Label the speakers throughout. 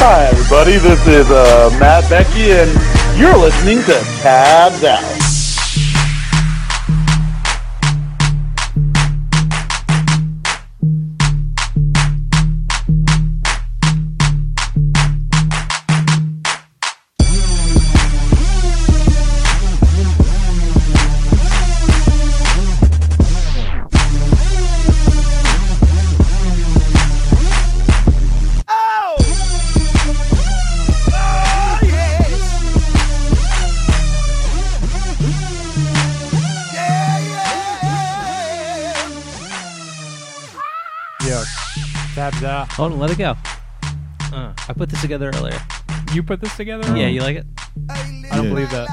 Speaker 1: Hi, everybody. This is uh, Matt Becky, and you're listening to Tabs Out.
Speaker 2: Yo, tabs out.
Speaker 3: Hold on, let it go.
Speaker 2: Uh,
Speaker 3: I put this together earlier.
Speaker 2: you put this together?
Speaker 3: Yeah, you like it?
Speaker 2: I don't believe that.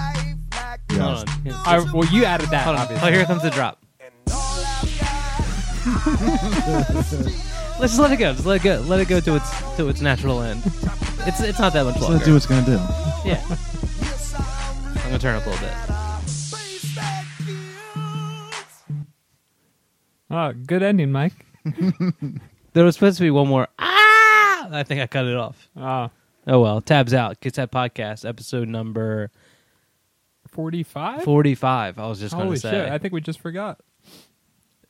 Speaker 3: Hold on. Yeah.
Speaker 2: I, well, you added that,
Speaker 3: Hold on. Oh,
Speaker 2: obviously.
Speaker 3: here comes the drop. Let's just let it go. Just let it go. Let it go to its to its natural end. It's it's not that much
Speaker 4: Let's
Speaker 3: longer.
Speaker 4: do what it's gonna do.
Speaker 3: Oh, Yeah. I'm gonna turn up a little bit.
Speaker 2: Oh, good ending, Mike.
Speaker 3: There was supposed to be one more. Ah! I think I cut it off.
Speaker 2: Uh,
Speaker 3: Oh well. Tabs out. Cassette podcast episode number
Speaker 2: 45?
Speaker 3: 45. I was just gonna
Speaker 2: Holy
Speaker 3: say.
Speaker 2: shit, I think we just forgot.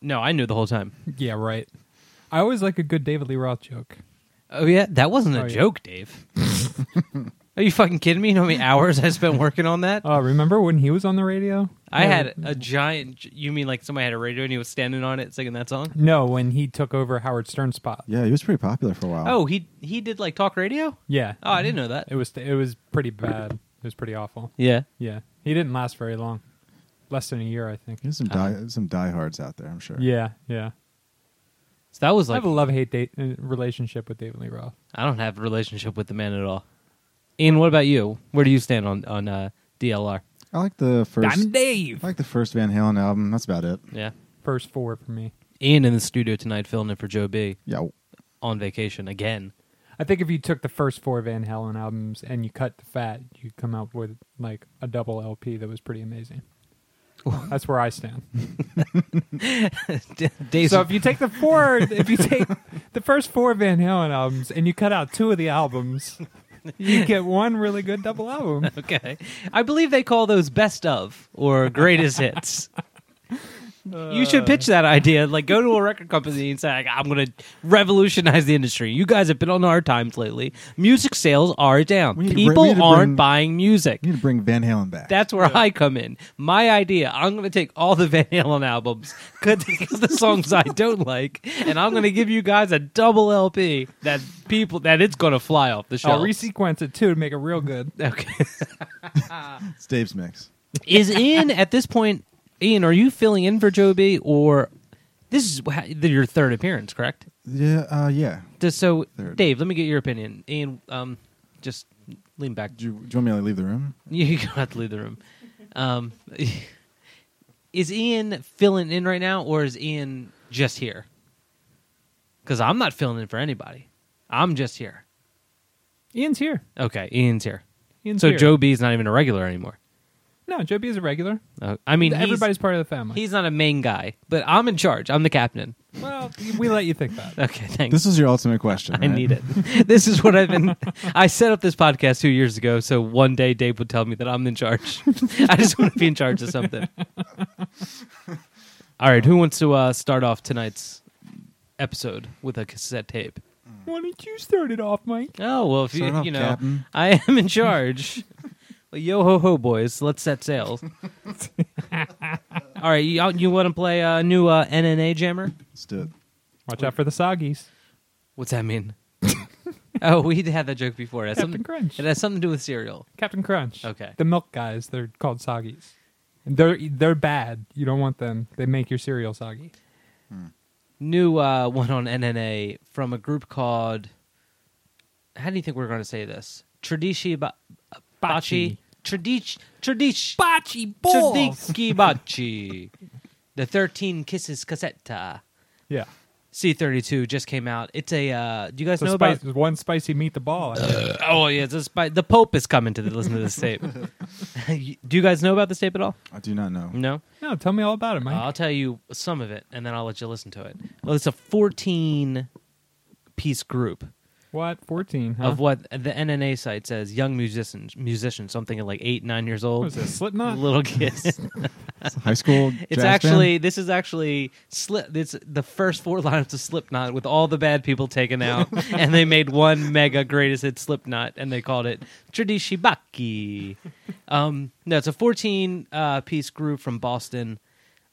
Speaker 3: no, I knew the whole time.
Speaker 2: Yeah, right. I always like a good David Lee Roth joke.
Speaker 3: Oh yeah, that wasn't a
Speaker 2: Oh, yeah.
Speaker 3: joke, Dave. Are you fucking kidding me? You know how many hours I spent working on that?
Speaker 2: Uh, remember when he was on the radio?
Speaker 3: I
Speaker 2: No,
Speaker 3: had a giant. j- You mean like somebody had a radio and he was standing on it singing that song?
Speaker 2: No, when he took over Howard Stern's spot.
Speaker 4: Yeah, he was pretty popular for a while.
Speaker 3: Oh, he he did like talk radio.
Speaker 2: Yeah.
Speaker 3: Oh, I didn't know that.
Speaker 2: It was it was pretty bad. It was pretty awful.
Speaker 3: Yeah,
Speaker 2: Yeah. He didn't last very long. Less than a year, I think.
Speaker 4: there's some
Speaker 3: Uh-huh.
Speaker 4: die, some diehards out there, I'm sure.
Speaker 2: Yeah, yeah.
Speaker 3: so that was
Speaker 2: I
Speaker 3: like
Speaker 2: have a love hate date uh, relationship with David Lee Roth.
Speaker 3: I don't have a relationship with the man at all. Ian, what about you? Where do you stand on on uh, DLR?
Speaker 4: I like the first.
Speaker 2: Dave.
Speaker 4: I like the first Van Halen album. That's about it.
Speaker 3: Yeah,
Speaker 2: First four for me.
Speaker 3: Ian in the studio tonight filling in for Joe B
Speaker 4: Yeah, w-
Speaker 3: on vacation again.
Speaker 2: I think if you took the first four Van Halen albums and you cut the fat, you'd come out with like a double LP that was pretty amazing. That's where I stand.
Speaker 3: D- Dave's
Speaker 2: So if you take the four, if you take the first four Van Halen albums and you cut out two of the albums, you get one really good double album.
Speaker 3: Okay. I believe they call those best of or greatest hits. You should pitch that idea. Like, go to a record company and say, like, "I'm going to revolutionize the industry." You guys have been on hard times lately. Music sales are down.
Speaker 4: We need to bring-
Speaker 3: People
Speaker 4: we need to
Speaker 3: aren't
Speaker 4: bring-
Speaker 3: buying music.
Speaker 4: you need to bring Van Halen back.
Speaker 3: That's where I come in. My idea: I'm going to take all the Van Halen albums, cut the songs I don't like, and I'm going to give you guys a double LP that people that it's going to fly off
Speaker 4: Uh,
Speaker 3: the
Speaker 2: I'll
Speaker 3: shelf.
Speaker 2: resequence it too to make it real good.
Speaker 3: okay.
Speaker 4: it's Dave's mix.
Speaker 3: is Ian at this point? Ian, are you filling in for Joe B or this is wha- your third appearance, correct?
Speaker 4: Yeah, uh, yeah.
Speaker 3: Just so,
Speaker 4: Third.
Speaker 3: Dave, let me get your opinion. Ian, um, just lean back.
Speaker 4: Do you, do you want me to leave the room?
Speaker 3: You got to leave the room. Um, is Ian filling in right now, or is Ian just here? Because I'm not filling in for anybody. I'm just here.
Speaker 2: Ian's here.
Speaker 3: Okay, Ian's here.
Speaker 2: Ian's
Speaker 3: so
Speaker 2: here.
Speaker 3: Joe B's not even a regular anymore.
Speaker 2: No, Joe B is a regular.
Speaker 3: Uh, I mean, he's-
Speaker 2: Everybody's part of the family.
Speaker 3: he's not a main guy, but I'm in charge. I'm the captain.
Speaker 2: well, we let you think that.
Speaker 3: Okay, thanks.
Speaker 4: This is your ultimate question.
Speaker 3: I
Speaker 4: right?
Speaker 3: need it. This is what I've been. I set up this podcast two years ago, so one day Dave would tell me that I'm in charge. I just want to be in charge of something. All right, who wants to uh, start off tonight's episode with a cassette tape?
Speaker 2: Why don't you start it off, Mike?
Speaker 3: Oh well, if you
Speaker 4: Start off,
Speaker 3: you know,
Speaker 4: Captain.
Speaker 3: I am in charge. well, yo ho ho, boys, let's set sail. All right, you, uh, you want to play a new uh, NNA jammer?
Speaker 4: Let's do it.
Speaker 2: Watch out for the soggies.
Speaker 3: What's that mean? oh, we had that joke before. It has,
Speaker 2: Captain
Speaker 3: something,
Speaker 2: Crunch.
Speaker 3: it has something to do with cereal.
Speaker 2: Captain Crunch.
Speaker 3: Okay.
Speaker 2: The milk guys, they're called soggies. They're they're bad. You don't want them. They make your cereal soggy.
Speaker 3: new uh, one on NNA from a group called. How do you think we're going to say this? Tradishi ba- Bachi. Tradish. Tradish.
Speaker 2: Bocce
Speaker 3: Tradiki Bachi. The 13 Kisses Cassetta.
Speaker 2: Yeah.
Speaker 3: C32 just came out. It's a. Uh, do you guys
Speaker 2: So
Speaker 3: know
Speaker 2: spice,
Speaker 3: about.
Speaker 2: one spicy meat the ball. I think.
Speaker 3: Oh, yeah. It's a spy- the Pope is coming to listen to this tape. do you guys know about this tape at all?
Speaker 4: I do not know.
Speaker 3: No?
Speaker 2: no, tell me all about it, Mike.
Speaker 3: I'll tell you some of it, and then I'll let you listen to it. Well, it's a 14 piece group.
Speaker 2: What? 14, huh?
Speaker 3: of what the NNA site says young musicians, musicians, something like eight, nine years old.
Speaker 2: What was it, Slipknot?
Speaker 3: Little kids.
Speaker 4: High school.
Speaker 3: It's actually this is actually slip. It's the first four lines of Slipknot with all the bad people taken out, and they made one mega greatest hit Slipknot, and they called it Tradishibaki. Um, no, it's a fourteen uh, piece group from Boston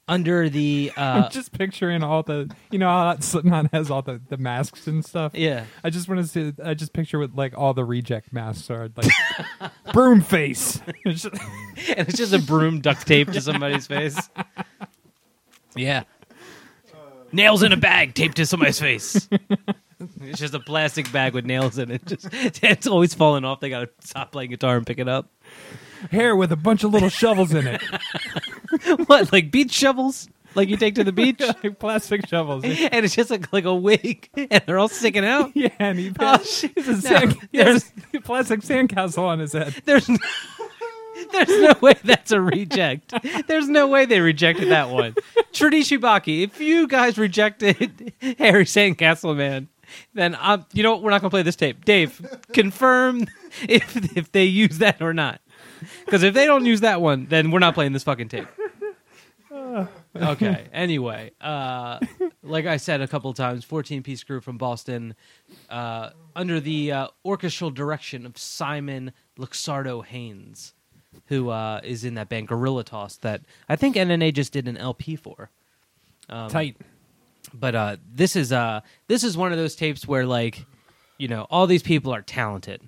Speaker 3: under the uh,
Speaker 2: I'm just picturing all the, you know, how that Slipknot has all the, the masks and stuff.
Speaker 3: yeah.
Speaker 2: I just want to see. I just picture what like all the reject masks are like broom face. It's just-
Speaker 3: and it's just a broom duct taped to somebody's face. Yeah. Nails in a bag taped to somebody's face. it's just a plastic bag with nails in it. Just it's always falling off. They gotta stop playing guitar and pick it up.
Speaker 2: hair with a bunch of little shovels in it,
Speaker 3: What, like beach shovels? Like you take to the beach?
Speaker 2: like plastic shovels.
Speaker 3: and it's just like, like a wig and they're all sticking out.
Speaker 2: Yeah, and he
Speaker 3: Oh,
Speaker 2: has,
Speaker 3: shit.
Speaker 2: he's a
Speaker 3: No,
Speaker 2: sand, he
Speaker 3: there's-
Speaker 2: has a plastic sandcastle on his head.
Speaker 3: There's no, there's no way that's a reject. There's no way they rejected that one. Tradishi Baki, if you guys rejected Harry Sandcastle Man, then I'm, you know what? We're not going to play this tape. Dave, confirm if, if they use that or not. Because if they don't use that one, then we're not playing this fucking tape. Okay. Anyway, uh, like I said a couple of times, 14 piece group from Boston uh, under the uh, orchestral direction of Simon Luxardo Haynes, who uh, is in that band Gorilla Toss that I think NNA just did an LP for. Um,
Speaker 2: Tight.
Speaker 3: But uh, this is uh, this is one of those tapes where like, you know, all these people are talented,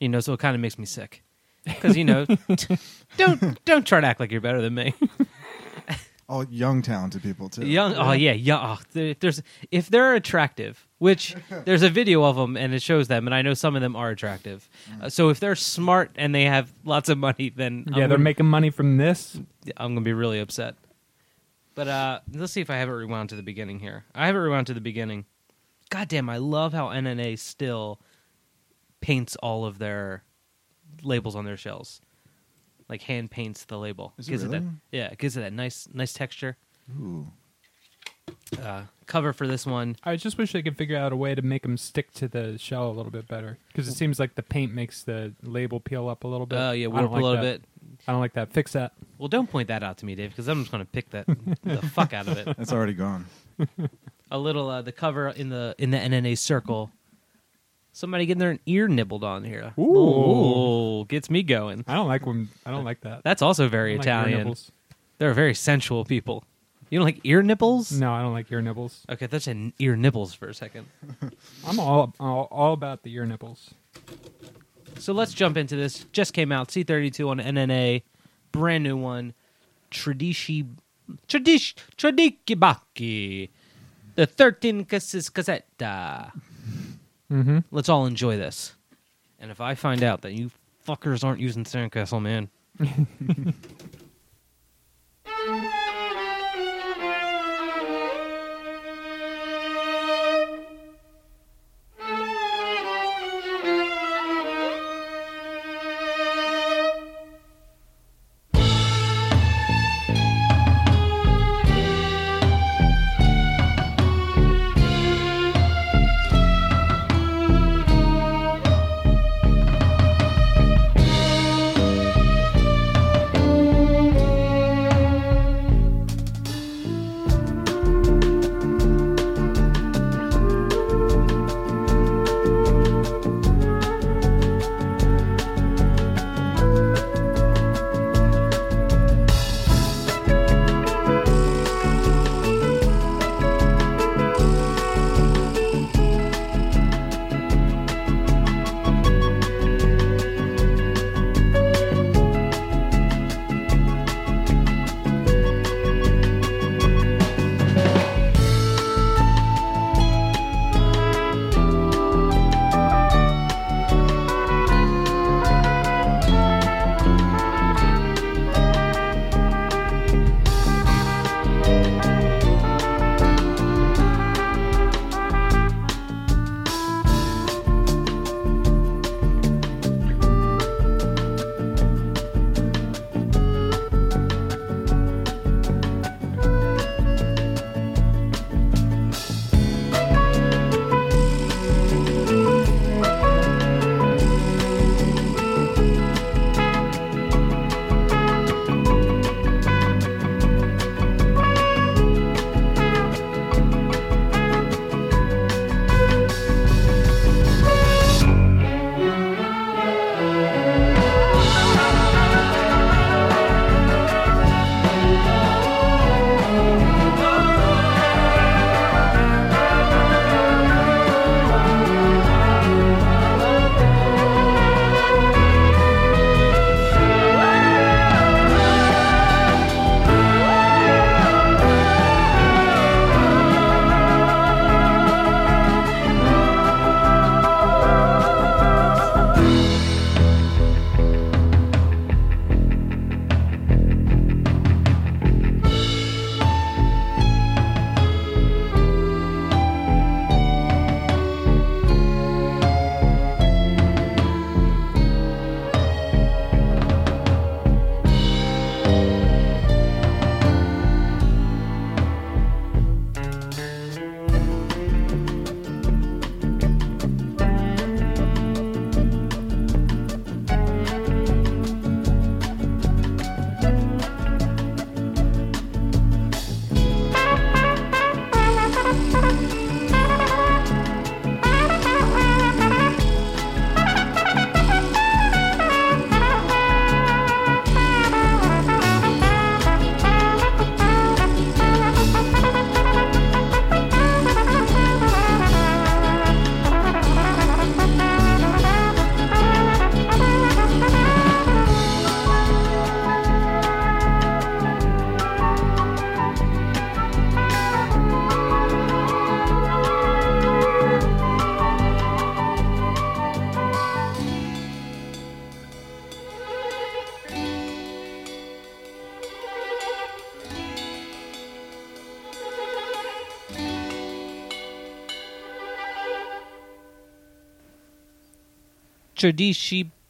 Speaker 3: you know, so it kind of makes me sick because you know, don't don't try to act like you're better than me.
Speaker 4: all young talented people too.
Speaker 3: Young, oh yeah, young. Oh, there- there's if they're attractive, which there's a video of them and it shows them, and I know some of them are attractive. Uh, so if they're smart and they have lots of money, then
Speaker 2: Yeah,
Speaker 3: I'm
Speaker 2: they're
Speaker 3: gonna,
Speaker 2: making money from this.
Speaker 3: I'm gonna be really upset. But uh, let's see if I have it rewound to the beginning here. I have it rewound to the beginning. God damn, I love how NNA still paints all of their labels on their shells, like hand paints the label.
Speaker 4: Is it
Speaker 3: that,
Speaker 4: really?
Speaker 3: yeah, gives it that nice, nice texture.
Speaker 4: Ooh.
Speaker 3: Uh, cover for this one.
Speaker 2: I just wish they could figure out a way to make them stick to the shell a little bit better, because it seems like the paint makes the label peel up a little bit.
Speaker 3: Oh yeah,
Speaker 2: I
Speaker 3: warp
Speaker 2: don't like
Speaker 3: a little
Speaker 2: that.
Speaker 3: bit.
Speaker 2: I don't like that. Fix that.
Speaker 3: Well, don't point that out to me, Dave, because I'm just going to pick that the fuck out of it.
Speaker 4: That's already gone.
Speaker 3: A little uh, the cover in the in the NNA circle. Somebody getting their ear nibbled on here.
Speaker 2: Ooh.
Speaker 3: Ooh, gets me going.
Speaker 2: I don't like when. I don't like that.
Speaker 3: That's also very
Speaker 2: I don't like ear
Speaker 3: Italian.
Speaker 2: nibbles.
Speaker 3: They're very sensual people. You don't like ear nibbles?
Speaker 2: No, I don't like ear nibbles.
Speaker 3: Okay, that's an ear nibbles for a second.
Speaker 2: I'm all all, all about the ear nipples.
Speaker 3: So let's jump into this. Just came out C32 on NNA, brand new one. Tradishi, Tradish, Tradikibaki, the 13 cassettes cassetta.
Speaker 2: Mm-hmm.
Speaker 3: Let's all enjoy this. And if I find out that you fuckers aren't using Sandcastle Man,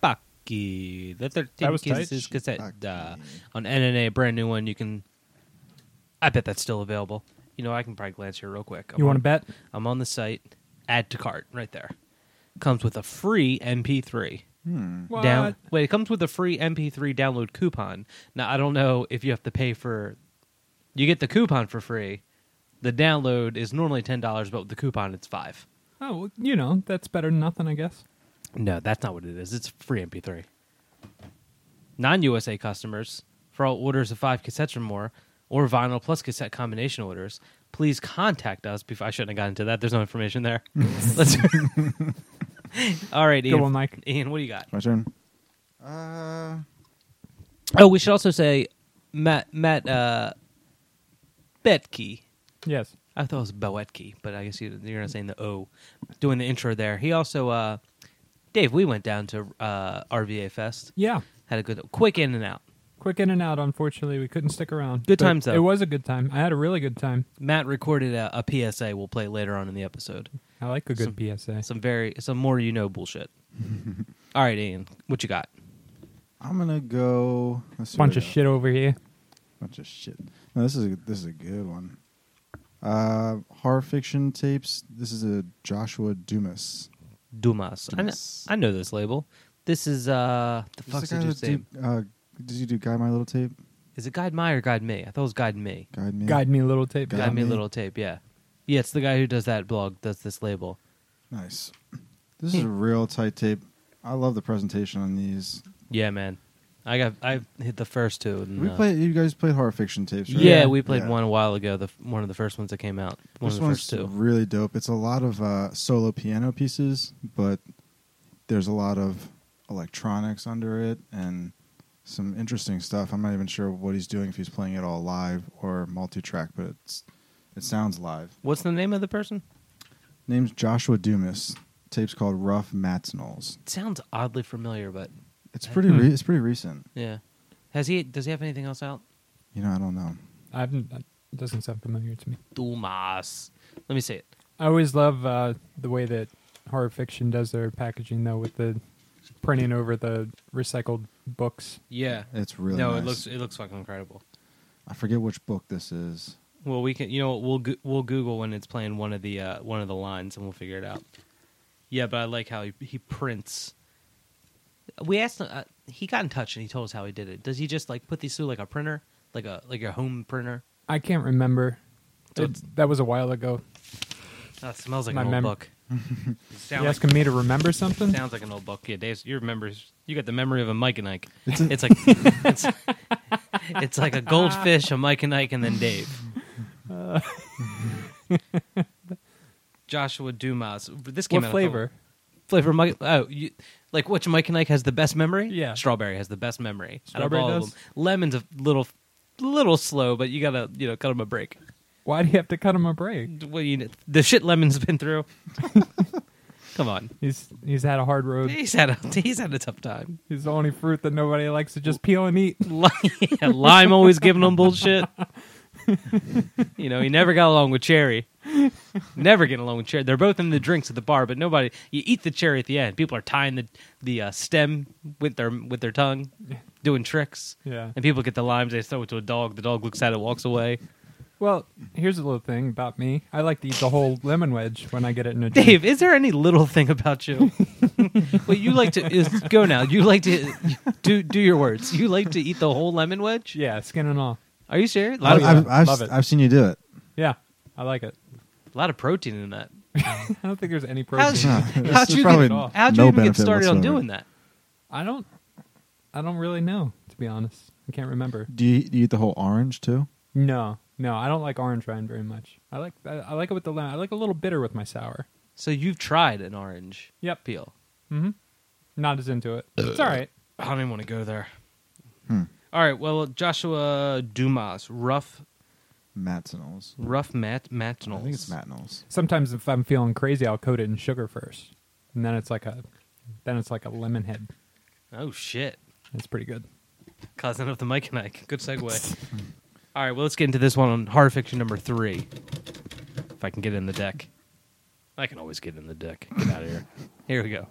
Speaker 3: Chodishibaki, the 13
Speaker 2: That was tight.
Speaker 3: Kisses cassette uh, on NNA, brand new one. You can, I bet that's still available. You know, I can probably glance here real quick. I'm
Speaker 2: You want to
Speaker 3: on-
Speaker 2: bet?
Speaker 3: I'm on the site. Add to cart right there. Comes with a free MP3. Down, wait, it comes with a free MP3 download coupon. Now I don't know if you have to pay for. You get the coupon for free. The download is normally ten dollars, but with the coupon it's five.
Speaker 2: Oh, well, you know that's better than nothing, I guess.
Speaker 3: No, that's not what it is. It's free MP3. Non USA customers, for all orders of five cassettes or more, or vinyl plus cassette combination orders, please contact us before I shouldn't have gotten into that. There's no information there. Let's All right, Ian.
Speaker 2: Go on, Mike.
Speaker 3: Ian, what do you got?
Speaker 4: My turn. Uh,
Speaker 3: Oh, we should also say Matt Matt uh Betke.
Speaker 2: Yes.
Speaker 3: I thought it was Bowetke, but I guess you, you're not saying the O. Doing the intro there. He also, uh, Dave, we went down to uh, RVA Fest.
Speaker 2: Yeah.
Speaker 3: Had a good, quick in and out.
Speaker 2: Quick in and out. Unfortunately, we couldn't stick around.
Speaker 3: Good
Speaker 2: But
Speaker 3: times, though.
Speaker 2: It was a good time. I had a really good time.
Speaker 3: Matt recorded a, a PSA we'll play later on in the episode.
Speaker 2: I like a good
Speaker 3: Some-
Speaker 2: PSA.
Speaker 3: Some very, some more you know bullshit. All right, Ian, what you got?
Speaker 4: I'm gonna go. Let's see
Speaker 2: Bunch
Speaker 4: what
Speaker 2: of
Speaker 4: I got.
Speaker 2: shit over here.
Speaker 4: Bunch of shit. No, this is a, this is a good one. Uh, horror fiction tapes. This is a Joshua Dumas.
Speaker 3: Dumas. I kn-
Speaker 4: Dumas.
Speaker 3: I, know this label. This is, uh, the
Speaker 4: This
Speaker 3: fuck's
Speaker 4: is the
Speaker 3: the
Speaker 4: guy
Speaker 3: dude's
Speaker 4: that did,
Speaker 3: name?
Speaker 4: uh, did you do Guy My Little Tape?
Speaker 3: Is it Guide My or Guide Me? I thought it was Guide Me.
Speaker 4: Guide Me.
Speaker 2: Guide me, little tape.
Speaker 4: Guide
Speaker 3: Guide Me
Speaker 4: Me.
Speaker 3: Little Tape, yeah. Yeah, it's the guy who does that blog, does this label.
Speaker 4: Nice. This is a real tight tape. I love the presentation on these.
Speaker 3: Yeah, man. I got I hit the first two. And,
Speaker 4: We
Speaker 3: uh,
Speaker 4: played. You guys played horror fiction tapes, right?
Speaker 3: Yeah, we played
Speaker 4: Yeah.
Speaker 3: one a while ago. The f- one of the first ones that came out. One
Speaker 4: this
Speaker 3: of the
Speaker 4: one's
Speaker 3: first two.
Speaker 4: really dope. It's a lot of uh, solo piano pieces, but there's a lot of electronics under it and some interesting stuff. I'm not even sure what he's doing if he's playing it all live or multi-track, but it's it sounds live.
Speaker 3: What's the name of the person?
Speaker 4: Name's Joshua Dumas. Tape's called Rough Matinals.
Speaker 3: It sounds oddly familiar, but
Speaker 4: It's pretty. Re- it's pretty recent.
Speaker 3: yeah. Has he? Does he have anything else out?
Speaker 4: You know, I don't know.
Speaker 2: I haven't. That doesn't sound familiar to me.
Speaker 3: Dumas. Let me see it.
Speaker 2: I always love uh, the way that horror fiction does their packaging, though, with the printing over the recycled books.
Speaker 3: Yeah.
Speaker 4: It's really
Speaker 3: no, it
Speaker 4: nice.
Speaker 3: looks it looks fucking incredible.
Speaker 4: I forget which book this is.
Speaker 3: Well, we can. You know, what, we'll go- we'll Google when it's playing one of the uh, one of the lines, and we'll figure it out. Yeah, but I like how he, he prints. We asked him. Uh, he got in touch and he told us how he did it. Does he just like put these through like a printer, like a like a home printer?
Speaker 2: I can't remember.
Speaker 3: So
Speaker 2: It- that was a while ago.
Speaker 3: Oh, it smells like
Speaker 2: My
Speaker 3: an old
Speaker 2: mem-
Speaker 3: book. sounds,
Speaker 2: You
Speaker 3: like,
Speaker 2: asking me to remember something?
Speaker 3: sounds like an old book. Yeah, Dave, you remember? You got the memory of a Mike and Ike. It's, like it's, it's like a goldfish, a Mike and Ike, and then Dave. Joshua Dumas. This came
Speaker 2: What
Speaker 3: out a
Speaker 2: flavor?
Speaker 3: couple- flavor Mike. Oh, you, like which Mike and Ike has the best memory?
Speaker 2: Yeah.
Speaker 3: strawberry has the best memory. out of
Speaker 2: Strawberry
Speaker 3: all of
Speaker 2: does?
Speaker 3: them. Lemon's a little, little slow, but you gotta you know cut him a break.
Speaker 2: Why do you have to cut him a break?
Speaker 3: What do you the shit Lemon's been through? Come on.
Speaker 2: He's he's had a hard road.
Speaker 3: He's had a he's had a tough time.
Speaker 2: He's the only fruit that nobody likes to just peel and eat.
Speaker 3: Lime, Lime always giving him bullshit. you know, he never got along with Cherry. Never getting along with Cherry. They're both in the drinks at the bar, but nobody. You eat the cherry at the end. People are tying the the uh, stem with their with their tongue, doing tricks.
Speaker 2: Yeah.
Speaker 3: And people get the limes. They throw it to a dog. The dog looks at it, walks away.
Speaker 2: Well, here's a little thing about me. I like to eat the whole lemon wedge when I get it in a drink.
Speaker 3: Dave, is there any little thing about you? well, you like to is, go now. You like to do do your words. You like to eat the whole lemon wedge.
Speaker 2: Yeah, skin and all.
Speaker 3: Are you serious? A
Speaker 4: I,
Speaker 3: lot, of,
Speaker 4: have Oh, I've,
Speaker 2: Love it.
Speaker 4: I've seen you do it.
Speaker 2: Yeah, I like it.
Speaker 3: lot of protein in that.
Speaker 2: I don't think there's any
Speaker 3: How'd you,
Speaker 2: protein.
Speaker 3: how'd
Speaker 4: There's
Speaker 3: you,
Speaker 4: probably
Speaker 3: get, how'd you
Speaker 4: no
Speaker 3: even get
Speaker 4: benefit
Speaker 3: started on
Speaker 4: whatsoever.
Speaker 3: doing that?
Speaker 2: I don't. I don't really know, to be honest. I can't remember.
Speaker 4: Do you, do you eat the whole orange too?
Speaker 2: No, no, I don't like orange rind very much. I like I, I like it with the lemon. I like a little bitter with my sour.
Speaker 3: So you've tried an orange
Speaker 2: Yep. Mm-hmm.
Speaker 3: peel.
Speaker 2: Not as into it. It's all right.
Speaker 3: I don't even want to go there.
Speaker 4: Hmm.
Speaker 3: All right. Well, Joshua Dumas, rough,
Speaker 4: Matinals.
Speaker 3: rough mat matinals.
Speaker 4: I think it's matinals.
Speaker 2: Sometimes if I'm feeling crazy, I'll coat it in sugar first, and then it's like a then it's like a lemon head.
Speaker 3: Oh shit,
Speaker 2: It's pretty good.
Speaker 3: cousin of the Mike and Ike. Good segue. All right. Well, let's get into this one on horror fiction number three. If I can get in the deck, I can always get in the deck. Get out of here. Here we go.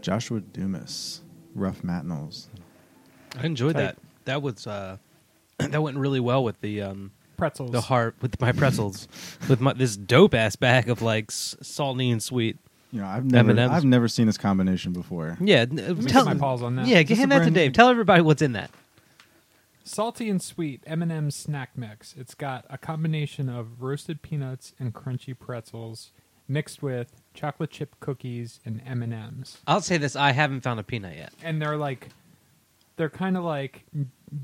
Speaker 4: Joshua Dumas, Rough Matinals.
Speaker 3: I enjoyed
Speaker 2: Tight.
Speaker 3: that. That was uh, that went really well with the um,
Speaker 2: Pretzels.
Speaker 3: the heart with my pretzels with my this dope ass bag of like s- salty and sweet.
Speaker 4: You know, I've never,
Speaker 3: M&Ms.
Speaker 4: I've never seen this combination before.
Speaker 3: Yeah, n- uh,
Speaker 2: Let me
Speaker 3: tell-
Speaker 2: get my paws on that.
Speaker 3: Yeah,
Speaker 4: Just
Speaker 3: hand
Speaker 4: a
Speaker 3: that to
Speaker 4: brand-
Speaker 3: Dave. Tell everybody what's in that.
Speaker 2: Salty and sweet M&M snack mix. It's got a combination of roasted peanuts and crunchy pretzels mixed with chocolate chip cookies and M&Ms.
Speaker 3: I'll say this: I haven't found a peanut yet.
Speaker 2: And they're like they're kind of like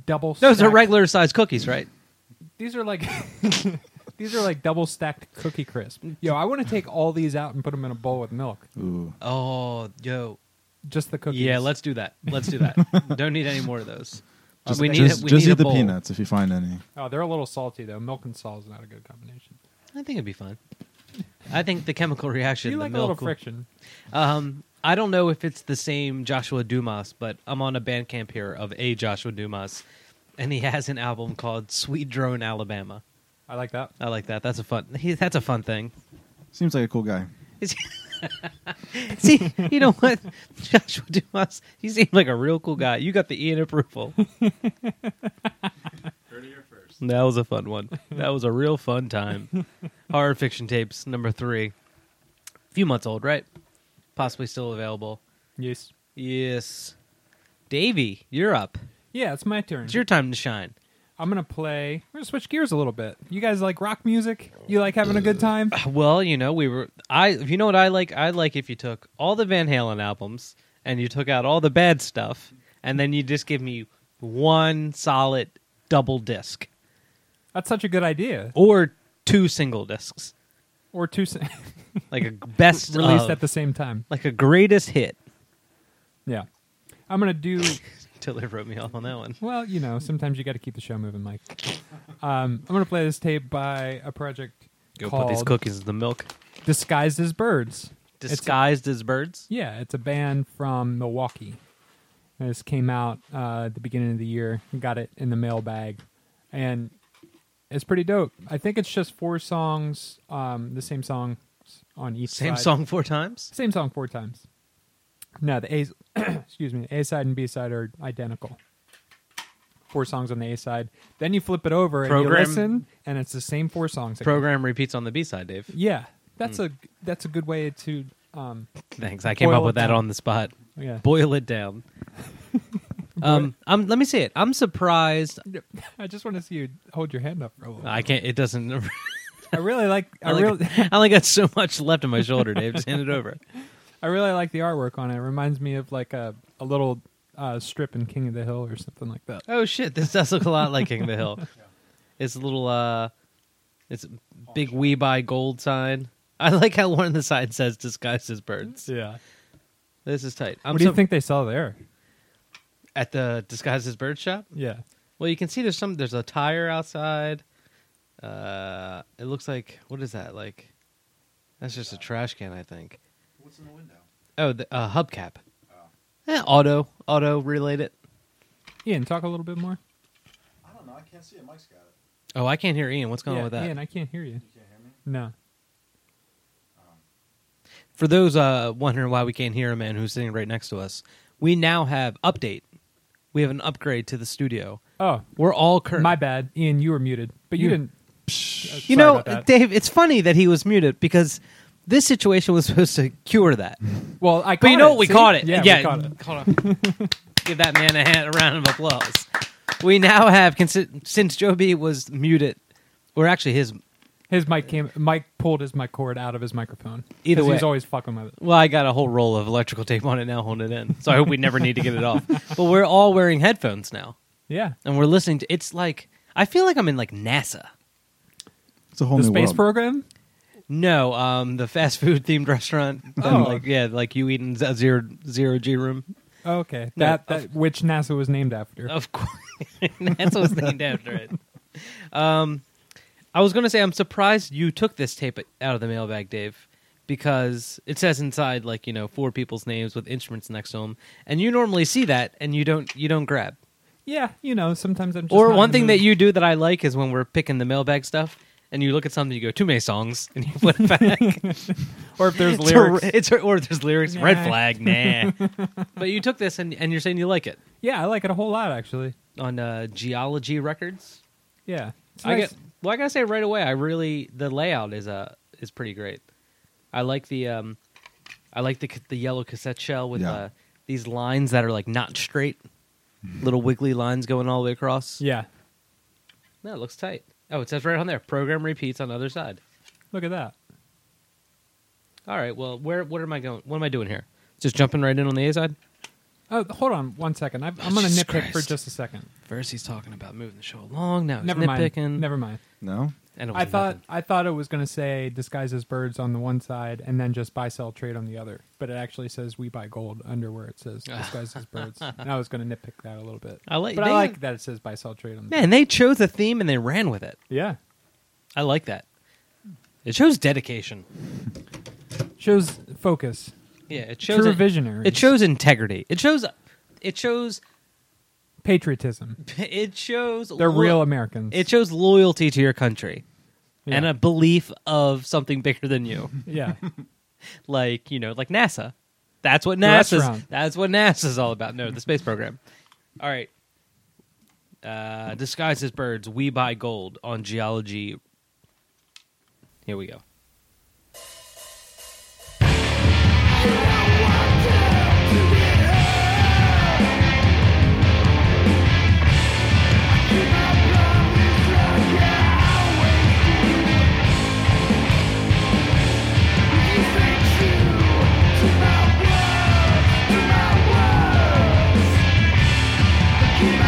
Speaker 2: double
Speaker 3: Those are
Speaker 2: stacked-
Speaker 3: regular sized cookies, right?
Speaker 2: These are like These are like double stacked cookie crisp. Yo, I want to take all these out and put them in a bowl with milk.
Speaker 4: Ooh,
Speaker 3: Oh, yo,
Speaker 2: Just the cookies.
Speaker 3: yeah. Let's do that. Let's do that. Don't need any more of those.
Speaker 4: just,
Speaker 3: we need
Speaker 4: just,
Speaker 3: a, we
Speaker 4: just
Speaker 3: need
Speaker 4: eat
Speaker 3: a
Speaker 4: the
Speaker 3: bowl.
Speaker 4: peanuts if you find any.
Speaker 2: Oh, they're a little salty though. Milk and salt is not a good combination.
Speaker 3: I think it'd be fun. I think the chemical
Speaker 2: Do
Speaker 3: reaction.
Speaker 2: you
Speaker 3: the
Speaker 2: like a
Speaker 3: milk
Speaker 2: little
Speaker 3: will-
Speaker 2: friction?
Speaker 3: Um, I don't know if it's the same Joshua Dumas, but I'm on a band camp here of a Joshua Dumas, and he has an album called Sweet Drone Alabama.
Speaker 2: I like that.
Speaker 3: I like that. That's a fun. He, that's a fun thing.
Speaker 4: Seems like a cool guy.
Speaker 3: Is- See, you know what, Joshua Dumas, he seemed like a real cool guy. You got the Ian approval. That was a fun one. That was a real fun time. Horror fiction tapes number three, a few months old, right? Possibly still available.
Speaker 2: Yes.
Speaker 3: Yes. Davey, you're up.
Speaker 2: Yeah, it's my turn.
Speaker 3: It's your time to shine.
Speaker 2: I'm gonna play. We're gonna switch gears a little bit. You guys like rock music? You like having a good time?
Speaker 3: Well, you know, we were I you know what I like? I like if you took all the Van Halen albums and you took out all the bad stuff and then you just give me one solid double disc
Speaker 2: That's such a good idea.
Speaker 3: or two single discs.
Speaker 2: Or two s-
Speaker 3: Like a best
Speaker 2: released
Speaker 3: of,
Speaker 2: at the same time.
Speaker 3: like a greatest hit
Speaker 2: Yeah, I'm gonna do.
Speaker 3: till they wrote me off on that one.
Speaker 2: Well, you know, sometimes you got to keep the show moving, Mike. Um, I'm gonna play this tape by a project
Speaker 3: Go
Speaker 2: called
Speaker 3: put these cookies in the milk.
Speaker 2: "Disguised as Birds." It's a-
Speaker 3: Disguised as birds.
Speaker 2: Yeah, it's a band from Milwaukee. This came out uh, at the beginning of the year. Got it in the mailbag, and it's pretty dope. I think it's just four songs, um, the same song on each
Speaker 3: Same
Speaker 2: side.
Speaker 3: song four times.
Speaker 2: same song four times. No, the A's, excuse me, A side and B side are identical. Four songs on the A side. Then you flip it over and you
Speaker 3: Program-
Speaker 2: listen, and it's the same four songs. again.
Speaker 3: Program Hmm. repeats on the B side, Dave.
Speaker 2: Yeah, that's a that's a good way to. Um,
Speaker 3: Thanks. I came
Speaker 2: Boil
Speaker 3: up with
Speaker 2: it
Speaker 3: that
Speaker 2: down.
Speaker 3: on the spot.
Speaker 2: yeah,
Speaker 3: Boil it down. um, I'm, let me say it. I'm surprised.
Speaker 2: I just want to see you hold your hand up for a little.
Speaker 3: I can't. It doesn't. I,
Speaker 2: I really like. I,
Speaker 3: only-
Speaker 2: really,
Speaker 3: I only got so much left in my shoulder, Dave. Just hand it over.
Speaker 2: I really like the artwork on it. It reminds me of like a a little uh, strip in King of the Hill or something like that.
Speaker 3: Oh shit! This does look a lot like King of the Hill. It's a little. uh It's a big we buy gold sign. I like how one of the signs says disguised as birds.
Speaker 2: Yeah.
Speaker 3: This is tight. I'm
Speaker 2: What do you
Speaker 3: so-
Speaker 2: think they sell there?
Speaker 3: at the disguised as bird shop?
Speaker 2: Yeah.
Speaker 3: Well, you can see there's some. There's a tire outside. Uh, it looks like what is that? Like, that's just a trash can, I think. What's in the window? Oh, the uh, hubcap.
Speaker 2: Oh.
Speaker 3: Eh, auto, auto related.
Speaker 2: Ian, talk a little bit more.
Speaker 4: I don't know. I can't see it. Mike's got it.
Speaker 3: Oh, I can't hear Ian. What's going
Speaker 2: yeah,
Speaker 3: on with that?
Speaker 2: Ian, I can't hear you.
Speaker 4: You can't hear me.
Speaker 2: No.
Speaker 3: For those uh, wondering why we can't hear a man who's sitting right next to us, we now have update. We have an upgrade to the studio.
Speaker 2: Oh,
Speaker 3: We're all current.
Speaker 2: my bad, Ian. You were muted, but you,
Speaker 3: You-
Speaker 2: didn't. Uh,
Speaker 3: You
Speaker 2: Sorry
Speaker 3: know,
Speaker 2: about that.
Speaker 3: Dave, it's funny that he was muted because this situation was supposed to cure that.
Speaker 2: Well, I.
Speaker 3: But you
Speaker 2: caught
Speaker 3: know what? We
Speaker 2: see?
Speaker 3: caught it.
Speaker 2: Yeah,
Speaker 3: yeah
Speaker 2: we caught it.
Speaker 3: hold on. Give that man a, hand, a round of applause. We now have, consi- since Joe B was muted, or actually his,
Speaker 2: His mic came. Mike pulled his mic cord out of his microphone.
Speaker 3: Either
Speaker 2: 'Cause
Speaker 3: way.
Speaker 2: he's always fucking with it.
Speaker 3: well, I got a whole roll of electrical tape on it now holding it in. So I hope we never need to get it off. But we're all wearing headphones now.
Speaker 2: Yeah,
Speaker 3: And we're listening to, it's like, I feel like I'm in like NASA.
Speaker 4: It's a whole
Speaker 2: the
Speaker 4: new
Speaker 2: space
Speaker 4: world.
Speaker 2: program.
Speaker 3: No, um, the fast food themed restaurant.
Speaker 2: Oh.
Speaker 3: And like, yeah, like you eat in a zero, zero G room.
Speaker 2: Oh, okay,
Speaker 3: No, Oh,
Speaker 2: that,
Speaker 3: of-
Speaker 2: that which NASA was named after.
Speaker 3: Of course, that's what's named after it. Um, I was going to say I'm surprised you took this tape out of the mailbag, Dave, because it says inside like you know four people's names with instruments next to them, and you normally see that and you don't you don't grab.
Speaker 2: Yeah, you know, sometimes I'm. Just
Speaker 3: or
Speaker 2: not
Speaker 3: one
Speaker 2: in the
Speaker 3: thing that
Speaker 2: mood.
Speaker 3: you do that I like is when we're picking the mailbag stuff, and you look at something, you go too many songs, and you put it back.
Speaker 2: Or if there's
Speaker 3: It's a-
Speaker 2: lyrics.
Speaker 3: it's a- or if there's lyrics, red
Speaker 2: Nah.
Speaker 3: flag, nah. but you took this and, and you're saying you like it
Speaker 2: yeah, I like it a whole lot actually.
Speaker 3: on uh, Geology Records.
Speaker 2: Yeah, It's
Speaker 3: I
Speaker 2: nice.
Speaker 3: get well. I gotta say right away, I really the layout is uh is pretty great. I like the um, I like the ca- the yellow cassette shell with
Speaker 4: Yeah.
Speaker 3: uh, these lines that are like not straight,
Speaker 2: Mm-hmm.
Speaker 3: little wiggly lines going all the way across.
Speaker 2: Yeah,
Speaker 3: no, it looks tight. Oh, it says right on there. Program repeats on the other side.
Speaker 2: look at that.
Speaker 3: All right. Well, where what am I going? What am I doing here? Just jumping right in on the A side.
Speaker 2: Oh, hold on one second. I, I'm
Speaker 3: Oh,
Speaker 2: gonna
Speaker 3: Jesus
Speaker 2: nitpick for
Speaker 3: Christ.
Speaker 2: just a second.
Speaker 3: First, he's talking about moving the show along. Now he's
Speaker 2: Never
Speaker 3: nitpicking.
Speaker 2: mind. Never mind.
Speaker 4: No,
Speaker 3: And it was
Speaker 2: I thought
Speaker 3: nothing.
Speaker 2: I thought it was gonna say disguise as birds on the one side and then just buy sell trade on the other, but it actually says we buy gold under where it says disguise as birds. And I was gonna nitpick that a little bit.
Speaker 3: I like-
Speaker 2: but
Speaker 3: they-
Speaker 2: I like that it says buy sell trade on the
Speaker 3: man, they chose a theme and they ran with it.
Speaker 2: yeah.
Speaker 3: I like that. It shows dedication.
Speaker 2: Shows focus.
Speaker 3: Yeah, it shows
Speaker 2: True
Speaker 3: in-
Speaker 2: visionaries.
Speaker 3: It shows integrity. It shows. It shows.
Speaker 2: patriotism.
Speaker 3: It shows.
Speaker 2: They're
Speaker 3: lo-
Speaker 2: real Americans.
Speaker 3: It shows loyalty to your country
Speaker 2: Yeah.
Speaker 3: and a belief of something bigger than you.
Speaker 2: yeah.
Speaker 3: like you know, like NASA. That's what
Speaker 2: The
Speaker 3: NASA's.
Speaker 2: restaurant.
Speaker 3: That's what NASA's all about. No, the space program. All right. Uh, disguised as birds, we buy gold on geology. Here we go.
Speaker 5: Keep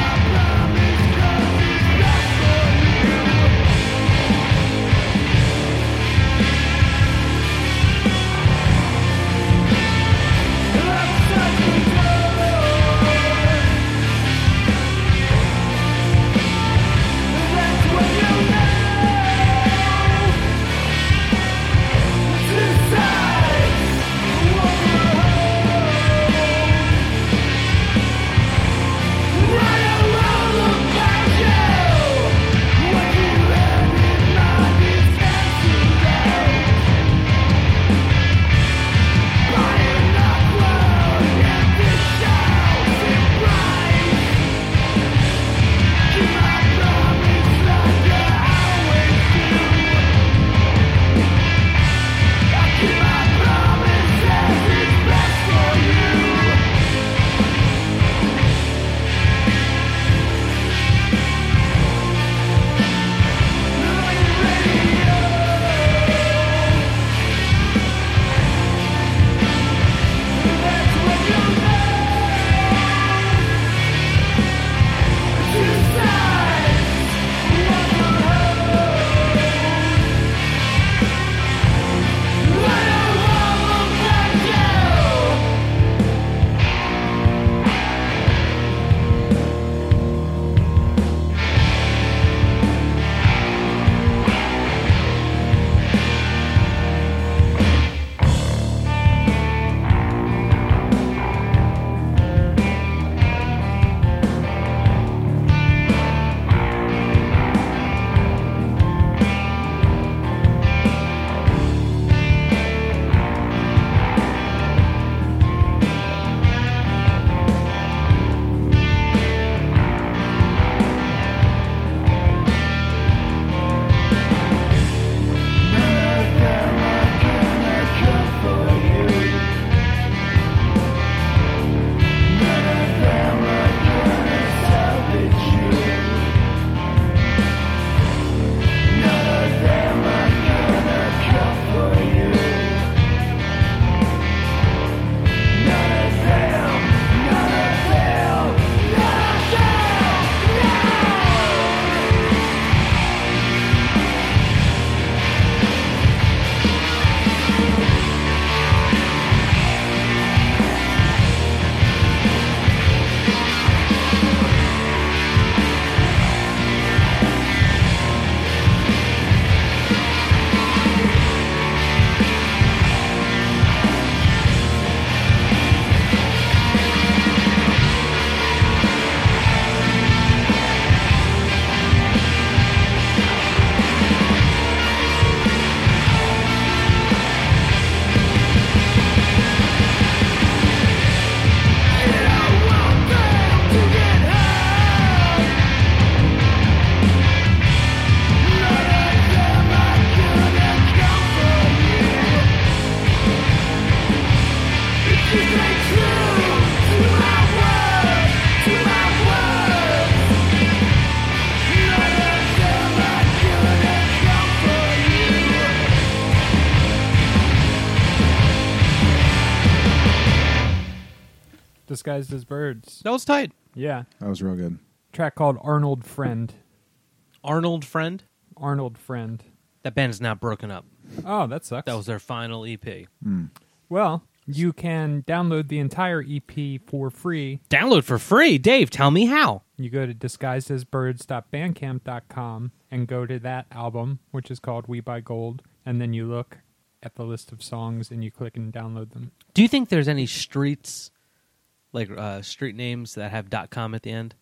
Speaker 2: disguised as birds.
Speaker 3: That was tight.
Speaker 2: Yeah,
Speaker 4: That was real good.
Speaker 2: track called Arnold Friend.
Speaker 3: Arnold Friend.
Speaker 2: Arnold Friend.
Speaker 3: That band's not broken up.
Speaker 2: Oh, that sucks.
Speaker 3: That was their final E EP.
Speaker 2: well. You can download the entire EP for free.
Speaker 3: Download for free. Dave, tell me how.
Speaker 2: You go to disguisedasbirds.bandcamp.com and go to that album, which is called We Buy Gold, and then you look at the list of songs and you click and download them.
Speaker 3: Do you think there's any streets, like uh, street names that have .com at the end,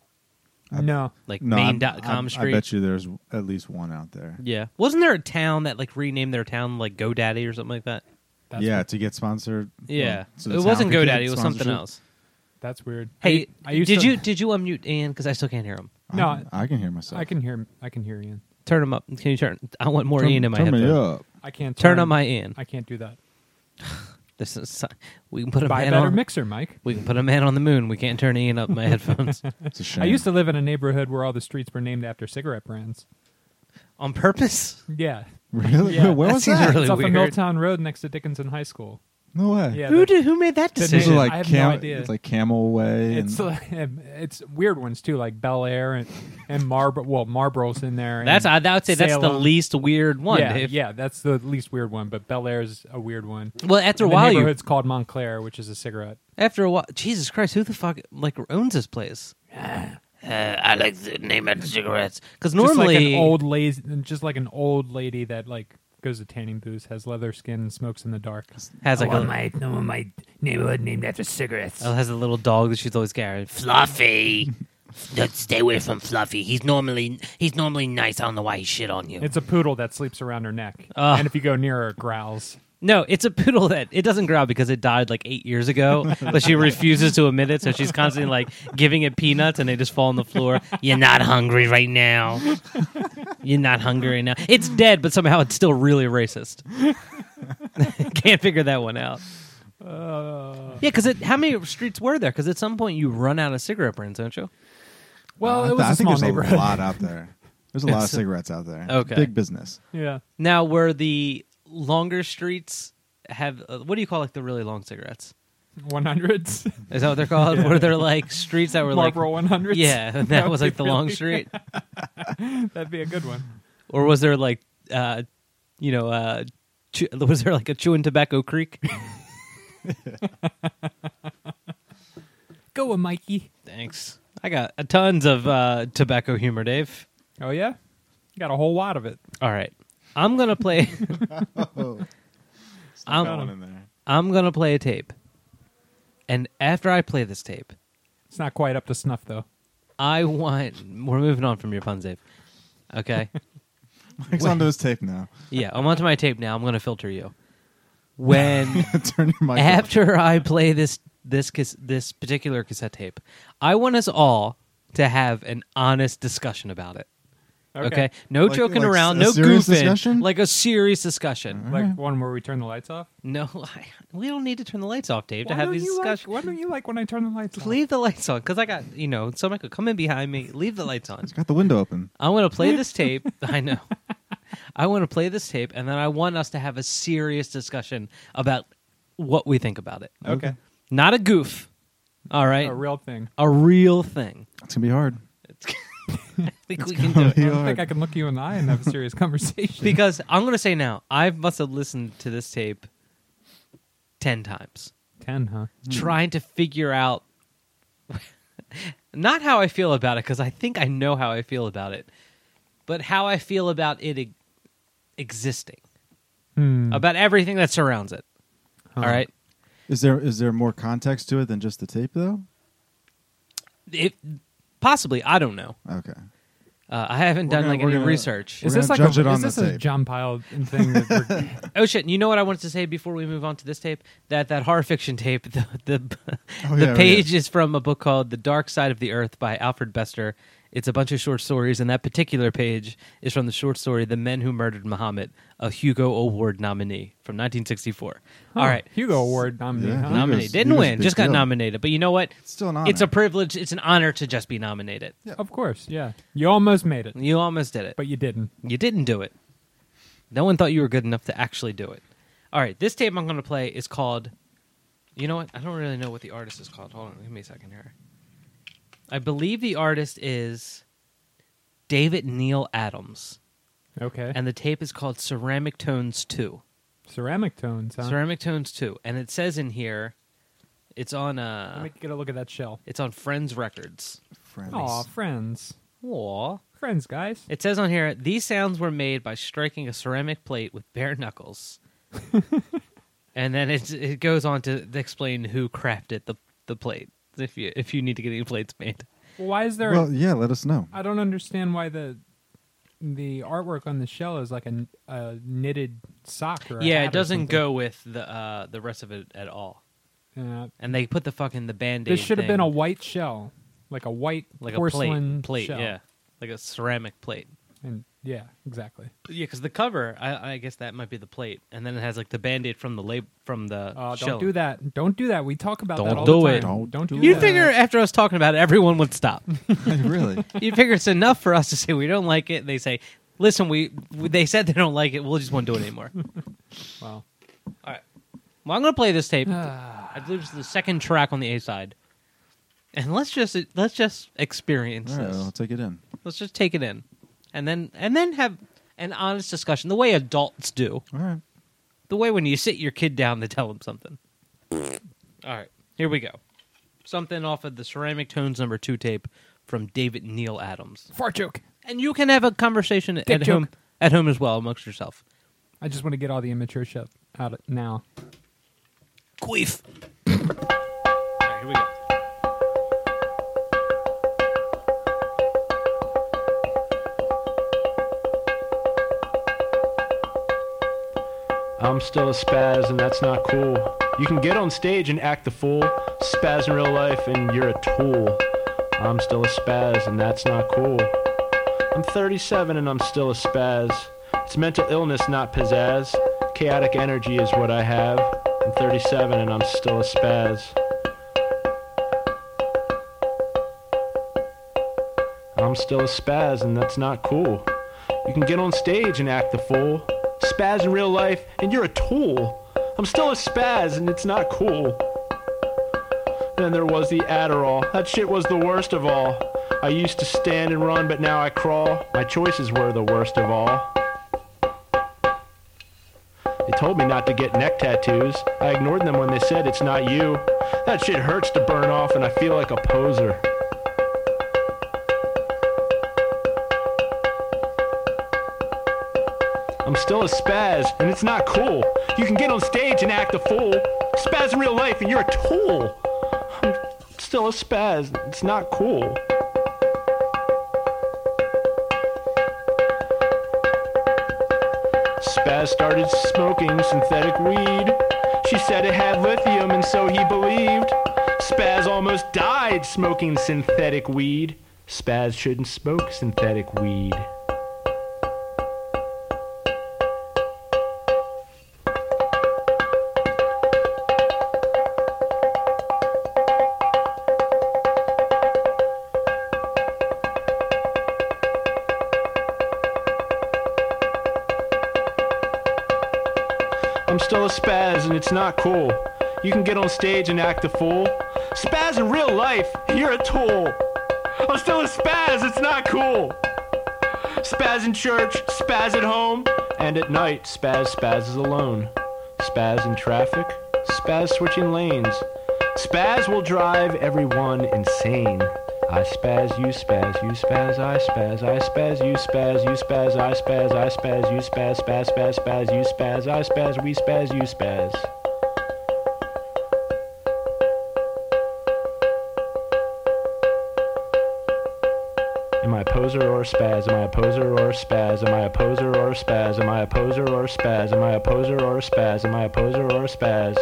Speaker 2: no,
Speaker 3: like
Speaker 4: No,
Speaker 3: main
Speaker 4: I'm-
Speaker 3: dot .com
Speaker 4: I,
Speaker 3: street?
Speaker 4: I bet you there's at least one out there.
Speaker 3: Yeah. Wasn't there a town that like renamed their town like GoDaddy or something like that?
Speaker 2: that's
Speaker 4: yeah, to get sponsored.
Speaker 2: Hmm.
Speaker 3: Yeah.
Speaker 4: So the
Speaker 3: it wasn't
Speaker 4: town could
Speaker 3: GoDaddy.
Speaker 4: get
Speaker 3: It was something
Speaker 4: sponsorship?
Speaker 3: else.
Speaker 2: that's weird.
Speaker 3: Hey,
Speaker 2: I used
Speaker 3: did
Speaker 2: to-
Speaker 3: you did you unmute Ian? Because I still can't hear him.
Speaker 4: I-
Speaker 2: No,
Speaker 4: I, can hear myself.
Speaker 2: I can hear. I can hear Ian.
Speaker 3: Turn him up. Can you turn? I want more
Speaker 4: turn,
Speaker 3: Ian in my
Speaker 4: turn me
Speaker 3: headphones.
Speaker 4: up.
Speaker 2: I can't
Speaker 3: Turn on my Ian.
Speaker 2: I can't do that.
Speaker 3: This is we can put a
Speaker 2: Buy a
Speaker 3: man
Speaker 2: better
Speaker 3: on.
Speaker 2: mixer, Mike.
Speaker 3: We can put a man on the moon. We can't turn Ian up my headphones
Speaker 4: It's a shame.
Speaker 2: I used to live in a neighborhood where all the streets were named after cigarette brands.
Speaker 3: on purpose.
Speaker 2: Yeah,
Speaker 4: really.
Speaker 2: Yeah,
Speaker 4: Where
Speaker 3: that
Speaker 4: was
Speaker 3: seems
Speaker 4: that?
Speaker 3: really-
Speaker 2: it's off of
Speaker 3: weird.
Speaker 2: Milltown Road next to Dickinson High School.
Speaker 4: No way.
Speaker 2: Yeah,
Speaker 3: Who
Speaker 2: the-
Speaker 3: did, who made that
Speaker 2: The
Speaker 4: These
Speaker 3: decision?
Speaker 2: name-
Speaker 4: are like
Speaker 2: I have no
Speaker 4: cam-
Speaker 2: idea.
Speaker 4: It's like Camel Way.
Speaker 2: It's
Speaker 4: and,
Speaker 2: like, it's weird ones too, like Bel Air and and Marlboro. Well, Marlboro's in there.
Speaker 3: That's I,
Speaker 2: and
Speaker 3: I would say that's the
Speaker 2: Salem.
Speaker 3: least weird one.
Speaker 2: Yeah,
Speaker 3: Dave.
Speaker 2: yeah, that's the least weird one. But Bel Air's a weird one.
Speaker 3: Well, after a
Speaker 2: And the
Speaker 3: while, you
Speaker 2: neighborhood's called Montclair, which is a cigarette.
Speaker 3: after a while, Jesus Christ, who the fuck like owns this place? Uh, I like the name of cigarettes because normally
Speaker 2: just like an old lazy, just like an old lady that like goes to tanning booths, has leather skin, and smokes in the dark.
Speaker 3: has like a,
Speaker 2: my, I want my neighborhood named after cigarettes.
Speaker 3: Oh, has a little dog that she's always carrying. Fluffy. Don't stay away from Fluffy. He's normally he's normally nice. I don't know why he shit on you.
Speaker 2: It's a poodle that sleeps around her neck,
Speaker 3: Ugh.
Speaker 2: and if you go near her, it growls.
Speaker 3: no, it's a poodle that it doesn't growl because it died like eight years ago, but she refuses to admit it. So she's constantly like giving it peanuts, and they just fall on the floor. You're not hungry right now. You're not hungry right now. It's dead, but somehow it's still really racist. Can't figure that one out. yeah, because how many streets were there? Because at some point you run out of cigarette brands, don't you?
Speaker 2: Well,
Speaker 4: Uh, I,
Speaker 2: it
Speaker 4: th-
Speaker 2: was
Speaker 4: I
Speaker 2: a
Speaker 4: think
Speaker 2: small
Speaker 4: there's
Speaker 2: neighborhood.
Speaker 4: a lot out there. There's a lot of cigarettes out there.
Speaker 3: Okay.
Speaker 4: Big business.
Speaker 2: Yeah,
Speaker 3: Now, were the longer streets have uh, what do you call like the really long cigarettes?
Speaker 2: one hundreds
Speaker 3: Is that what they're called? Were there like streets that were
Speaker 2: Marlboro one
Speaker 3: like
Speaker 2: hundreds.
Speaker 3: yeah, that
Speaker 2: That
Speaker 3: was
Speaker 2: would
Speaker 3: like
Speaker 2: be
Speaker 3: the long
Speaker 2: really-
Speaker 3: street,
Speaker 2: that'd be a good one.
Speaker 3: or was there like uh, you know uh, chew, was there like a chewing tobacco creek?
Speaker 2: Go, Mikey.
Speaker 3: Thanks. I got uh, tons of uh, tobacco humor, Dave.
Speaker 2: Oh yeah, got a whole lot of it.
Speaker 3: All right, I'm gonna play. I'm-
Speaker 4: Got one in there.
Speaker 3: I'm gonna play a tape, and after I play this tape,
Speaker 2: It's not quite up to snuff though.
Speaker 3: I want we're moving on from your puns, Dave. Okay.
Speaker 4: Mike's onto his tape now.
Speaker 3: Yeah, I'm onto my tape now. I'm going to filter you. When
Speaker 4: Turn your mic. off.
Speaker 3: after I play this this cas- this particular cassette tape, I want us all to have an honest discussion about it. Okay, no
Speaker 4: Like-
Speaker 3: joking
Speaker 4: like
Speaker 3: around,
Speaker 4: a
Speaker 3: no goofing,
Speaker 4: serious discussion?
Speaker 3: like a serious discussion.
Speaker 2: like one where we turn the lights off.
Speaker 3: No, I, we don't need to turn the lights off, Dave, to
Speaker 2: Why
Speaker 3: have
Speaker 2: don't
Speaker 3: these
Speaker 2: you like,
Speaker 3: discussions.
Speaker 2: why don't you like when I turn the lights off?
Speaker 3: Leave the lights on, because I got you know someone could come in behind me. Leave the lights on.
Speaker 4: He's got the window open.
Speaker 3: I want to play this tape. I know. I want to play this tape, and then I want us to have a serious discussion about what we think about it.
Speaker 2: Okay,
Speaker 3: Not a goof. All right.
Speaker 2: a real thing.
Speaker 3: A real thing.
Speaker 4: It's gonna be hard.
Speaker 3: I think we
Speaker 2: I
Speaker 3: can do it.
Speaker 4: Be
Speaker 2: don't
Speaker 4: hard.
Speaker 2: think I can look you in the eye and have a serious conversation.
Speaker 3: Because I'm going to say now, I must have listened to this tape 10 times,
Speaker 2: Ten, huh?
Speaker 4: Hmm.
Speaker 3: trying to figure out not how I feel about it, because I think I know how I feel about it, but how I feel about it e- existing.
Speaker 2: Hmm.
Speaker 3: about everything that surrounds it. All right.
Speaker 4: Is there is there more context to it than just the tape though?
Speaker 3: It, possibly, I don't know.
Speaker 4: Okay.
Speaker 3: Uh, I haven't
Speaker 4: We're
Speaker 3: done
Speaker 4: gonna-
Speaker 3: like
Speaker 4: we're
Speaker 3: any
Speaker 4: gonna-
Speaker 3: research.
Speaker 4: We're
Speaker 2: Is this
Speaker 4: gonna
Speaker 2: like
Speaker 4: judge
Speaker 2: a,
Speaker 4: it on
Speaker 2: is
Speaker 4: the
Speaker 2: this a
Speaker 4: tape.
Speaker 2: John Pyle thing? That we're,
Speaker 3: Oh shit! You know what I wanted to say before we move on to this tape? That that horror fiction tape, the the,
Speaker 4: Oh,
Speaker 3: the
Speaker 4: yeah, oh,
Speaker 3: page is from a book called "The Dark Side of the Earth" by Alfred Bester. It's a bunch of short stories, and that particular page is from the short story "The Men Who Murdered Muhammad," a Hugo Award nominee from 1964. All right,
Speaker 2: Hugo Award nominee.
Speaker 4: Yeah.
Speaker 2: huh?
Speaker 4: Hugo's-
Speaker 3: nominee didn't
Speaker 4: Hugo's a
Speaker 3: win,
Speaker 4: big
Speaker 3: just got
Speaker 4: deal.
Speaker 3: nominated. But you know what?
Speaker 4: It's still an honor.
Speaker 3: It's a privilege. It's an honor to just be nominated.
Speaker 2: Of course, yeah. You almost made it,
Speaker 3: You almost did it.
Speaker 2: but you didn't.
Speaker 3: You didn't do it. No one thought you were good enough to actually do it. All right, this tape I'm going to play is called You know what? I don't really know what the artist is called. Hold on, give me a second here. I believe the artist is David Neil Adams,
Speaker 2: Okay.
Speaker 3: and the tape is called Ceramic Tones Two.
Speaker 2: Ceramic tones, huh?
Speaker 3: Ceramic Tones Two, and it says in here, it's on
Speaker 2: Let
Speaker 3: uh,
Speaker 2: me get a look at that shell.
Speaker 3: it's on Friends Records.
Speaker 4: Friends.
Speaker 2: Aw, friends.
Speaker 3: Aww.
Speaker 2: Friends, guys.
Speaker 3: It says on here, these sounds were made by striking a ceramic plate with bare knuckles. and then it it goes on to explain who crafted the the plate. If you if you need to get any plates made,
Speaker 2: Why is there.
Speaker 4: Well, yeah. Let us know.
Speaker 2: I don't understand why the the artwork on the shell is like a, a knitted sock or a
Speaker 3: yeah,
Speaker 2: hat
Speaker 3: it
Speaker 2: or
Speaker 3: doesn't
Speaker 2: something.
Speaker 3: go with the uh, the rest of it at all.
Speaker 2: Yeah.
Speaker 3: And they put the fucking the band aid.
Speaker 2: This should have been a white shell, like a white
Speaker 3: like
Speaker 2: porcelain
Speaker 3: a plate, plate,
Speaker 2: shell.
Speaker 3: yeah, like a ceramic plate.
Speaker 2: and yeah, exactly.
Speaker 3: Yeah, because the cover, I, I guess that might be the plate, and then it has like the band aid from the lab from the
Speaker 2: Uh,
Speaker 3: shell.
Speaker 2: don't do that. Don't do that. We talk about that
Speaker 3: Don't
Speaker 2: all
Speaker 3: do
Speaker 2: the
Speaker 3: it.
Speaker 2: time.
Speaker 4: Don't
Speaker 2: do
Speaker 4: do
Speaker 2: not
Speaker 4: it.
Speaker 2: do
Speaker 3: You
Speaker 2: that.
Speaker 3: figure after us talking about it, everyone would stop.
Speaker 4: really?
Speaker 3: you figure it's enough for us to say we don't like it. They say, "Listen, we, we they said they don't like it. We'll just won't do it anymore." All
Speaker 2: Wow.
Speaker 3: right. Well, I'm gonna play this tape. I believe it's the second track on the A side, and let's just let's just experience
Speaker 4: All right.
Speaker 3: this.
Speaker 4: I'll take it in.
Speaker 3: Let's just take it in, and then and then have an honest discussion the way adults do,
Speaker 4: All right.
Speaker 3: the way when you sit your kid down to tell him something. All right, here we go. Something off of the Ceramic Tones number two tape from David Neil Adams
Speaker 2: Fart joke.
Speaker 3: and you can have a conversation at
Speaker 2: joke.
Speaker 3: home at home as well amongst yourself.
Speaker 2: I just want to get all the immature shit out of now.
Speaker 3: Queef. All right, here we go.
Speaker 5: I'm still a spaz, and that's not cool. You can get on stage and act the fool, spaz in real life, and you're a tool. I'm still a spaz, and that's not cool. I'm 37 and I'm still a spaz. It's mental illness, not pizzazz. Chaotic energy is what I have. I'm 37 and I'm still a spaz. I'm still a spaz, and that's not cool. You can get on stage and act the fool. Spaz in real life, and you're a tool. I'm still a spaz, and it's not cool. Then there was the Adderall. That shit was the worst of all. I used to stand and run, but now I crawl. My choices were the worst of all. They told me not to get neck tattoos. I ignored them when they said it's not you. That shit hurts to burn off, and I feel like a poser. I'm still a spaz, and it's not cool. You can get on stage and act a fool. Spaz in real life, and you're a tool. I'm still a spaz. It's not cool. Spaz started smoking synthetic weed. She said it had lithium, and so he believed. Spaz almost died smoking synthetic weed. Spaz shouldn't smoke synthetic weed. I'm still a spaz and it's not cool. You can get on stage and act a fool. Spaz in real life, you're a tool. I'm still a spaz, it's not cool. Spaz in church, spaz at home, and at night, spaz spaz is alone. Spaz in traffic, spaz switching lanes. Spaz will drive everyone insane. I spaz, you spaz, you spaz, I spaz, I spaz, you spaz, you spaz, I spaz, I spaz, you spaz, spaz, spaz, spaz, you spaz, I spaz, we spaz, you spaz. Am I a poser or a spaz? Am I a poser or a spaz? Am I a poser or a spaz? Am I a poser or a spaz? Am I a poser or a spaz? Am I a poser or a spaz?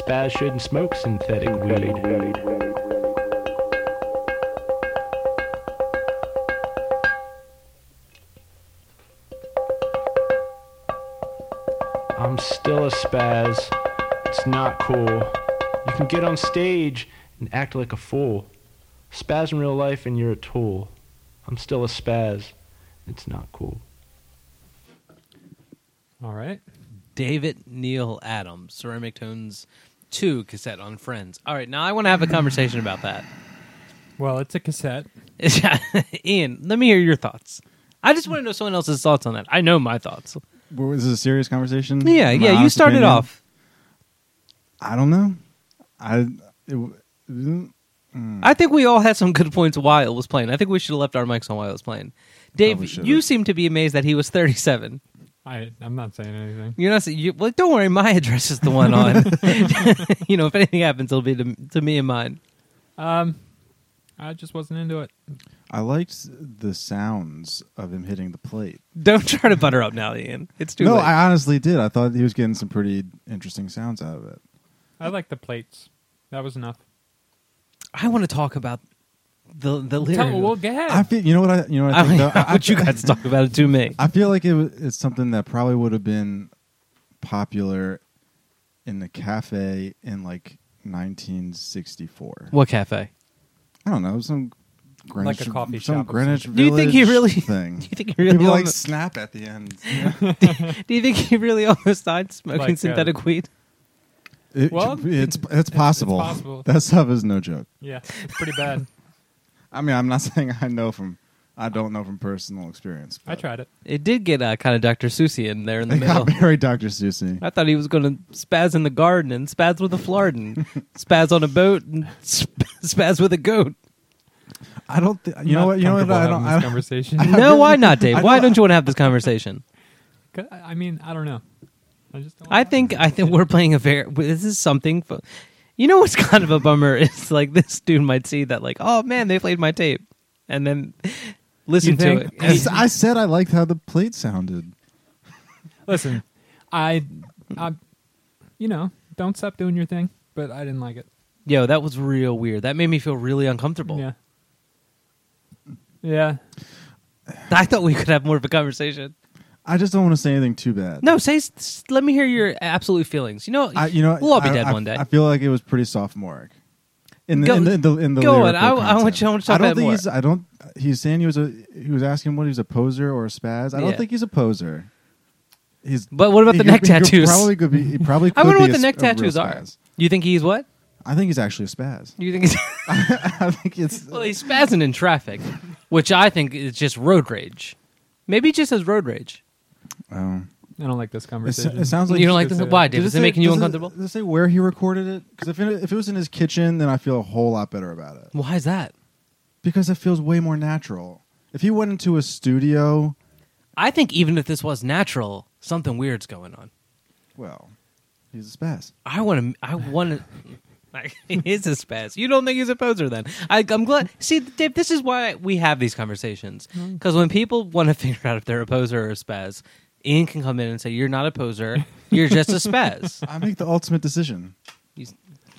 Speaker 5: Spaz shouldn't smoke synthetic weed. I'm still a spaz. It's not cool. You can get on stage and act like a fool. Spaz in real life and you're a tool. I'm still a spaz. It's not cool.
Speaker 2: All right.
Speaker 3: David Neil Adams, Ceramic Tones 2 cassette on Friends. All right, now I want to have a conversation about that.
Speaker 2: Well, it's a cassette.
Speaker 3: Ian, let me hear your thoughts. I just want to know someone else's thoughts on that. I know my thoughts.
Speaker 4: Well, Is this a serious conversation?
Speaker 3: Yeah,
Speaker 4: My
Speaker 3: yeah, you
Speaker 4: honest
Speaker 3: started
Speaker 4: opinion?
Speaker 3: off.
Speaker 4: I don't know. I it, w- mm,
Speaker 3: I think we all had some good points while it was playing. I think we should have left our mics on while it was playing.
Speaker 4: Probably
Speaker 3: Dave,
Speaker 4: should've.
Speaker 3: you seem to be amazed that he was 37.
Speaker 2: I I'm not saying anything.
Speaker 3: You're not. You, well, don't worry. My address is the one on. you know, if anything happens, it'll be to, to me and mine.
Speaker 2: I just wasn't into it.
Speaker 4: I liked the sounds of him hitting the plate.
Speaker 3: Don't try to butter up now, Ian. It's too
Speaker 4: no,
Speaker 3: late.
Speaker 4: I honestly did. I thought he was getting some pretty interesting sounds out of it.
Speaker 2: I like the plates. That was enough.
Speaker 3: I want to talk about the the lyric.
Speaker 2: Tell, well, go ahead.
Speaker 4: I feel you know what I you know what I
Speaker 3: I mean,
Speaker 4: think though? I, I,
Speaker 3: what you guys talk about it to me?
Speaker 4: I feel like it was, it's something that probably would have been popular in the cafe in like 1964.
Speaker 3: What cafe?
Speaker 4: I don't know some Greenwich,
Speaker 2: Like a coffee
Speaker 4: some
Speaker 2: shop or
Speaker 4: Greenwich
Speaker 3: Do you think he
Speaker 4: Village
Speaker 3: really-
Speaker 4: thing?
Speaker 3: Do you think he really?
Speaker 4: People
Speaker 3: on
Speaker 4: like
Speaker 3: the-
Speaker 4: snap at the end. you know?
Speaker 3: do you think he really almost died smoking
Speaker 2: Like, uh,
Speaker 3: synthetic weed?
Speaker 4: It-
Speaker 2: Well,
Speaker 4: it's it's possible.
Speaker 2: possible.
Speaker 4: That stuff is no joke.
Speaker 2: yeah, it's pretty bad.
Speaker 4: I mean, I'm not saying I know from, I don't know from personal experience.
Speaker 2: I
Speaker 4: but
Speaker 2: tried it.
Speaker 3: It did get uh, kind of Dr. Susie in there in the
Speaker 4: They
Speaker 3: middle.
Speaker 4: got very Dr. Seussy.
Speaker 3: I thought he was going to spaz in the garden and spaz with a flart and spaz on a boat and sp- spaz with a goat.
Speaker 4: I don't. Th- you
Speaker 2: I'm
Speaker 4: know
Speaker 2: not
Speaker 4: what? You know what?
Speaker 2: comfortable
Speaker 4: I
Speaker 2: having
Speaker 4: don't.
Speaker 2: This
Speaker 4: I don't
Speaker 2: conversation.
Speaker 3: No, why not, Dave?
Speaker 4: I
Speaker 3: Why
Speaker 4: don't-
Speaker 3: don't you want to have this conversation?
Speaker 2: 'Cause I I mean, I don't know. I just don't.
Speaker 3: I think I think we're playing a very. This is something. Fo- you know what's kind of a bummer is like this dude might see that like, oh man, they played my tape, and then listen
Speaker 2: You
Speaker 3: to
Speaker 2: think-
Speaker 3: it.
Speaker 4: I s- I said I liked how the plate sounded.
Speaker 2: Listen, I, I, you know, don't stop doing your thing. But I didn't like it.
Speaker 3: Yo, that was real weird. That made me feel really uncomfortable.
Speaker 2: Yeah. Yeah.
Speaker 3: I thought we could have more of a conversation.
Speaker 4: I just don't want to say anything too bad.
Speaker 3: No, say. s- s- Let me hear your absolute feelings. You know,
Speaker 4: I, you know,
Speaker 3: we'll all be
Speaker 4: I-
Speaker 3: dead
Speaker 4: I-
Speaker 3: one day.
Speaker 4: I feel like it was pretty sophomoric. In the,
Speaker 3: Go-
Speaker 4: in the, in the, in the
Speaker 3: go on.
Speaker 4: lyrical
Speaker 3: I- I want
Speaker 4: content.
Speaker 3: you- I want you to talk
Speaker 4: I don't
Speaker 3: about it
Speaker 4: think
Speaker 3: more.
Speaker 4: He's, I don't. He's saying he was a. He was asking what he was a poser or a spaz. I don't
Speaker 3: Yeah.
Speaker 4: think he's a poser. He's.
Speaker 3: But what about
Speaker 4: he
Speaker 3: the
Speaker 4: could
Speaker 3: neck
Speaker 4: be- he could
Speaker 3: tattoos?
Speaker 4: Probably could be. He probably.
Speaker 3: I
Speaker 4: could
Speaker 3: wonder
Speaker 4: be
Speaker 3: what
Speaker 4: a
Speaker 3: the
Speaker 4: s-
Speaker 3: neck
Speaker 4: a real
Speaker 3: tattoos are.
Speaker 4: spaz.
Speaker 3: You think he's what?
Speaker 4: I think he's actually a spaz.
Speaker 3: You think he's
Speaker 4: I think it's.
Speaker 3: well? He's spazzing in traffic, which I think is just road rage. Maybe he just as road rage.
Speaker 4: Oh.
Speaker 2: I don't like this
Speaker 4: It, s-
Speaker 2: conversation.
Speaker 4: it sounds like
Speaker 3: you don't like this?
Speaker 2: say
Speaker 3: Why,
Speaker 2: that.
Speaker 3: Dave?
Speaker 4: Does
Speaker 3: Is
Speaker 4: it
Speaker 3: it
Speaker 4: say-
Speaker 3: making you
Speaker 4: does it-
Speaker 3: uncomfortable?
Speaker 4: Does it say where he recorded it? Because if it, if it was in his kitchen, then I feel a whole lot better about it.
Speaker 3: Why is that?
Speaker 4: Because it feels way more natural. If he went into a studio,
Speaker 3: I think even if this was natural, something weird's going on.
Speaker 4: well, he's a spaz.
Speaker 3: I want to. I want to. Like, he is a spaz. You don't think he's a poser, then? I, I'm glad. See, Dave, this is why we have these conversations.
Speaker 4: Mm-hmm.
Speaker 3: Because when people want to figure out if they're a poser or a spaz, Ian can come in and say, "You're not a poser. You're just a spaz.
Speaker 4: I make the ultimate decision.
Speaker 3: You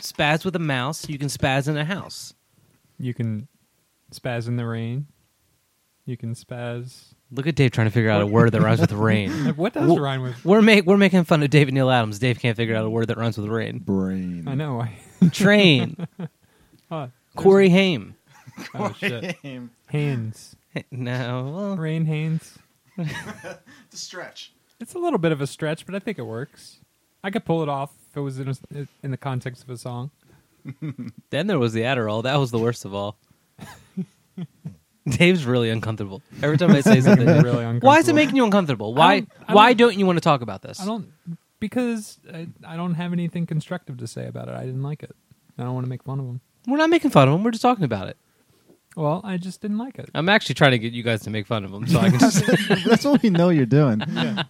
Speaker 3: spaz with a mouse. You can spaz in a house.
Speaker 2: you can spaz in the rain. You can spaz.
Speaker 3: Look at Dave trying to figure out a word that rhymes with rain.
Speaker 2: What does
Speaker 3: Well-
Speaker 2: rhyme with?
Speaker 3: We're make, we're making fun of David Neil Adams. Dave can't figure out a word that rhymes with rain.
Speaker 4: Brain.
Speaker 2: I know. I,
Speaker 3: Train.
Speaker 2: oh,
Speaker 3: Corey Haim.
Speaker 2: oh, shit. Haynes.
Speaker 3: No. well,
Speaker 2: Rain Haynes.
Speaker 4: It's a stretch.
Speaker 2: It's a little bit of a stretch, but I think it works. I could pull it off if it was in, a, in the context of a song.
Speaker 3: Then there was the Adderall. That was the worst of all. Dave's really uncomfortable every time I say something.
Speaker 2: Making me really
Speaker 3: Why is it
Speaker 2: uncomfortable.
Speaker 3: making you uncomfortable?
Speaker 2: I
Speaker 3: Why?
Speaker 2: don't- I
Speaker 3: why
Speaker 2: don't-
Speaker 3: don't you want to talk about this?
Speaker 2: I don't because I, I don't have anything constructive to say about it. I didn't like it. I don't want to make fun of them.
Speaker 3: We're not making fun of him. We're just talking about it.
Speaker 2: Well, I just didn't like it.
Speaker 3: I'm actually trying to get you guys to make fun of him, so I can just.
Speaker 4: That's what we know you're doing.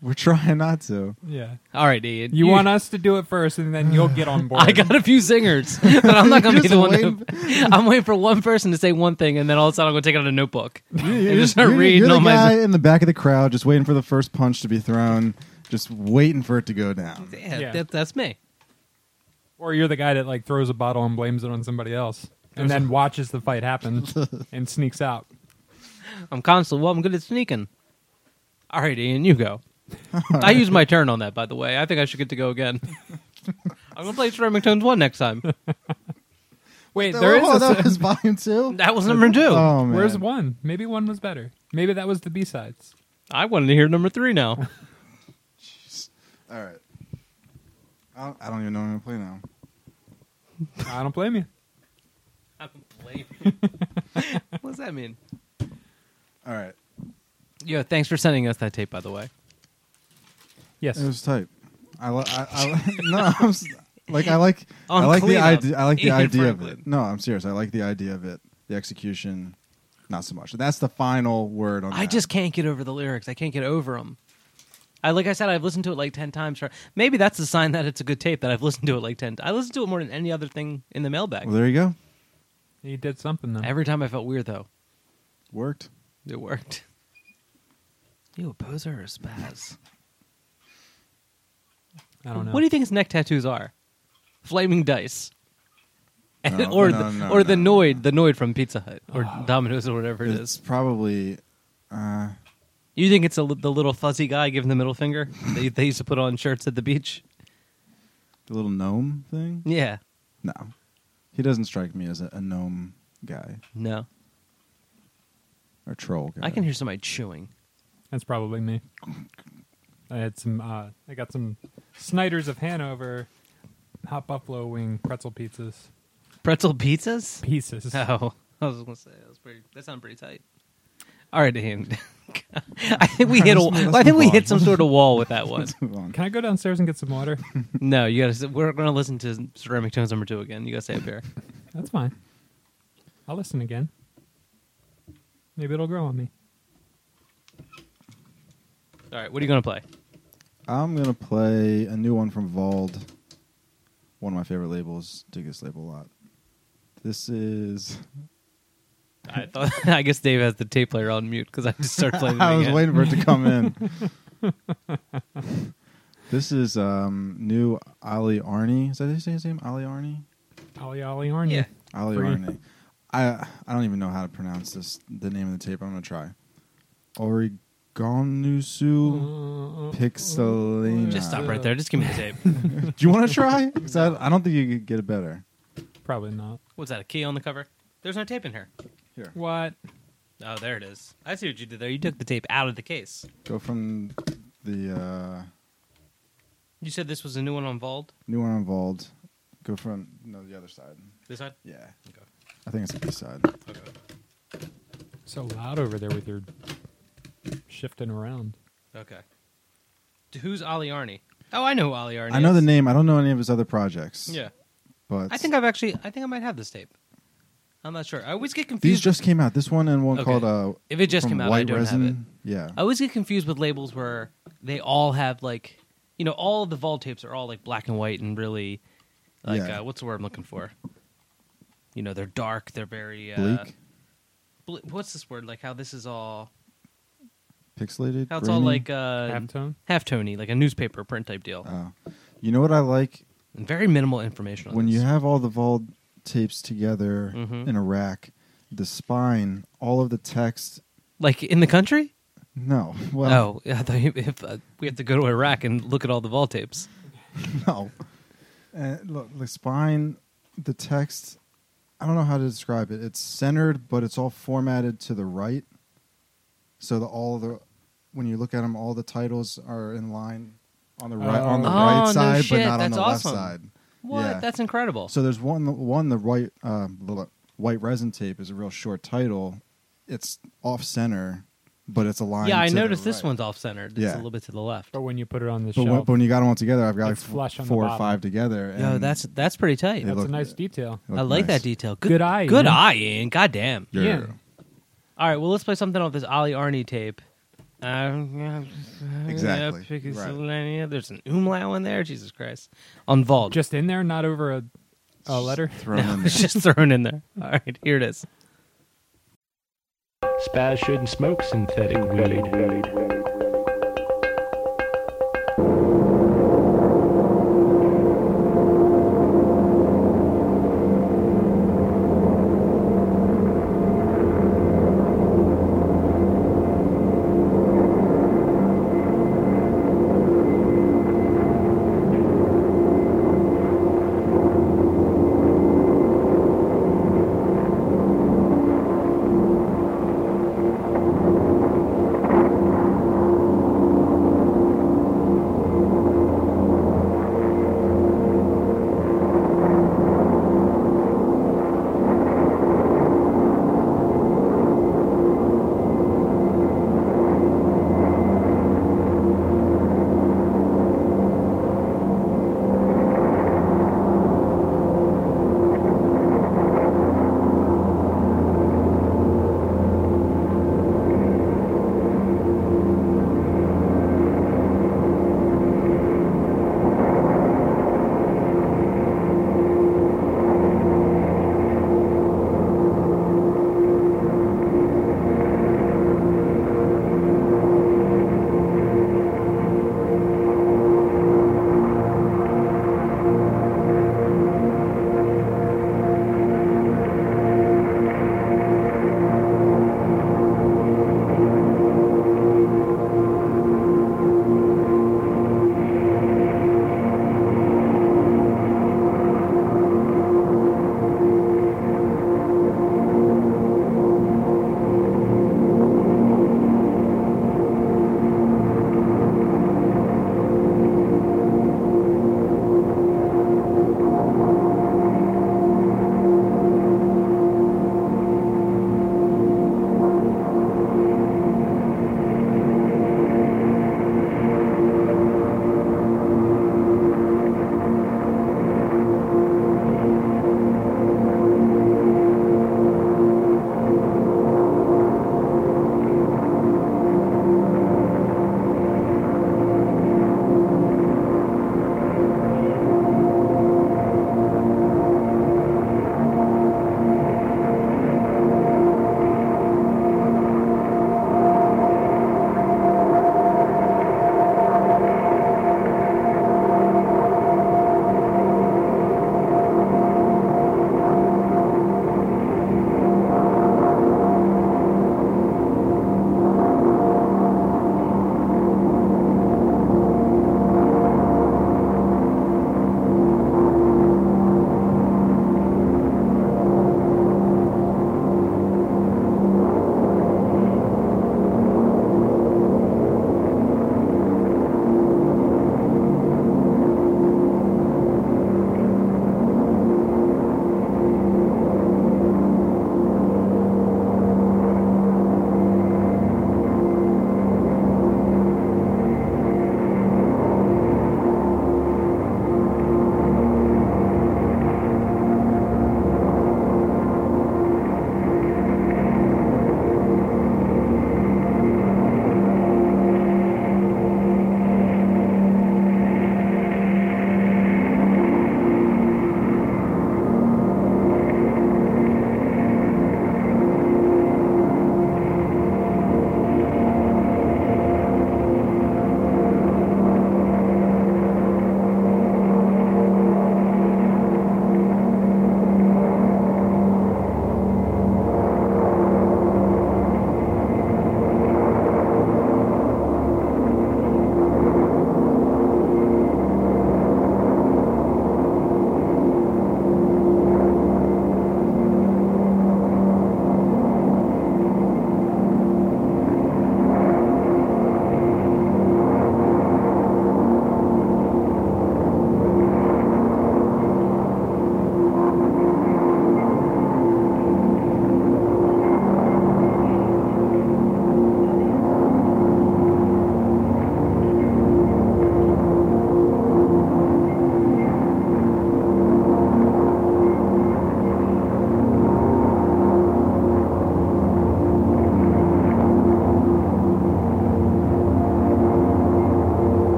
Speaker 4: We're trying not to.
Speaker 2: Yeah.
Speaker 3: All right, Ian.
Speaker 2: You want us to do it first, and then you'll get on board.
Speaker 3: I got a few singers, but I'm not going to be
Speaker 4: Just
Speaker 3: the one.
Speaker 4: waiting-
Speaker 3: To, I'm waiting for one person to say one thing, and then all of a sudden I'm going to take out a notebook and just start
Speaker 4: You're, the-
Speaker 3: reading
Speaker 4: you're the
Speaker 3: all my.
Speaker 4: guy in the back of the crowd, just waiting for the first punch to be thrown, just waiting for it to go down.
Speaker 3: Yeah,
Speaker 2: Yeah.
Speaker 3: That, that's me.
Speaker 2: Or you're the guy that like throws a bottle and blames it on somebody else, and then watches the fight happen and sneaks out.
Speaker 3: I'm constant. Well, I'm good at sneaking. All right, Ian, you go. I used my turn on that, by the way. I think I should get to go again. I'm gonna play Ceramic Tones one next time.
Speaker 2: Wait, there is.
Speaker 4: oh,
Speaker 2: a,
Speaker 4: that was volume two.
Speaker 3: That was number two.
Speaker 4: Oh man,
Speaker 2: where's one? Maybe one was better. Maybe that was the B sides.
Speaker 3: I wanted to hear number three now.
Speaker 4: All right. I don't, I don't even know what I'm gonna play now.
Speaker 2: I don't blame you.
Speaker 3: I don't blame what does that mean?
Speaker 4: All right.
Speaker 3: Yo, thanks for sending us that tape, by the way.
Speaker 2: Yes.
Speaker 4: It was tight. I, li- I, I li- no, I'm s- like I like
Speaker 3: On
Speaker 4: I like the
Speaker 3: cleanup
Speaker 4: idea. I like the
Speaker 3: in
Speaker 4: idea of
Speaker 3: Franklin.
Speaker 4: it. No, I'm serious. I like the idea of it. The execution, not so much. That's the final word on.
Speaker 3: I
Speaker 4: that.
Speaker 3: just can't get over the lyrics. I can't get over them. I like I said, I've listened to it like ten times. Maybe that's a sign that it's a good tape that I've listened to it like ten. I listened to it more than any other thing in the mailbag.
Speaker 4: Well, there you go.
Speaker 2: He did something though.
Speaker 3: Every time I felt weird though,
Speaker 4: Worked.
Speaker 3: it worked. You a poser or a spaz?
Speaker 2: I don't know.
Speaker 3: What do you think his neck tattoos are? Flaming dice. And-
Speaker 4: No,
Speaker 3: or
Speaker 4: no,
Speaker 3: the,
Speaker 4: no,
Speaker 3: or the
Speaker 4: no, Oh.
Speaker 3: Noid, the Noid from Pizza Hut or Domino's or whatever it
Speaker 4: It's
Speaker 3: is.
Speaker 4: probably. Uh,
Speaker 3: You think it's a, li- the little fuzzy guy giving the middle finger they, they used to put on shirts at the beach?
Speaker 4: The little gnome thing?
Speaker 3: Yeah.
Speaker 4: No. He doesn't strike me as a, a gnome guy
Speaker 3: No.
Speaker 4: or troll guy.
Speaker 3: I can hear somebody chewing.
Speaker 2: That's probably me. I had some. Uh, I got some Snyder's of Hanover hot buffalo wing pretzel pizzas.
Speaker 3: Pretzel pizzas?
Speaker 2: Pieces.
Speaker 3: Oh, I was gonna say that was pretty. That sounded pretty tight. All right, Ian. I think we hit a.
Speaker 4: Let's move-
Speaker 3: I think we
Speaker 4: let's
Speaker 3: hit
Speaker 4: move
Speaker 3: some
Speaker 4: on.
Speaker 3: sort of wall with that one.
Speaker 4: Let's move on.
Speaker 2: Can I go downstairs and get some water?
Speaker 3: No, you gotta. s- We're gonna listen to Ceramic Tones number two again. You gotta stay up here.
Speaker 2: That's fine. I'll listen again. Maybe it'll grow on me.
Speaker 3: All right, what are you gonna play?
Speaker 4: I'm going to play a new one from Vald. One of my favorite labels. Dig this label a lot. This is.
Speaker 3: I thought. I guess Dave has the tape player on mute because I just started playing. it
Speaker 4: I was
Speaker 3: again.
Speaker 4: waiting for it to come in. this is um, new Ali Arnie. Is that how you say his name? Ali Arnie?
Speaker 2: Ollie, Ollie, Arnie.
Speaker 3: Yeah.
Speaker 4: Ali
Speaker 2: Free.
Speaker 4: Arne. I I don't even know how to pronounce this. The name of the tape. I'm gonna try. Origonusu
Speaker 2: Uh,
Speaker 4: Pixelina.
Speaker 3: Mm-hmm. Just stop right there. Just give me the tape.
Speaker 4: Do you want to try? 'Cause I, I don't think you could get it better.
Speaker 2: probably not.
Speaker 3: What's that? A key on the cover? There's no tape in here.
Speaker 4: Here,
Speaker 2: What?
Speaker 3: Oh, there it is. I see what you did there. You took the tape out of the case.
Speaker 4: go from the uh,
Speaker 3: You said this was a new one on Vald.
Speaker 4: new one on Vald. Go from no the other side.
Speaker 3: This side.
Speaker 4: Yeah,
Speaker 3: Okay.
Speaker 4: I think it's the B side.
Speaker 3: Okay.
Speaker 2: So loud over there with your shifting around.
Speaker 3: Okay. To who's Ali Arnie? Oh, I know who Ali Arnie.
Speaker 4: I know
Speaker 3: is.
Speaker 4: the name. I don't know any of his other projects.
Speaker 3: Yeah,
Speaker 4: but
Speaker 3: I think I've actually. I think I might have this tape. I'm not sure. I always get
Speaker 4: these
Speaker 3: confused.
Speaker 4: just came out. This one and one
Speaker 3: Okay.
Speaker 4: called uh,
Speaker 3: if it just
Speaker 4: from
Speaker 3: came out,
Speaker 4: White
Speaker 3: I don't
Speaker 4: Resin.
Speaker 3: have it. Oh,
Speaker 4: Yeah,
Speaker 3: I always get confused with labels where they all have like, you know, all of the vault tapes are all like black and white and really, like,
Speaker 4: Yeah.
Speaker 3: uh, what's the word I'm looking for? You know, they're dark. They're very uh,
Speaker 4: bleak,
Speaker 3: ble- what's this word? Like how this is all.
Speaker 4: pixelated.
Speaker 3: How it's all
Speaker 4: grainy.
Speaker 3: like uh,
Speaker 2: Halftone?
Speaker 3: half tony, like a newspaper print type deal,
Speaker 4: Oh. You know what I like
Speaker 3: and very minimal information. On
Speaker 4: when you
Speaker 3: this.
Speaker 4: have all the vault tapes together
Speaker 3: Mhm.
Speaker 4: in a rack, the spine, all of the text.
Speaker 3: like in the country,
Speaker 4: No, well,
Speaker 3: oh, I thought you- if uh, we have to go to Iraq and look at all the vault tapes.
Speaker 4: no. And Uh, look, the spine, the text. I don't know how to describe it. It's centered, but it's all formatted to the right. So the all the when you look at them, all the titles are in line on the right on the
Speaker 2: Oh.
Speaker 3: Oh,
Speaker 4: right
Speaker 3: no
Speaker 4: side,
Speaker 3: shit,
Speaker 4: but not on
Speaker 3: that's
Speaker 4: the
Speaker 3: awesome.
Speaker 4: left side.
Speaker 3: What?
Speaker 4: Yeah.
Speaker 3: That's incredible.
Speaker 4: So there's one one the white uh, blah, white resin tape is a real short title. It's off center, but it's aligned.
Speaker 3: yeah, I
Speaker 4: to the
Speaker 3: noticed this
Speaker 4: right.
Speaker 3: one's off centered. It's
Speaker 4: Yeah.
Speaker 3: a
Speaker 4: Oh,
Speaker 3: little bit to the left.
Speaker 2: But when you put it on the
Speaker 4: But when,
Speaker 2: shelf,
Speaker 4: but when you got them all together, I've got like
Speaker 2: It's flush on the
Speaker 4: four or
Speaker 2: bottom.
Speaker 4: five together. And
Speaker 3: Yo, that's that's pretty tight.
Speaker 4: Yeah,
Speaker 2: that's
Speaker 4: look-
Speaker 2: a nice detail.
Speaker 4: they look
Speaker 3: I like
Speaker 4: nice.
Speaker 3: that detail. Good,
Speaker 2: Good eye,
Speaker 3: Good
Speaker 2: Ian.
Speaker 3: eye, Ian. God damn.
Speaker 4: Yeah.
Speaker 2: Yeah.
Speaker 3: All right, well, let's play something off this Ali Arnie tape. Um,
Speaker 4: Exactly.
Speaker 3: yeah, Pixelania. There's an umlau in there. Jesus Christ. On Vault.
Speaker 2: Just in there, not over a, a letter.
Speaker 4: Throw 'em in there.
Speaker 3: it's just thrown in there. All right, here it is.
Speaker 5: Spaz shouldn't smoke synthetic weed.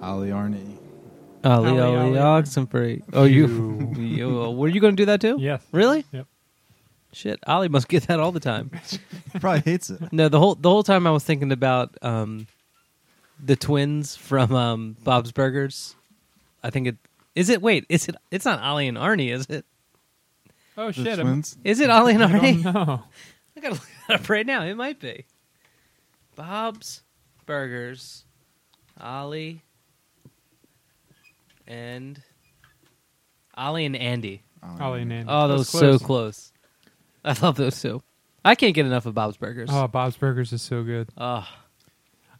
Speaker 4: Arnie.
Speaker 3: Ali
Speaker 2: Ali,
Speaker 3: Ali
Speaker 2: Ali.
Speaker 3: Oxenfree. Oh, you, you were you going to do that too?
Speaker 2: Yes.
Speaker 3: Really?
Speaker 2: Yep.
Speaker 3: Shit, Ali must get that all the time.
Speaker 4: He probably hates it.
Speaker 3: No, the whole the whole time I was thinking about um, the twins from um, Bob's Burgers. I think it is it. Wait, is it? It's not Ollie and Arnie, is it?
Speaker 2: Oh
Speaker 4: The
Speaker 2: shit! I'm-
Speaker 4: twins.
Speaker 3: Is it Ollie and
Speaker 2: I don't
Speaker 3: Arnie?
Speaker 2: know.
Speaker 3: I gotta look that up right now. It might be Bob's Burgers, Ollie, and Ollie and Andy.
Speaker 2: Ollie and Andy.
Speaker 3: Oh,
Speaker 2: That
Speaker 3: those
Speaker 2: was
Speaker 3: so close. I love those two. I can't get enough of Bob's Burgers. Ah.
Speaker 2: Oh, Bob's Burgers is so good.
Speaker 3: Ugh.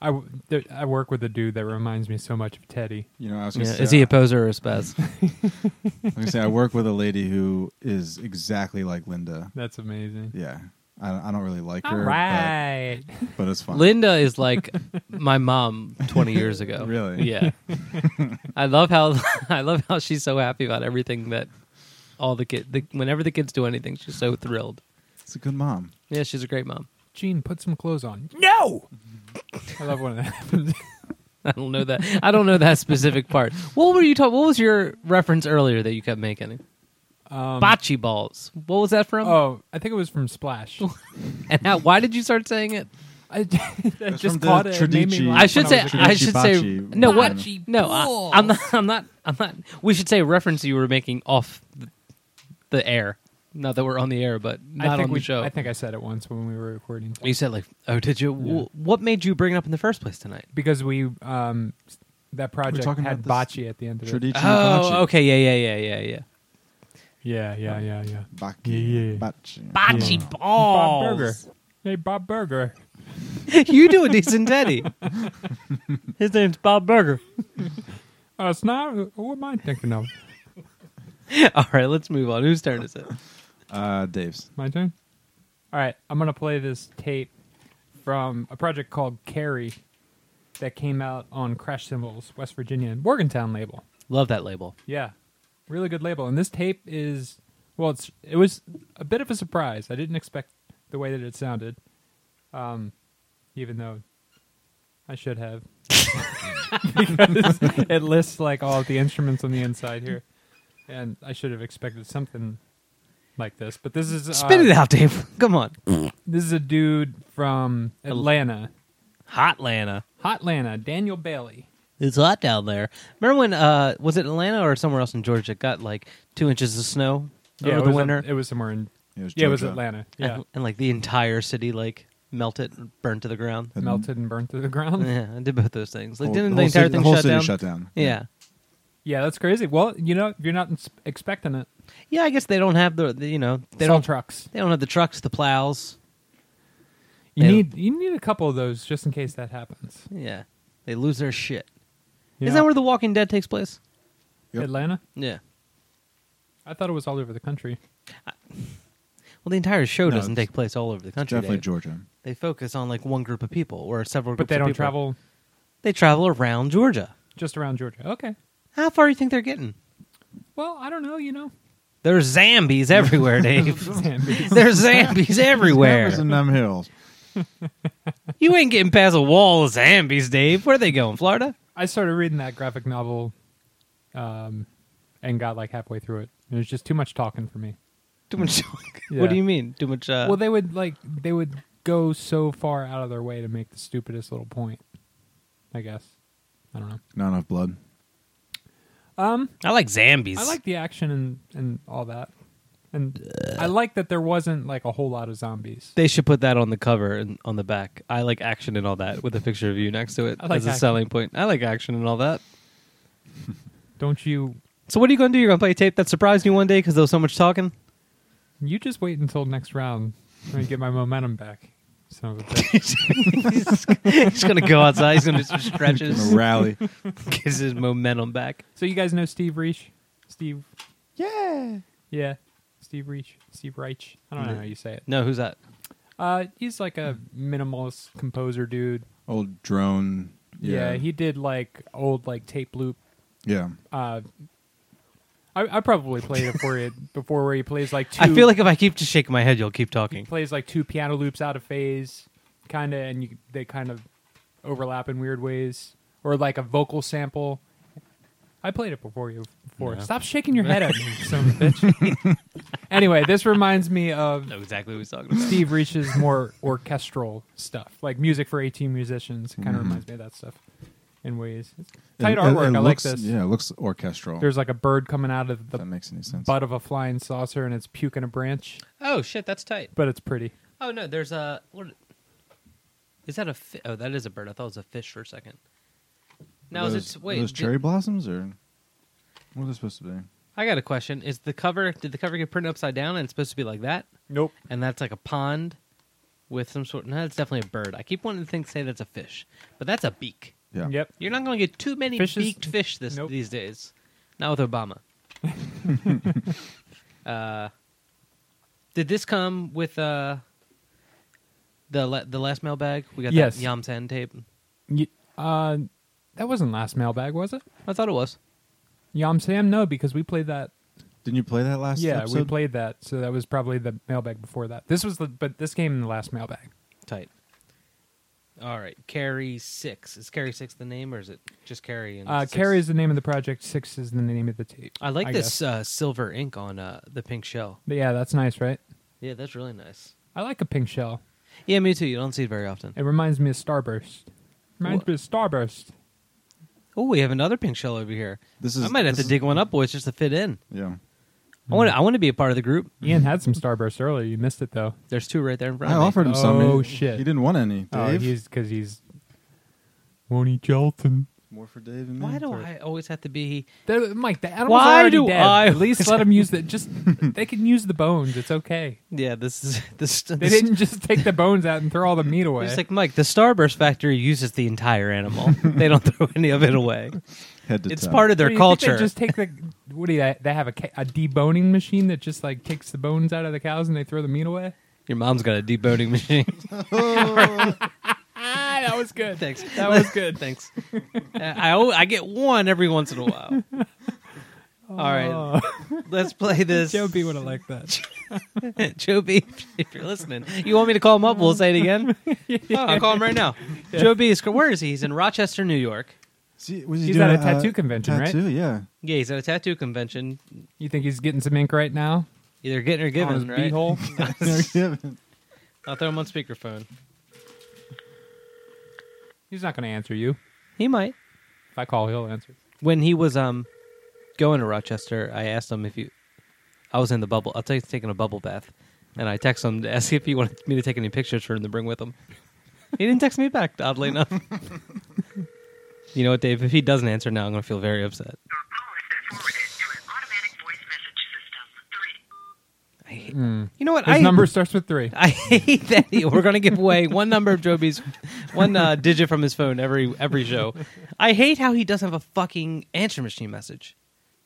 Speaker 2: I, w- th- I work with a dude that reminds me so much of Teddy.
Speaker 4: You know, I was
Speaker 3: Yeah,
Speaker 4: gonna
Speaker 2: uh,
Speaker 3: is
Speaker 4: say,
Speaker 3: he a poser or a spaz?
Speaker 4: I was gonna say I work with a lady who is exactly like Linda.
Speaker 2: That's amazing.
Speaker 4: Yeah, I, I don't really like her, but-
Speaker 2: right.
Speaker 4: but, it's fine.
Speaker 3: Linda is like my mom 20 years ago.
Speaker 4: Really?
Speaker 3: Yeah. I love how I love how she's so happy about everything that all the kid the, whenever the kids do anything, she's so thrilled.
Speaker 4: it's a good mom.
Speaker 3: Yeah, she's a great mom.
Speaker 2: Gene, put some clothes on. No. I love when that happens.
Speaker 3: I don't know that. I don't know that specific part. What were you talking? What was your reference earlier that you kept making?
Speaker 2: Um,
Speaker 3: Bocce balls. What was that from?
Speaker 2: oh, I think it was from Splash.
Speaker 3: And how, why did you start saying it?
Speaker 2: I, I
Speaker 4: from
Speaker 2: just
Speaker 4: the
Speaker 2: caught it. it made me
Speaker 4: Tradici-
Speaker 2: laugh
Speaker 3: I should
Speaker 2: when
Speaker 3: say.
Speaker 2: I was a
Speaker 3: I
Speaker 2: kid.
Speaker 3: should say.
Speaker 4: Bocce
Speaker 3: No, what?
Speaker 4: Bocce
Speaker 3: No, I, I'm not. I'm not. I'm not. We should say a reference you were making off the, the air. Not that we're on the air, but
Speaker 2: I
Speaker 3: not
Speaker 2: think
Speaker 3: on
Speaker 2: we,
Speaker 3: the show.
Speaker 2: I think I said it once when we were recording.
Speaker 3: you said like, "Oh, did you? wh- What made you bring it up in the first place tonight?"
Speaker 2: because we um s- that project
Speaker 4: talking
Speaker 2: had
Speaker 4: about
Speaker 2: bocce at the end of it.
Speaker 4: Tradici
Speaker 3: Oh,
Speaker 4: Bocce.
Speaker 3: okay. Yeah, yeah, yeah, yeah, yeah.
Speaker 2: Yeah, yeah, yeah, yeah.
Speaker 4: Bocce.
Speaker 2: Yeah, yeah.
Speaker 4: Bocce.
Speaker 3: Bocce
Speaker 2: Bob
Speaker 3: balls.
Speaker 2: Burger. Hey, Bob Burger.
Speaker 3: you do a decent Teddy. His name's Bob Burger.
Speaker 2: Oh, it's not. What am I thinking of?
Speaker 3: All right, let's move on. Whose turn is it?
Speaker 4: Uh, Dave's.
Speaker 2: My turn. All right, I'm gonna play this tape from a project called Carrie that came out on Crash Cymbals, West Virginia, and Morgantown label.
Speaker 3: Love that label.
Speaker 2: Yeah, really good label. And this tape is well, it's it was a bit of a surprise. I didn't expect the way that it sounded, um, even though I should have because it lists like all of the instruments on the inside here, and I should have expected something like this. But this is uh,
Speaker 3: Spit it out, Dave. Come on.
Speaker 2: This is a dude from Atlanta,
Speaker 3: Hot Lana.
Speaker 2: Hotlanta, Daniel Bailey.
Speaker 3: It's hot down there. Remember when uh was it Atlanta or somewhere else in Georgia it got like two inches of snow
Speaker 2: Oh, it
Speaker 3: over the
Speaker 2: was
Speaker 3: winter?
Speaker 2: it was somewhere in
Speaker 4: It was
Speaker 2: yeah, it was
Speaker 4: Georgia.
Speaker 2: Atlanta.
Speaker 3: and,
Speaker 2: Yeah,
Speaker 3: and, like the entire city like melted and burned to the ground.
Speaker 2: melted and burned to the ground.
Speaker 3: yeah, I did both those things. Like
Speaker 4: Whole-
Speaker 3: didn't
Speaker 4: the
Speaker 3: the entire
Speaker 4: whole city-
Speaker 3: thing
Speaker 4: the whole
Speaker 3: shut,
Speaker 4: city
Speaker 3: down?
Speaker 4: shut down.
Speaker 3: Yeah.
Speaker 2: Yeah, that's crazy. Well, you know, you're not ins- expecting it.
Speaker 3: Yeah, I guess they don't have the, the you know, they
Speaker 2: Salt
Speaker 3: don't
Speaker 2: trucks.
Speaker 3: they don't have the trucks, the plows.
Speaker 2: You
Speaker 3: They-
Speaker 2: need you need a couple of those just in case that happens.
Speaker 3: Yeah. They lose their shit.
Speaker 2: You
Speaker 3: Isn't
Speaker 2: know,
Speaker 3: that where The Walking Dead takes place?
Speaker 4: Yep.
Speaker 2: Atlanta?
Speaker 3: Yeah.
Speaker 2: I thought it was all over the country.
Speaker 3: Well, the entire show
Speaker 4: No,
Speaker 3: doesn't
Speaker 4: it's-
Speaker 3: take place all over the country.
Speaker 4: Definitely
Speaker 3: Dave.
Speaker 4: Georgia.
Speaker 3: They focus on like one group of people or several groups
Speaker 2: But they
Speaker 3: of
Speaker 2: don't
Speaker 3: people.
Speaker 2: travel
Speaker 3: They travel around Georgia.
Speaker 2: just around Georgia. Okay.
Speaker 3: How far do you think they're getting?
Speaker 2: Well, I don't know, you know.
Speaker 3: There's zombies everywhere, Dave.
Speaker 2: Zombies.
Speaker 3: There's zombies everywhere.
Speaker 4: Cameras in them hills.
Speaker 3: You ain't getting past a wall of zombies, Dave. Where they going? Florida?
Speaker 2: I started reading that graphic novel um, and got like halfway through it. It was just too much talking for me.
Speaker 3: Too much.
Speaker 2: Yeah.
Speaker 3: What do you mean? Too much. Uh...
Speaker 2: Well, they would like they would go so far out of their way to make the stupidest little point. I guess. I don't know.
Speaker 4: Not enough blood.
Speaker 2: Um
Speaker 3: I like zombies.
Speaker 2: I like the action and, and all that. And I like that there wasn't like a whole lot of zombies.
Speaker 3: They should put that on the cover and on the back. I like action and all that with a picture of you next to it
Speaker 2: I like
Speaker 3: as a
Speaker 2: action.
Speaker 3: selling point. I like action and all that.
Speaker 2: Don't you?
Speaker 3: So what are you going to do? You're going to play a tape that surprised me one day because there was so much talking.
Speaker 2: You just wait until next round. Let me get my momentum back. Son of a bitch.
Speaker 3: He's going to go outside. He's going to do some
Speaker 4: In
Speaker 3: stretches.
Speaker 4: a rally.
Speaker 3: Gives his momentum back.
Speaker 2: so you guys know Steve Reich? Steve. Yeah. Yeah. Steve Reich. Steve Reich. I don't know how you say it.
Speaker 3: No, who's that?
Speaker 2: Uh, he's like a minimalist composer dude.
Speaker 4: Old drone.
Speaker 2: Yeah.
Speaker 4: Yeah.
Speaker 2: he did like old like tape loop.
Speaker 4: Yeah.
Speaker 2: Uh, I, I probably played it for you before where he plays like two.
Speaker 3: I feel like if I keep just shaking my head, you'll keep talking.
Speaker 2: plays like two piano loops out of phase, kind of, and you, they kind of overlap in weird ways, or like a vocal sample I played it before you. Before. Stop shaking your head at me, you son of a bitch. anyway, this reminds me of
Speaker 3: know exactly what he's talking about.
Speaker 2: Steve Reich's more orchestral stuff, like music for 18 musicians. Kind of reminds me of that stuff in ways. It's tight
Speaker 4: Mm-hmm. It- it-
Speaker 2: artwork.
Speaker 4: it
Speaker 2: I
Speaker 4: looks-
Speaker 2: like this.
Speaker 4: Yeah, it looks orchestral.
Speaker 2: There's like a bird coming out of
Speaker 4: if that
Speaker 2: the
Speaker 4: makes any sense.
Speaker 2: butt of a flying saucer, and it's puking a branch,
Speaker 3: Oh shit, that's tight.
Speaker 2: but it's pretty.
Speaker 3: Oh no, there's a what? Is that a? Fi- oh, that is a bird. I thought it was a fish for a second. Now
Speaker 4: those,
Speaker 3: is it? Wait,
Speaker 4: those
Speaker 3: did-
Speaker 4: cherry blossoms or what are they supposed to be?
Speaker 3: I got a question. Is the cover? Did the cover get printed upside down and it's supposed to be like that?
Speaker 2: Nope.
Speaker 3: And that's like a pond with some sort. No, that's definitely a bird. I keep wanting to think say that's a fish, but that's a beak.
Speaker 4: Yeah.
Speaker 2: Yep.
Speaker 3: You're not going to get too many
Speaker 2: Fishes-
Speaker 3: beaked fish this
Speaker 2: Nope.
Speaker 3: these days. Not with Obama. uh, did this come with uh, the la- the last mailbag? We got
Speaker 2: Yes.
Speaker 3: that Yam San tape.
Speaker 2: Y- uh, that wasn't last mailbag, was it?
Speaker 3: I thought it was.
Speaker 2: Yam Sam? No, because we played that.
Speaker 4: Didn't you play that last?
Speaker 2: yeah, we
Speaker 4: episode?
Speaker 2: played that. So that was probably the mailbag before that. This was the, but this came in the last mailbag.
Speaker 3: Tight. All right, Carrie Six. Is Carrie Six the name, or is it just Carrie? And
Speaker 2: Uh,
Speaker 3: Six?
Speaker 2: Carrie is the name of the project. Six is the name of the tape.
Speaker 3: I like this
Speaker 2: guess.
Speaker 3: uh, silver ink on uh, the pink shell.
Speaker 2: But yeah, that's nice, right?
Speaker 3: Yeah, that's really nice.
Speaker 2: I like a pink shell.
Speaker 3: Yeah, me too. You don't see it very often.
Speaker 2: It reminds me of Starburst. Reminds
Speaker 3: Wha-
Speaker 2: me of Starburst.
Speaker 3: Oh, we have another pink shell over here.
Speaker 4: This is.
Speaker 3: I might have to
Speaker 4: this
Speaker 3: dig one up, boys, just to fit in.
Speaker 4: Is, yeah.
Speaker 3: I want. I want to be a part of the group.
Speaker 2: Ian had some Starburst earlier. You missed it though.
Speaker 3: There's two right there in front
Speaker 4: I
Speaker 3: of me.
Speaker 4: offered him some.
Speaker 2: Oh,
Speaker 4: He-
Speaker 2: shit.
Speaker 4: He didn't want any. Dave.
Speaker 2: Oh, he's because he's won't eat gelatin.
Speaker 4: More for Dave and me.
Speaker 3: Why do I always have to be?
Speaker 2: They're- Mike, the animals
Speaker 3: Why
Speaker 2: are already
Speaker 3: do
Speaker 2: dead.
Speaker 3: I-
Speaker 2: At least let them use the just. They can use the bones. It's okay.
Speaker 3: Yeah, this is this.
Speaker 2: They
Speaker 3: this
Speaker 2: didn't just take the bones out and throw all the meat away.
Speaker 3: It's like Mike. The Starburst Factory uses the entire animal. they don't throw any of it away.
Speaker 4: Head to
Speaker 3: It's
Speaker 4: toe.
Speaker 3: part of
Speaker 2: What
Speaker 3: their
Speaker 2: do you think
Speaker 3: culture.
Speaker 2: They just take the. What do you? They have a, ca- a deboning machine that just like takes the bones out of the cows and they throw the meat away.
Speaker 3: Your mom's got a deboning machine.
Speaker 2: Ah, that was good.
Speaker 3: Thanks.
Speaker 2: That was good.
Speaker 3: Thanks. I al- I get one every once in a while. All right, let's play this.
Speaker 2: Joe B would have liked that.
Speaker 3: Joby, if you're listening, you want me to call him up? We'll say it again. Oh, I'll call him right now. Joby is where is he? He's in Rochester, New York.
Speaker 4: See, was he
Speaker 2: He's
Speaker 4: doing uh,
Speaker 2: at a tattoo convention, right?
Speaker 4: tattoo, Yeah.
Speaker 3: Yeah, he's at a tattoo convention.
Speaker 2: You think he's getting some ink right now?
Speaker 3: Either getting or
Speaker 2: on his
Speaker 3: giving, right?
Speaker 2: beehole?
Speaker 4: They're giving-
Speaker 3: I'll throw him on speakerphone.
Speaker 2: He's not going to answer you.
Speaker 3: He might.
Speaker 2: If I call, he'll answer.
Speaker 3: When he was um going to Rochester, I asked him if you. I was in the bubble. I'll tell you, taking a bubble bath, and I texted him to ask if he wanted me to take any pictures for him to bring with him. He didn't text me back, oddly enough. you know what, Dave? If he doesn't answer now, I'm going to feel very upset.
Speaker 6: Your call has been forwarded to an automatic voice message system. Three.
Speaker 3: I hate, You know what?
Speaker 2: Hmm. His
Speaker 3: I
Speaker 2: number starts with three.
Speaker 3: I hate that. he- We're going to give away one number of Joby's, one uh, digit from his phone every every show. I hate how he doesn't have a fucking answer machine message.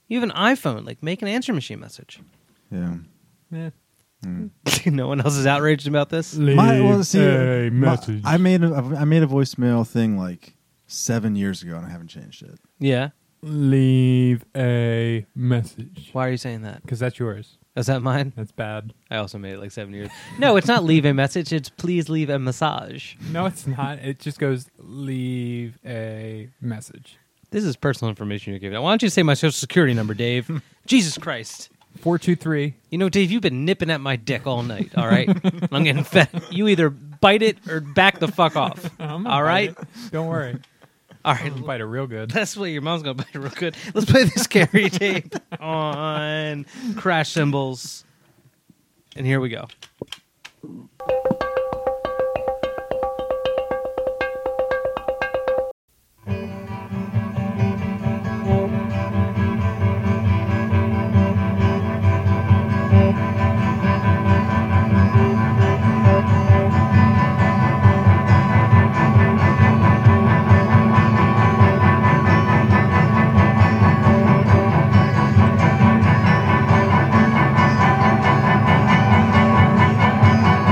Speaker 3: You have an iPhone, like make an answer machine message.
Speaker 2: Eh.
Speaker 4: Yeah.
Speaker 3: no one else is outraged about this.
Speaker 4: My, well, see, uh,
Speaker 2: a
Speaker 4: my-
Speaker 2: message.
Speaker 4: I made a, I made a voicemail thing like seven years ago, and I haven't changed it.
Speaker 3: Yeah.
Speaker 2: Leave a message.
Speaker 3: Why are you saying that?
Speaker 2: Because that's yours.
Speaker 3: Is that mine?
Speaker 2: That's bad.
Speaker 3: I also made it like seven years. No, it's not leave a message. It's please leave a massage.
Speaker 2: No, it's not. It just goes, leave a message.
Speaker 3: This is personal information you're giving. Why don't you say my social security number, Dave? Jesus Christ.
Speaker 2: 423.
Speaker 3: You know, Dave, you've been nipping at my dick all night. All right, I'm getting fed. You either bite it or back the fuck off.
Speaker 2: I'm gonna
Speaker 3: All
Speaker 2: bite
Speaker 3: right,
Speaker 2: it. Don't worry.
Speaker 3: all right.
Speaker 2: Bite it real good.
Speaker 3: That's what your mom's gonna bite real good. Let's play this carry tape on crash cymbals, and here we go.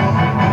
Speaker 7: Thank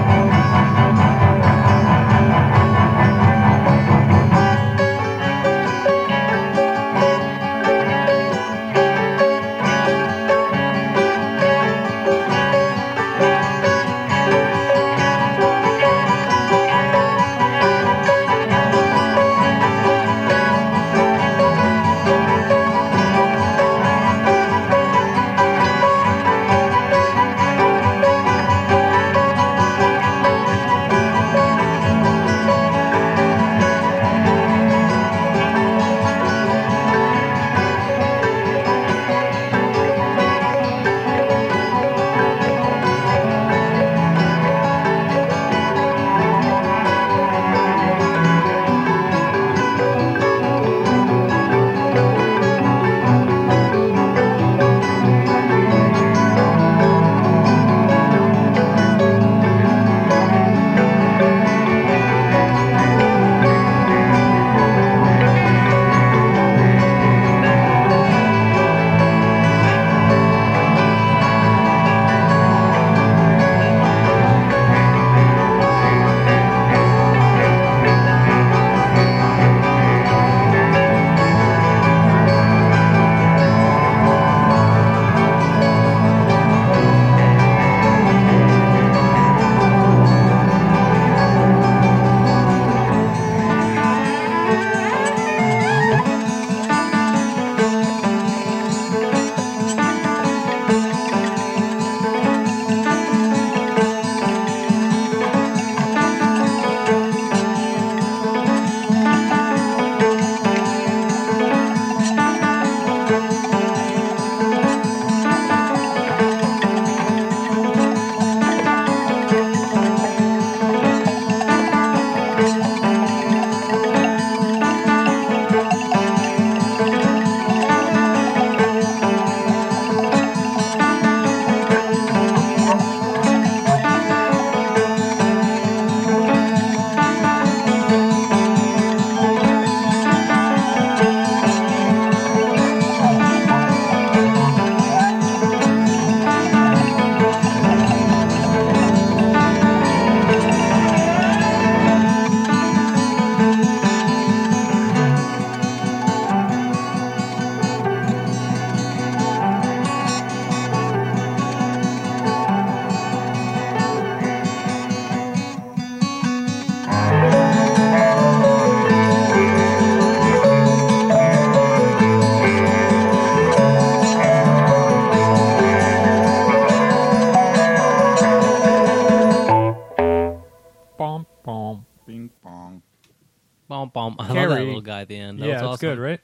Speaker 3: at the end. That
Speaker 2: yeah,
Speaker 3: was
Speaker 2: it's
Speaker 3: awesome.
Speaker 2: good, right?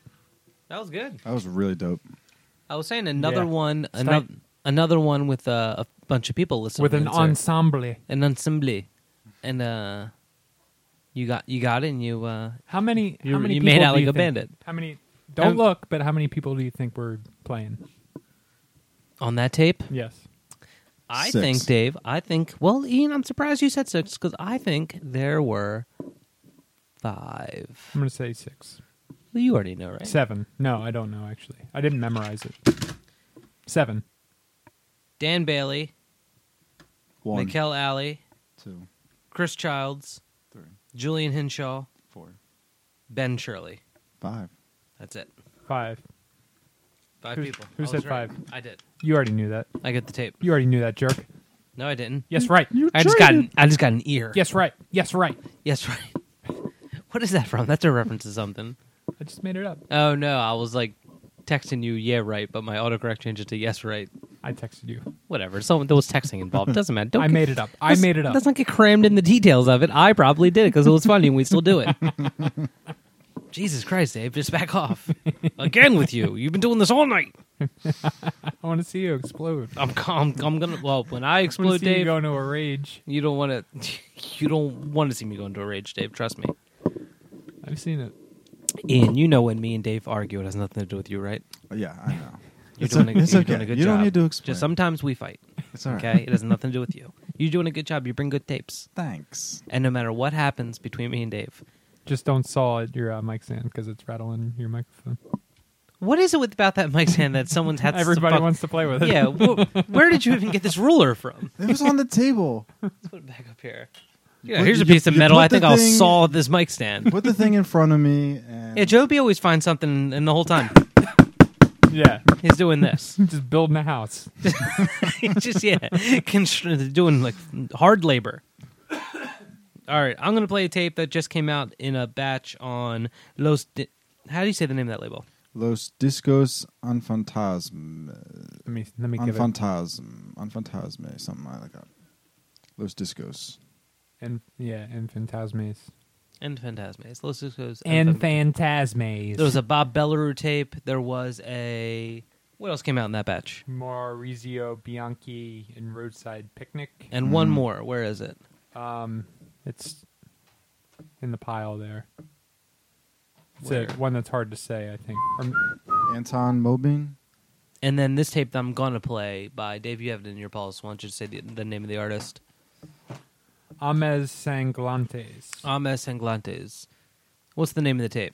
Speaker 3: That was good.
Speaker 4: That was really dope.
Speaker 3: I was saying another
Speaker 2: Yeah.
Speaker 3: one,
Speaker 2: tight.
Speaker 3: another another one with uh, a bunch of people listening
Speaker 2: With an
Speaker 3: It's, uh,
Speaker 2: ensemble.
Speaker 3: an ensemble, and uh, you got you got it, and you uh,
Speaker 2: How many?
Speaker 3: You-
Speaker 2: how many
Speaker 3: you
Speaker 2: people
Speaker 3: made out
Speaker 2: do you
Speaker 3: like a
Speaker 2: think-
Speaker 3: bandit.
Speaker 2: How many? Don't
Speaker 3: Um,
Speaker 2: look, but how many people do you think were playing?
Speaker 3: on that tape.
Speaker 2: Yes.
Speaker 3: I
Speaker 4: Six.
Speaker 3: think, Dave. I think. Well, Ian, I'm surprised you said six because I think there were five.
Speaker 2: I'm going to say six.
Speaker 3: Well, you already know, right?
Speaker 2: Seven. No, I don't know, actually. I didn't memorize it. Seven.
Speaker 3: Dan Bailey,
Speaker 4: One,
Speaker 3: Mikel Alley,
Speaker 4: two,
Speaker 3: Chris Childs,
Speaker 4: three,
Speaker 3: Julian Hinshaw,
Speaker 4: four,
Speaker 3: Ben Shirley.
Speaker 4: five.
Speaker 3: That's it.
Speaker 2: Five.
Speaker 3: Five
Speaker 2: Who-
Speaker 3: people.
Speaker 2: who
Speaker 3: I
Speaker 2: said
Speaker 3: was right.
Speaker 2: five?
Speaker 3: I did.
Speaker 2: You already knew that.
Speaker 3: I get the tape.
Speaker 2: You already knew that, jerk.
Speaker 3: No, I didn't.
Speaker 2: Yes, right.
Speaker 3: I just got an, I just got an ear.
Speaker 2: Yes, right. Yes, right.
Speaker 3: Yes, right. what is that from? That's a reference to something.
Speaker 2: I just made it up.
Speaker 3: Oh no, I was like texting you, yeah, right, but my autocorrect changed it to yes, right.
Speaker 2: I texted you.
Speaker 3: Whatever. Someone there was texting involved. Doesn't matter. Don't
Speaker 2: I
Speaker 3: get-
Speaker 2: made it up. I
Speaker 3: let's-
Speaker 2: made it up.
Speaker 3: Let's not get crammed in the details of it. I probably did it because it was funny, and we still do it. Jesus Christ, Dave, just back off again with you. You've been doing this all night.
Speaker 2: I want to see you explode. I
Speaker 3: I'm, I'm, I'm gonna. Well, when I
Speaker 2: want to
Speaker 3: explode,
Speaker 2: see you
Speaker 3: Dave,
Speaker 2: go into a rage.
Speaker 3: you don't want to. You don't want to see me go into a rage, Dave. Trust me.
Speaker 2: I've seen it.
Speaker 3: Ian, you know when me and Dave argue, it has nothing to do with you, right?
Speaker 4: Oh, Yeah, I know.
Speaker 3: You're
Speaker 4: It's
Speaker 3: doing,
Speaker 4: o-
Speaker 3: a,
Speaker 4: it's
Speaker 3: you're
Speaker 4: okay.
Speaker 3: doing a good
Speaker 4: You
Speaker 3: job.
Speaker 4: don't need to explain.
Speaker 3: Just sometimes we fight.
Speaker 4: It's all right.
Speaker 3: Okay, it has nothing to do with you. You're doing a good job. You bring good tapes,
Speaker 4: Thanks.
Speaker 3: and no matter what happens between me and Dave,
Speaker 2: Just don't saw at your uh, mic stand because it's rattling your microphone.
Speaker 3: what is it with about that mic's hand that someone's had?
Speaker 2: Everybody
Speaker 3: to fuck-
Speaker 2: wants to play with it.
Speaker 3: Yeah, wh- where did you even get this ruler from?
Speaker 4: It was on the table.
Speaker 3: Let's put it back up here. Yeah,
Speaker 4: put-
Speaker 3: here's a
Speaker 4: you-
Speaker 3: piece of
Speaker 4: you
Speaker 3: metal.
Speaker 4: put
Speaker 3: I think
Speaker 4: the
Speaker 3: I'll
Speaker 4: thing-
Speaker 3: saw this mic stand.
Speaker 4: Put the thing in front of me, and
Speaker 3: Yeah, Joby always finds something, and the whole time
Speaker 2: yeah.
Speaker 3: he's doing this.
Speaker 2: Just building a house.
Speaker 3: He's just yeah, constr- doing like hard labor. All right, I'm gonna play a tape that just came out in a batch on Los. Di- How do you say the name of that label?
Speaker 4: Los Discos on Fantasm,
Speaker 2: Let me let me
Speaker 4: on
Speaker 2: give
Speaker 4: Fantasm, on Fantasme, something like that. Los Discos.
Speaker 2: it. And yeah, and Phantasmes.
Speaker 3: And Fantasmes. Los Discos.
Speaker 2: And
Speaker 3: Phan-
Speaker 2: Phantasmes.
Speaker 3: there was a Bob Bellarou tape. There was a what else came out in that batch?
Speaker 2: Maurizio Bianchi and Roadside Picnic.
Speaker 3: And one more. Where is it?
Speaker 2: It's in the pile there. It's a,
Speaker 3: Where?
Speaker 2: one that's hard to say, I think. Um, Or,
Speaker 4: Anton Mobin.
Speaker 3: And then this tape that I'm gonna play by Dave. You have it in your pulse. Why don't you say the, the name of the artist?
Speaker 2: Ames Sanglantes.
Speaker 3: Ames Sanglantes. What's the name of the tape?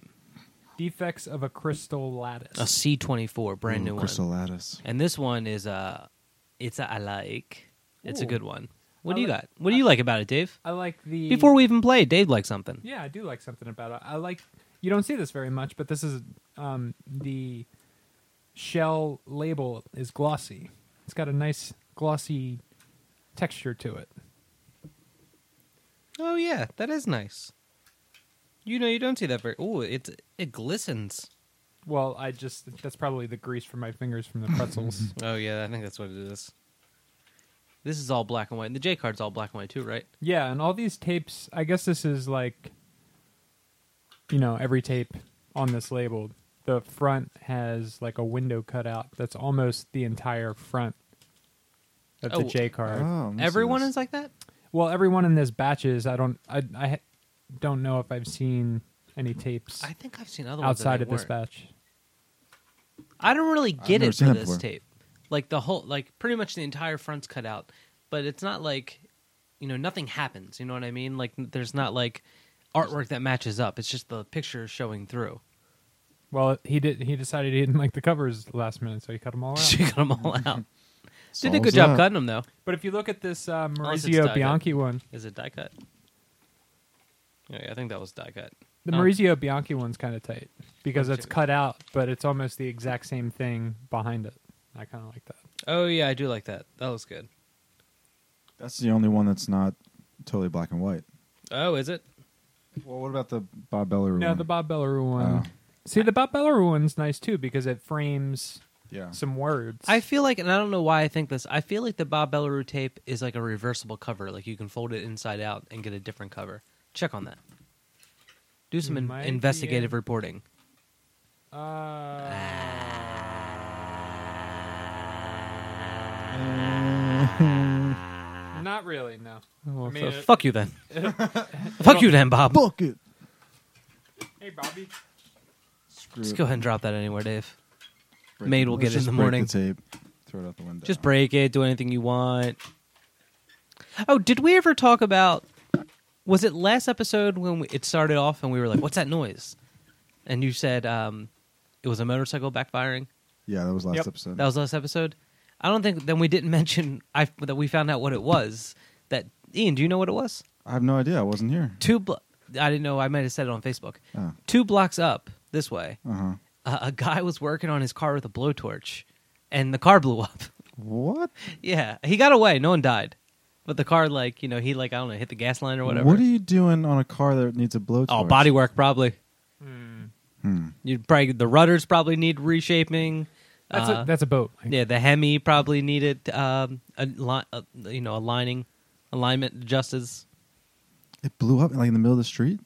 Speaker 2: Defects of a Crystal Lattice.
Speaker 3: A C24, brand new
Speaker 4: Ooh,
Speaker 3: one.
Speaker 4: Crystal Lattice.
Speaker 3: And this one is uh it's a I like. It's a
Speaker 2: Ooh.
Speaker 3: good one. What
Speaker 2: I
Speaker 3: do you
Speaker 2: li-
Speaker 3: got? What do you like about it, Dave?
Speaker 2: I like the.
Speaker 3: Before we even play, Dave likes something.
Speaker 2: Yeah, I do like something about it. I like. You don't see this very much, but this is um, the shell label is glossy. It's got a nice glossy texture to it.
Speaker 3: Oh yeah, that is nice. You know, you don't see that very. Oh, it's it glistens.
Speaker 2: Well, I just that's probably the grease from my fingers from the pretzels.
Speaker 3: Oh yeah, I think that's what it is. This is all black and white. The J card's all black and white too, right?
Speaker 2: yeah, and all these tapes, I guess this is like you know, every tape on this label, the front has like a window cutout that's almost the entire front. That's
Speaker 3: Oh.
Speaker 2: a J card.
Speaker 4: Oh,
Speaker 3: Everyone is like that.
Speaker 2: Well, everyone in this batches, I don't I I ha- don't know if I've seen any tapes
Speaker 3: I think I've seen other ones that
Speaker 2: outside
Speaker 3: they
Speaker 2: of this
Speaker 3: weren't.
Speaker 2: batch.
Speaker 3: I don't really get
Speaker 4: never
Speaker 3: it
Speaker 4: seen
Speaker 3: for
Speaker 4: that
Speaker 3: this
Speaker 4: before.
Speaker 3: tape. Like the whole, like pretty much the entire front's cut out, but it's not like, you know, nothing happens. You know what I mean? Like there's not like artwork that matches up. It's just the picture showing through.
Speaker 2: Well, he did he decided he didn't like the covers last minute, so he cut them all out.
Speaker 3: She got them all out. Did a good job cutting them though.
Speaker 2: but if you look at this uh,
Speaker 3: Unless it's
Speaker 2: Maurizio
Speaker 3: dyed up.
Speaker 2: Bianchi one,
Speaker 3: Is it die cut? Oh, Yeah, I think that was die cut.
Speaker 2: The
Speaker 3: No.
Speaker 2: Maurizio Bianchi one's kind of tight because it's
Speaker 3: Let's check
Speaker 2: cut
Speaker 3: it.
Speaker 2: out, but it's almost the exact same thing behind it. I kind of like that.
Speaker 3: Oh yeah, I do like that. That was good.
Speaker 4: That's the only one that's not totally black and white.
Speaker 3: Oh, is it?
Speaker 4: Well, what about the Bob Bellarou?
Speaker 2: No,
Speaker 4: one?
Speaker 2: the Bob Bellarou one.
Speaker 4: Oh.
Speaker 2: See, the Bob Bellarou one's nice too because it frames
Speaker 4: Yeah.
Speaker 2: some words.
Speaker 3: I feel like, and I don't know why I think this. I feel like the Bob Bellarou tape is like a reversible cover. Like you can fold it inside out and get a different cover. Check on that. Do some in-
Speaker 2: might be
Speaker 3: investigative
Speaker 2: in-
Speaker 3: reporting.
Speaker 2: Uh, not really. No. I mean,
Speaker 3: So
Speaker 2: it-
Speaker 3: fuck you then. fuck you then, Bob.
Speaker 4: Book it.
Speaker 2: hey, Bobby.
Speaker 4: Screw
Speaker 3: Just
Speaker 4: it.
Speaker 3: go ahead and drop that anywhere, Dave.
Speaker 4: Break
Speaker 3: Maid
Speaker 4: the-
Speaker 3: will
Speaker 4: let's
Speaker 3: get it
Speaker 4: just
Speaker 3: in the
Speaker 4: break
Speaker 3: morning.
Speaker 4: tape. Throw it out the window.
Speaker 3: Just break it. Do anything you want. Oh, did we ever talk about? Was it last episode when we, it started off and we were like, "What's that noise?" And you said um, it was a motorcycle backfiring.
Speaker 4: Yeah, that was last
Speaker 2: Yep.
Speaker 4: episode.
Speaker 3: That was last episode. I don't think then we didn't mention I, that we found out what it was. That Ian, do you know what it was?
Speaker 4: I have no idea. I wasn't here.
Speaker 3: Two. Blo- I didn't know. I might have said it on Facebook.
Speaker 4: Oh.
Speaker 3: Two blocks up this way,
Speaker 4: Uh huh.
Speaker 3: uh, a guy was working on his car with a blowtorch, and the car blew up.
Speaker 4: What?
Speaker 3: Yeah, he got away. No one died, but the car, like you know, he like I don't know, hit the gas line or whatever.
Speaker 4: What are you doing on a car that needs a blowtorch?
Speaker 3: Oh, body work probably.
Speaker 4: Hmm.
Speaker 3: You probably the rudders probably need reshaping.
Speaker 2: That's
Speaker 3: Uh,
Speaker 2: a that's a boat. Mike.
Speaker 3: Yeah, the Hemi probably needed um, a li- uh, you know aligning, alignment justice.
Speaker 4: It blew up like in the middle of the street.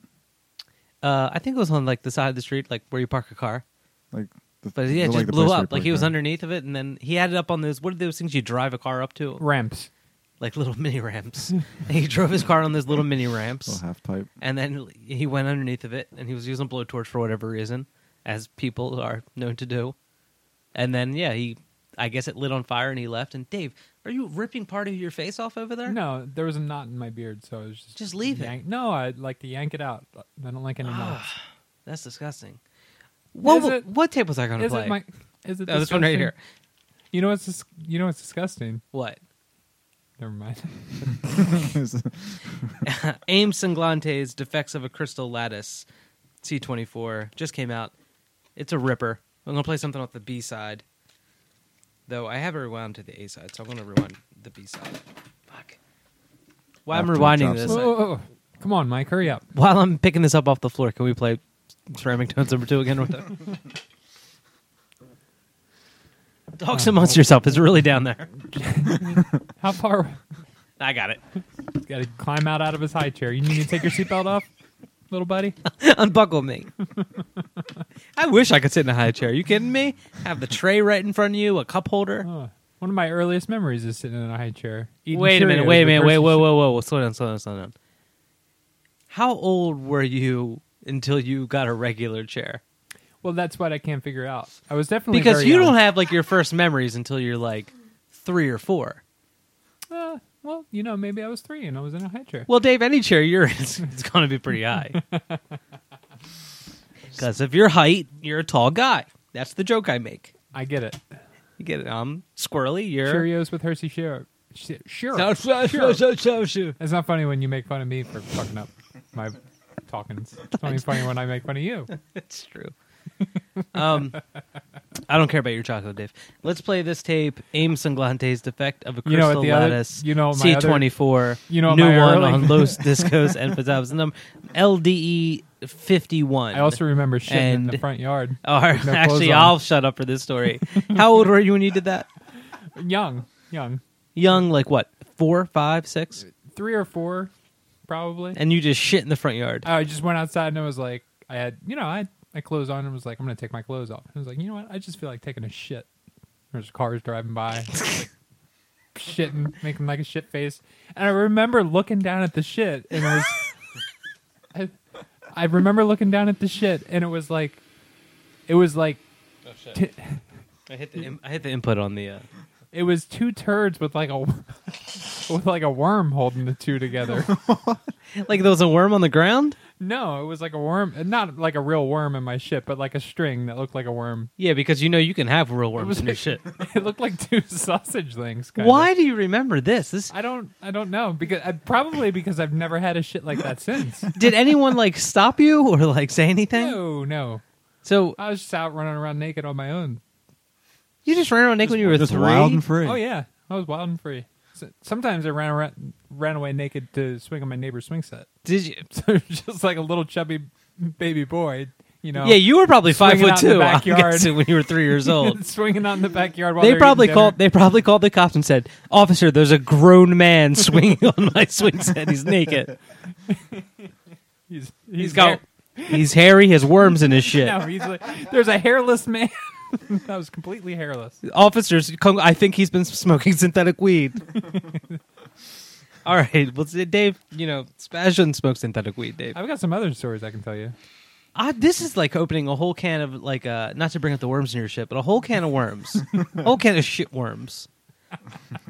Speaker 3: Uh, I think it was on like the side of the street, like where you park a car.
Speaker 4: Like, the,
Speaker 3: But yeah, it
Speaker 4: the- like
Speaker 3: just
Speaker 4: the place
Speaker 3: blew
Speaker 4: where you
Speaker 3: up. Like
Speaker 4: park
Speaker 3: he was
Speaker 4: your-
Speaker 3: underneath of it, and then he had it up on those. What are those things you drive a car up to?
Speaker 2: Ramps.
Speaker 3: Like little mini ramps. and he drove his car on those little mini ramps.
Speaker 4: Little half pipe.
Speaker 3: And then he went underneath of it, and he was using blowtorch for whatever reason, as people are known to do. And then, yeah, he, I guess it lit on fire, and he left. And Dave, are you ripping part of your face off over there?
Speaker 2: No, there was a knot in my beard, so I was just Oh,
Speaker 3: Just leave it.
Speaker 2: yank- No, I'd like to yank it out. I don't like any knots.
Speaker 3: that's disgusting. What
Speaker 2: Is it-
Speaker 3: what tape was I going to
Speaker 2: Is
Speaker 3: play?
Speaker 2: it my? Is it
Speaker 3: oh, this one right
Speaker 2: disgusting?
Speaker 3: here.
Speaker 2: You know what's dis- you know what's disgusting.
Speaker 3: What?
Speaker 2: Never mind.
Speaker 3: Aim Singlante's Defects of a Crystal Lattice, C24, just came out. It's a ripper. I'm going to play something off the B side. Though I have it rewound to the A side, so I'm going to rewind the B side. Fuck. While I'm
Speaker 4: After it
Speaker 3: rewinding
Speaker 4: drops
Speaker 3: this,
Speaker 2: Whoa, whoa, whoa. Come on, Mike, hurry up.
Speaker 3: while I'm picking this up off the floor, can we play Ceramic Tones number two again? Dogs amongst yourself is really down there.
Speaker 2: How far?
Speaker 3: I got it.
Speaker 2: Got to climb out out of his high chair. You need to take your seatbelt off, little buddy.
Speaker 3: Unbuckle me. I wish I could sit in a high chair. you kidding me? Have the tray right in front of you, a cup holder.
Speaker 2: Oh, one of my earliest memories is sitting in a high chair. eating
Speaker 3: wait a minute,
Speaker 2: Cheerios
Speaker 3: wait a
Speaker 2: with
Speaker 3: minute, wait,
Speaker 2: Hershey's
Speaker 3: whoa, whoa, whoa, whoa. Slow down, slow down, slow down. How old were you until you got a regular chair?
Speaker 2: sugar. Well, that's what I can't figure out. I was definitely
Speaker 3: Because
Speaker 2: very
Speaker 3: you
Speaker 2: young.
Speaker 3: don't have like your first memories until you're like three or four.
Speaker 2: Uh, well, you know, maybe I was three and I was in a high chair.
Speaker 3: Well, Dave, any chair you're in is it's going to be pretty high. Because of your height, you're a tall guy. That's the joke I make.
Speaker 2: I get it.
Speaker 3: You get it? I'm squirrely. You're
Speaker 2: Cheerios with Hershey syrup. Sy- Syrup.
Speaker 3: No, so- so-
Speaker 2: Syrup.
Speaker 3: so- so- so.
Speaker 2: It's not funny when you make fun of me for fucking up my talkings. It's only funny when I make fun of you.
Speaker 3: It's true. Um, I don't care about your chocolate, Dave. Let's play this tape. Aim Sanglante's defect of a
Speaker 2: You know
Speaker 3: crystal
Speaker 2: what the other-
Speaker 3: lattice.
Speaker 2: you know what my
Speaker 3: C
Speaker 2: other-
Speaker 3: twenty four.
Speaker 2: you know what
Speaker 3: new
Speaker 2: my
Speaker 3: one
Speaker 2: early-
Speaker 3: on Los Discos and Pizzazz. The number E LDE fifty one.
Speaker 2: I also remember shitting in the
Speaker 3: And-
Speaker 2: front yard.
Speaker 3: Or
Speaker 2: no
Speaker 3: actually,
Speaker 2: clothes on.
Speaker 3: I'll shut up for this story. How old were you when you did that? Oh.
Speaker 2: Young, young.
Speaker 3: Young, like what, four, five, six?
Speaker 2: Three or four, probably.
Speaker 3: And you just shit in the front yard.
Speaker 2: I just went outside and I was like, I had, you know, I had my clothes on and was like, I'm going to take my clothes off. And I was like, you know what? I just feel like taking a shit. There's cars driving by, like, shitting, making like a shit face. And I remember looking down at the shit and it was, I, I remember looking down at the shit and it was like, it was like,
Speaker 3: I hit the, I hit the input on the. Uh,
Speaker 2: it was two turds with like a, with like a worm holding the two together.
Speaker 3: like there was a worm on the ground?
Speaker 2: No, it was like a worm, not like a real worm in my shit, but like a string that looked like a worm.
Speaker 3: Yeah, because you know you can have real worms
Speaker 2: was
Speaker 3: in your
Speaker 2: like-
Speaker 3: shit.
Speaker 2: It looked like two sausage things. kinda.
Speaker 3: Why do you remember this? This
Speaker 2: I don't. I don't know because I, probably because I've never had a shit like that since.
Speaker 3: did anyone like stop you or like say anything?
Speaker 2: No, no.
Speaker 3: So
Speaker 2: I was just out running around naked on my own.
Speaker 3: you just ran around naked when you were
Speaker 4: Just
Speaker 3: three.
Speaker 4: wild and free.
Speaker 2: Oh yeah, I was wild and free. So- Sometimes I ran around, ran away naked to swing on my neighbor's swing set.
Speaker 3: Did you?
Speaker 2: So it was just like a little chubby baby boy, you know.
Speaker 3: Yeah, you were probably five
Speaker 2: Swinging
Speaker 3: foot
Speaker 2: out in the
Speaker 3: two. I'm
Speaker 2: backyard.
Speaker 3: guessing when you were three years old.
Speaker 2: swinging out in the backyard. While
Speaker 3: they
Speaker 2: they're
Speaker 3: probably
Speaker 2: eating dinner.
Speaker 3: called. They probably called the cops and said, "Officer, there's a grown man swinging on my swing set. He's naked.
Speaker 2: He's,
Speaker 3: He's got
Speaker 2: hair-
Speaker 3: He's hairy. He has worms in his shit.
Speaker 2: No, he's like, there's a hairless man that was completely hairless.
Speaker 3: Officers, come, I think he's been smoking synthetic weed. All right, well, see, Dave, you know, Spaz shouldn't smoke synthetic weed, Dave.
Speaker 2: I've got some other stories I can tell you.
Speaker 3: I, this is like opening a whole can of like, uh, not to bring up the worms in your shit, but a whole can of worms, a whole can of shit worms.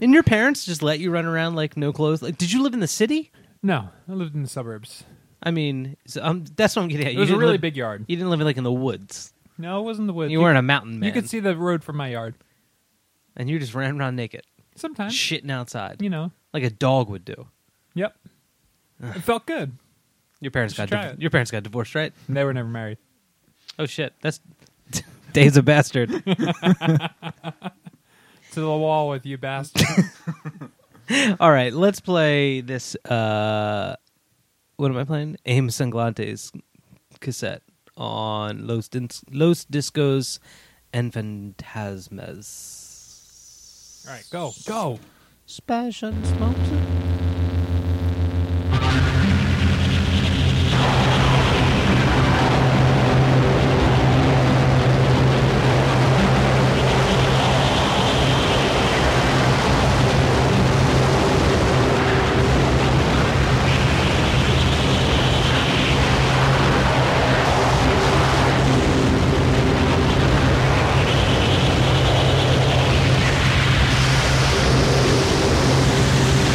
Speaker 3: And your parents just let you run around like no clothes. Like, did you live in the city?
Speaker 2: No, I lived in the suburbs.
Speaker 3: I mean, so, um, that's what I'm getting at.
Speaker 2: It
Speaker 3: You
Speaker 2: was a
Speaker 3: didn't
Speaker 2: really
Speaker 3: live-
Speaker 2: big yard.
Speaker 3: You didn't live in like in the woods.
Speaker 2: No, it wasn't the woods.
Speaker 3: You weren't a mountain man.
Speaker 2: You could see the road from my yard.
Speaker 3: and you just ran around naked,
Speaker 2: Sometimes,
Speaker 3: shitting outside,
Speaker 2: you know.
Speaker 3: like a dog would do.
Speaker 2: Yep. It felt good.
Speaker 3: Your parents got
Speaker 2: should try
Speaker 3: div-
Speaker 2: it.
Speaker 3: your parents got divorced, right?
Speaker 2: And They were never married.
Speaker 3: Oh shit, that's Dave's a bastard.
Speaker 2: To the wall with you, bastard.
Speaker 3: All right, let's play this. uh What am I playing? Aim Sanglante's cassette on Los, Din- Los Discos and Fantasmas.
Speaker 2: All right, go, go.
Speaker 3: Spash and sponsor.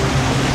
Speaker 6: Thank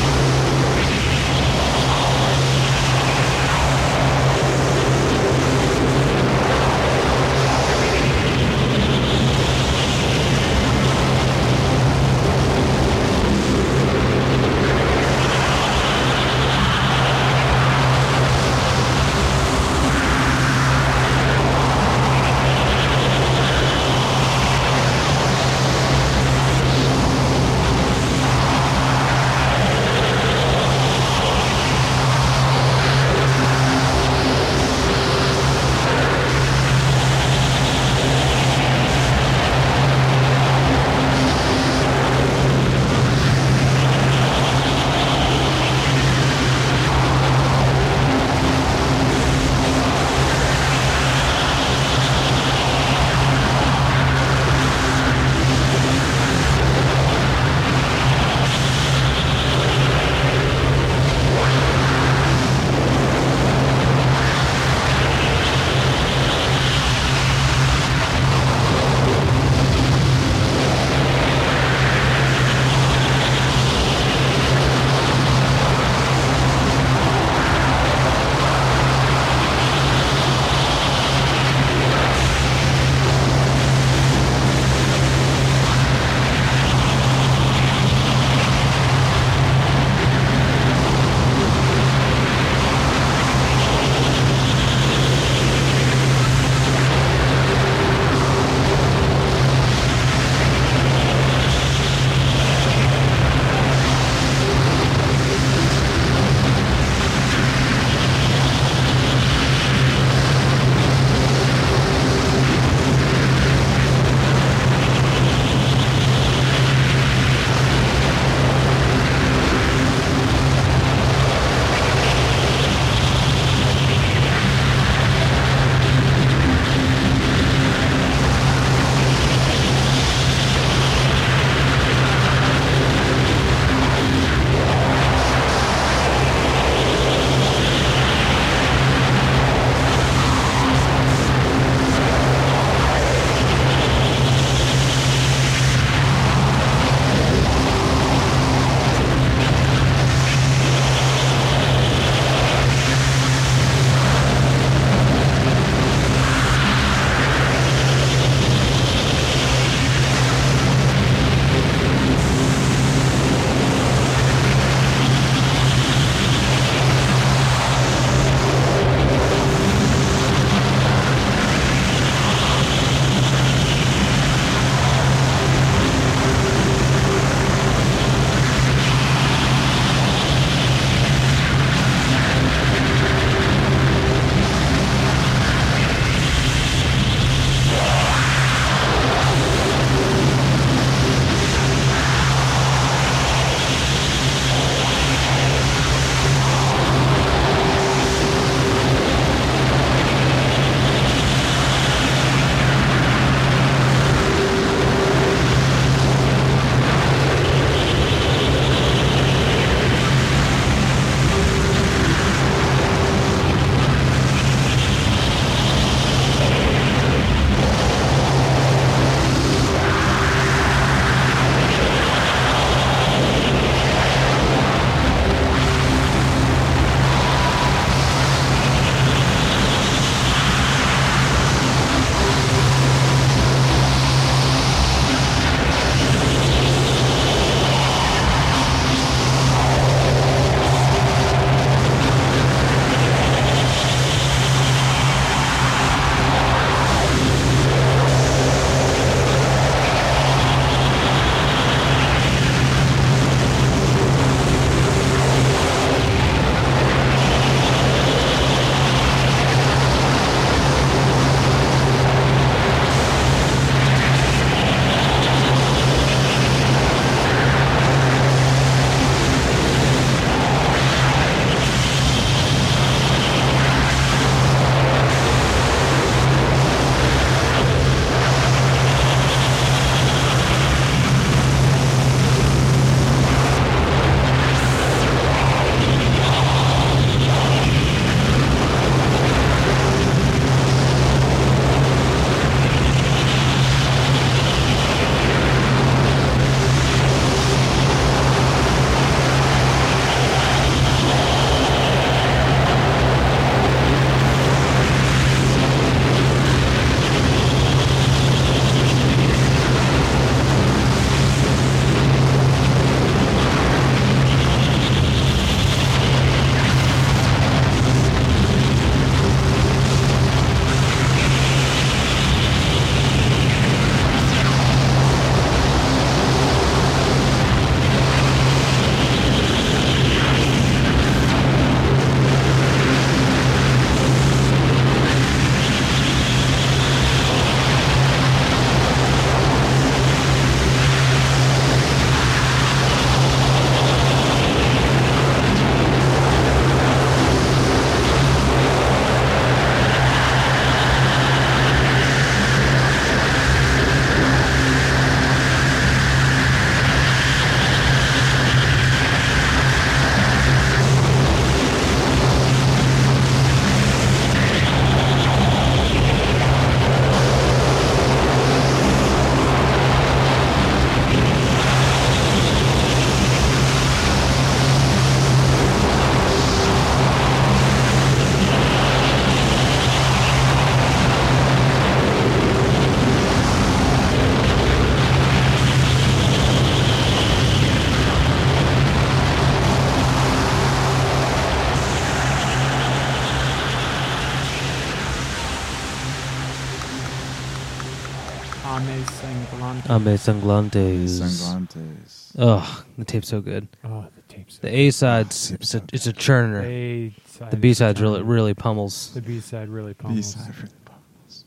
Speaker 2: Amazing Blonde.
Speaker 3: Ame Sanglantes.
Speaker 4: Sanglantes.
Speaker 3: Ugh, the tape's so good.
Speaker 2: oh, the tapes.
Speaker 3: The A side's it's a, it's a churner.
Speaker 2: A side.
Speaker 3: The B side's really really pummels.
Speaker 2: The B side really
Speaker 3: Oh,
Speaker 2: pummels.
Speaker 4: B-side for the Bubbles.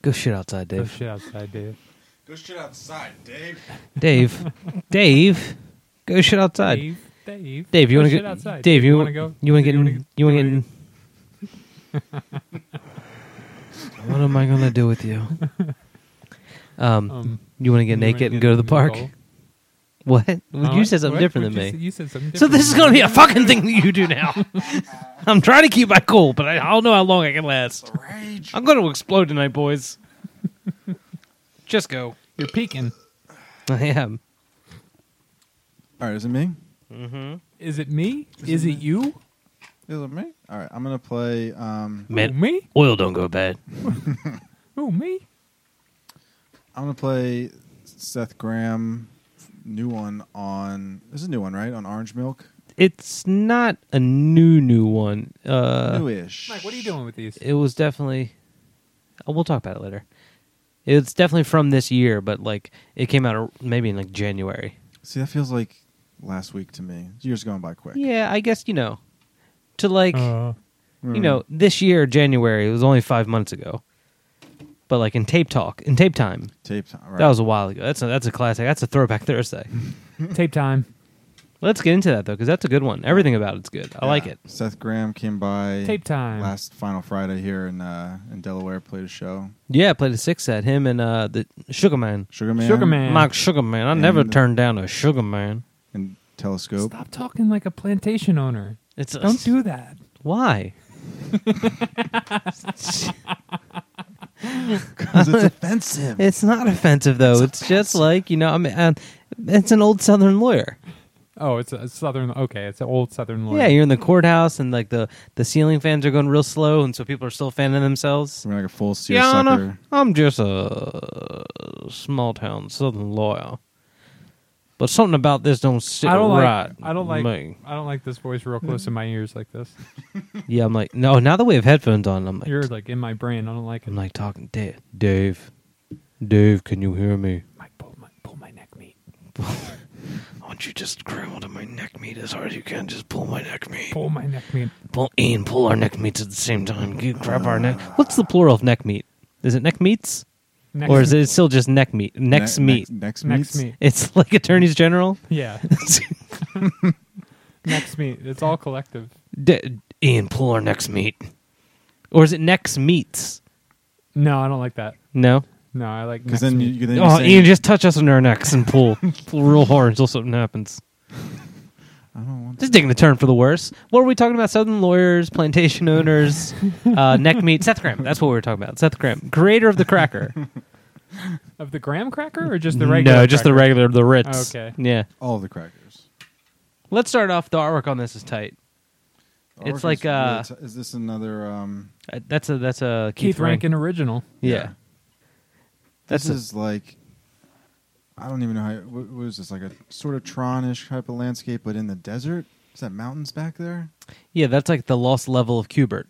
Speaker 3: Go shit outside,
Speaker 2: Go
Speaker 3: Dave.
Speaker 2: shit outside, Dave.
Speaker 4: Go shit outside, Dave.
Speaker 3: Dave, Dave, go shit outside.
Speaker 2: Dave. Dave.
Speaker 3: Dave, you
Speaker 2: Go
Speaker 3: want to
Speaker 2: shit
Speaker 3: go?
Speaker 2: outside.
Speaker 3: Dave, you
Speaker 2: want to
Speaker 3: want
Speaker 2: go?
Speaker 3: You want to get?
Speaker 2: wanna
Speaker 3: In, you want to get? In, what am I gonna do with you? Um,
Speaker 2: Um,
Speaker 3: you want to get
Speaker 2: you wanna
Speaker 3: naked
Speaker 2: get
Speaker 3: and go to the
Speaker 2: in
Speaker 3: park?
Speaker 2: bowl?
Speaker 3: What?
Speaker 2: Huh?
Speaker 3: you said something
Speaker 2: What?
Speaker 3: different
Speaker 2: What'd
Speaker 3: than me.
Speaker 2: you say? You said something
Speaker 3: So
Speaker 2: different.
Speaker 3: this is gonna be a fucking thing that you do now. I'm trying to keep my cool, but I, I don't know how long I can last.
Speaker 4: Rage.
Speaker 3: I'm gonna explode tonight, boys. Just go.
Speaker 2: You're peeking.
Speaker 3: I am.
Speaker 4: All right, is it me?
Speaker 2: Is it me? Is it you?
Speaker 4: Is it me? All right, I'm gonna play. Um,
Speaker 2: Who, me?
Speaker 3: oil don't go bad.
Speaker 2: Who, me?
Speaker 4: I'm gonna play Seth Graham, new one on. This is a new one, right? On Orange Milk,
Speaker 3: It's not a new new one. Uh,
Speaker 4: newish.
Speaker 2: Mike, what are you doing with these?
Speaker 3: it was definitely. Oh, we'll talk about it later. It's definitely from this year, but like it came out ar- maybe in like January.
Speaker 4: See, that feels like last week to me. Years going by quick.
Speaker 3: Yeah, I guess you know. To like.
Speaker 2: Uh,
Speaker 4: Mm.
Speaker 3: you know, this year January it was only five months ago, but like in tape talk, in tape time,
Speaker 4: tape time. Right.
Speaker 3: that was a while ago. That's a, that's a classic. That's a throwback Thursday.
Speaker 2: tape time.
Speaker 3: Let's get into that though, because that's a good one. Everything about it's good. I like
Speaker 4: Yeah.
Speaker 3: it.
Speaker 4: Seth Graham came by
Speaker 2: Tape time.
Speaker 4: last final Friday here in uh, in Delaware. Played a show.
Speaker 3: Yeah, I played a six set. Him and uh the Sugar Man,
Speaker 4: Sugar Man.
Speaker 2: Sugar Man.
Speaker 3: Mike Sugar Man. I never
Speaker 4: And-
Speaker 3: turned down a Sugar Man.
Speaker 4: And Telescope.
Speaker 2: Stop talking like a plantation owner.
Speaker 3: It's
Speaker 2: Don't do that.
Speaker 3: why.
Speaker 4: Because it's offensive.
Speaker 3: It's not offensive though. It's, just like you know. I mean, uh, it's an old Southern lawyer.
Speaker 2: Oh, it's a southern. Okay, it's an old southern lawyer.
Speaker 3: Yeah, you're in the courthouse and like the the ceiling fans are going real slow, and so people are still fanning themselves.
Speaker 4: I mean, like a full seersucker.
Speaker 3: Yeah, I'm just a small town Southern lawyer, but something about this don't sit
Speaker 2: I don't like.
Speaker 3: right.
Speaker 2: I don't like.
Speaker 3: with me.
Speaker 2: I don't like this voice real close in my ears like this.
Speaker 3: Yeah, I'm like no. Now that we have headphones on, I'm like
Speaker 2: You're like in my brain. I don't like it.
Speaker 3: I'm like talking Dave. Dave, Dave, can you hear me?
Speaker 2: Mike, pull my pull my neck meat.
Speaker 3: Why don't you just grab onto my neck meat as hard as you can? Just pull my neck meat.
Speaker 2: Pull my neck meat.
Speaker 3: Pull Ian, pull our neck meats at the same time. You grab our neck. What's the plural of neck meat? Is it neck meats?
Speaker 2: Neck
Speaker 3: Or is it still just neck meat? Next
Speaker 4: Ne-
Speaker 3: meat.
Speaker 4: Next, next
Speaker 2: next
Speaker 4: meat.
Speaker 2: meat?
Speaker 3: It's like attorneys general.
Speaker 2: Yeah, next meat. It's all collective.
Speaker 3: D- Ian, pull our next meat. Or is it next meats?
Speaker 2: No, I don't like that.
Speaker 3: No.
Speaker 2: No, I like
Speaker 4: Because
Speaker 2: next
Speaker 4: then,
Speaker 2: meat.
Speaker 4: you, then
Speaker 3: oh,
Speaker 4: you're saying,
Speaker 3: Ian, just touch us on our necks and pull, pull real hard until something happens.
Speaker 4: I don't want
Speaker 3: This is taking a turn for the worse. What were we talking about? Southern lawyers, plantation owners, uh, neck meat. Seth Graham. That's what we were talking about. Seth Graham, creator of the cracker.
Speaker 2: of the graham cracker or just the regular.
Speaker 3: No, just the
Speaker 2: cracker?
Speaker 3: regular, the Ritz.
Speaker 2: Okay.
Speaker 3: Yeah.
Speaker 4: all the crackers.
Speaker 3: Let's start off. The artwork on this is tight.
Speaker 4: The
Speaker 3: It's
Speaker 4: Oracle's
Speaker 3: like,
Speaker 4: really
Speaker 3: uh,
Speaker 4: t- is this another? Um,
Speaker 3: Uh, That's a that's a
Speaker 2: Keith,
Speaker 3: Keith,
Speaker 2: Rankin, original.
Speaker 3: Yeah.
Speaker 4: Yeah.
Speaker 3: That's
Speaker 4: this
Speaker 3: a-
Speaker 4: is like I don't even know how. What, what is this like a sort of Tronish type of landscape, but in the desert? Is that mountains back there?
Speaker 3: yeah. That's like the lost level of Cubert,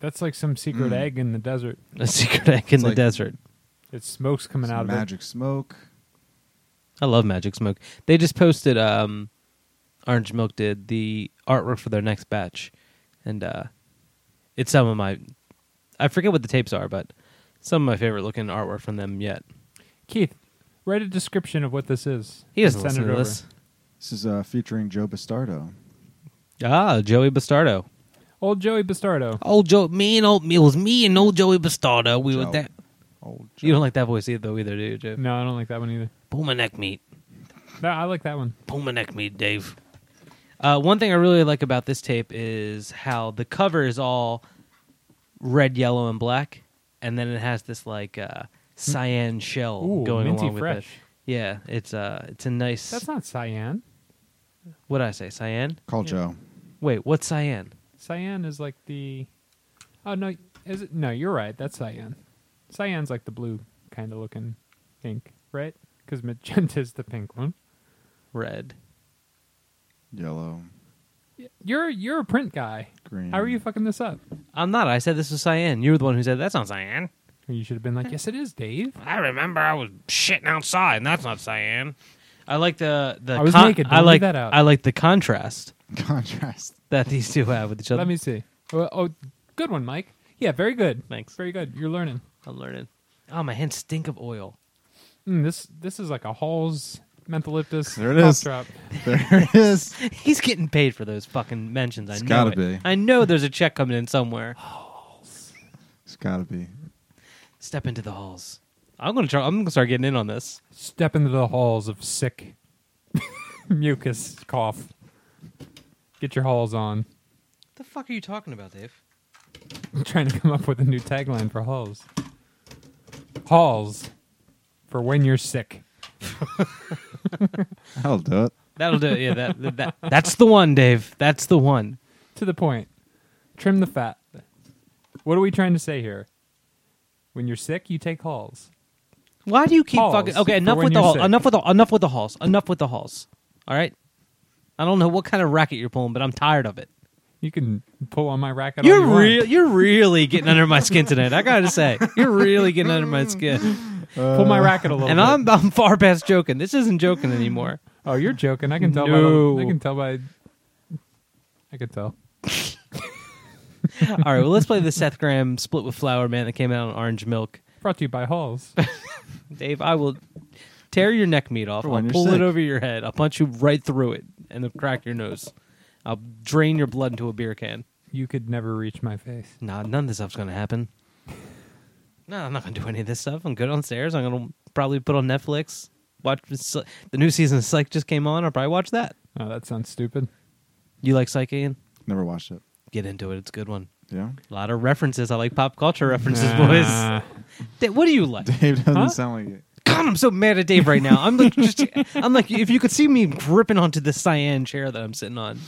Speaker 2: That's like some secret
Speaker 4: Mm.
Speaker 2: egg in the desert.
Speaker 3: a secret egg in
Speaker 4: It's
Speaker 3: the
Speaker 4: like-
Speaker 3: desert.
Speaker 2: It's smoke's coming
Speaker 4: Some
Speaker 2: out of
Speaker 4: magic smoke.
Speaker 3: I love Magic Smoke. They just posted um, Orange Milk did the artwork for their next batch, and uh, it's some of my I forget what the tapes are, but some of my favorite looking artwork from them yet.
Speaker 2: it. Keith, write a description of what this is.
Speaker 3: He doesn't
Speaker 2: and send it
Speaker 3: listen to
Speaker 2: over.
Speaker 3: this.
Speaker 4: This is uh, featuring Joe Bastardo.
Speaker 3: Ah, Joey Bastardo.
Speaker 2: Old Joey Bastardo.
Speaker 3: Old Joe, me and old it was me and old Joey Bastardo. We
Speaker 4: Joe.
Speaker 3: were that.
Speaker 4: Old Joe.
Speaker 3: You don't like that voice either, though, either, do you, Joe?
Speaker 2: No, I don't like that one either.
Speaker 3: Pull my neck meat.
Speaker 2: No, I like that one.
Speaker 3: Pull my neck meat, Dave. Uh, one thing I really like about this tape is how the cover is all red, yellow, and black, and then it has this like uh, cyan shell
Speaker 2: Ooh,
Speaker 3: going
Speaker 2: minty
Speaker 3: along with
Speaker 2: fresh.
Speaker 3: it. Yeah, it's uh, it's a nice.
Speaker 2: That's not cyan.
Speaker 3: what did I say, cyan.
Speaker 4: Call Joe.
Speaker 3: Wait, what's cyan?
Speaker 2: Cyan is like the. Oh no, is it? No, you're right. That's cyan. Cyan's like the blue kind of looking pink, right? Because magenta's the pink one.
Speaker 3: Red.
Speaker 4: Yellow.
Speaker 2: You're you're a print guy.
Speaker 4: Green.
Speaker 3: Mm.
Speaker 2: How are you fucking this up?
Speaker 3: I'm not. I said this was cyan. You were the one who said that's not cyan.
Speaker 2: Or you should have been like, yes, it is, Dave.
Speaker 3: I remember I was shitting outside, and that's not cyan. I like the the.
Speaker 2: I was
Speaker 3: con-
Speaker 2: naked, don't
Speaker 3: I
Speaker 2: leave
Speaker 3: like
Speaker 2: that out.
Speaker 3: I like the contrast
Speaker 4: Contrast.
Speaker 3: that these two have with each other.
Speaker 2: Let me see. Oh, oh, good one, Mike. Yeah, very good.
Speaker 3: Thanks.
Speaker 2: Very good. You're learning.
Speaker 3: I'm learning. Oh, my hands stink of oil.
Speaker 2: Mm, this this is like a Hall's mentholyptus.
Speaker 4: There it
Speaker 2: cough
Speaker 4: is.
Speaker 2: Drop.
Speaker 4: There it is.
Speaker 3: He's getting paid for those fucking mentions. I
Speaker 4: It's
Speaker 3: know
Speaker 4: gotta
Speaker 3: it.
Speaker 4: be.
Speaker 3: I know there's a check coming in somewhere.
Speaker 4: It's got to be.
Speaker 3: Step into the halls. I'm gonna try. I'm gonna start getting in on this.
Speaker 2: Step into the halls of sick mucus cough. Get your halls on.
Speaker 3: The fuck are you talking about, Dave?
Speaker 2: I'm trying to come up with a new tagline for halls. Halls for when you're sick.
Speaker 4: I'll do it.
Speaker 3: That'll do it. Yeah, that, that, that that's the one, Dave. That's the one.
Speaker 2: To the point. Trim the fat. What are we trying to say here? When you're sick, you take halls.
Speaker 3: Why do you keep
Speaker 2: Halls,
Speaker 3: fucking? Okay,
Speaker 2: for
Speaker 3: enough
Speaker 2: when
Speaker 3: with the
Speaker 2: you're
Speaker 3: hall.
Speaker 2: sick.
Speaker 3: Enough with the enough with the halls. Enough with the halls. All right. I don't know what kind of racket you're pulling, but I'm tired of it.
Speaker 2: You can pull on my racket. all
Speaker 3: You're
Speaker 2: you want.
Speaker 3: real. You're really getting under my skin tonight. I gotta say, you're really getting under my skin.
Speaker 2: Pull my racket
Speaker 4: Oh,
Speaker 2: a little.
Speaker 3: And
Speaker 2: bit.
Speaker 3: I'm I'm far past joking. This isn't joking anymore.
Speaker 2: Oh, you're joking. I can tell.
Speaker 3: No.
Speaker 2: By the, I can tell by. I can tell.
Speaker 3: All right. Well, let's play the Seth Graham split with Flower Man that came out on Orange Milk.
Speaker 2: Brought to you by Halls.
Speaker 3: Dave, I will tear your neck meat off.
Speaker 4: For
Speaker 3: I'll
Speaker 4: when you're
Speaker 3: pull it
Speaker 4: sick.
Speaker 3: over your head. I'll punch you right through it and then crack your nose. I'll drain your blood into a beer can.
Speaker 2: you could never reach my face.
Speaker 3: Nah, none of this stuff's gonna happen. No, I'm not gonna do any of this stuff. I'm good on stairs. I'm gonna probably put on Netflix. Watch this- the new season of Psych just came on. I'll probably watch that.
Speaker 2: Oh, that sounds stupid.
Speaker 3: You like Psych, Ian?
Speaker 4: Never watched it.
Speaker 3: Get into it. It's a good one.
Speaker 4: Yeah.
Speaker 3: A lot of references. I like pop culture references, boys.
Speaker 2: Nah.
Speaker 3: Da- What do you like?
Speaker 4: Dave doesn't
Speaker 2: Huh?
Speaker 4: sound like it.
Speaker 3: God, I'm so mad at Dave right now. I'm like, just, I'm like, if you could see me gripping onto the cyan chair that I'm sitting on,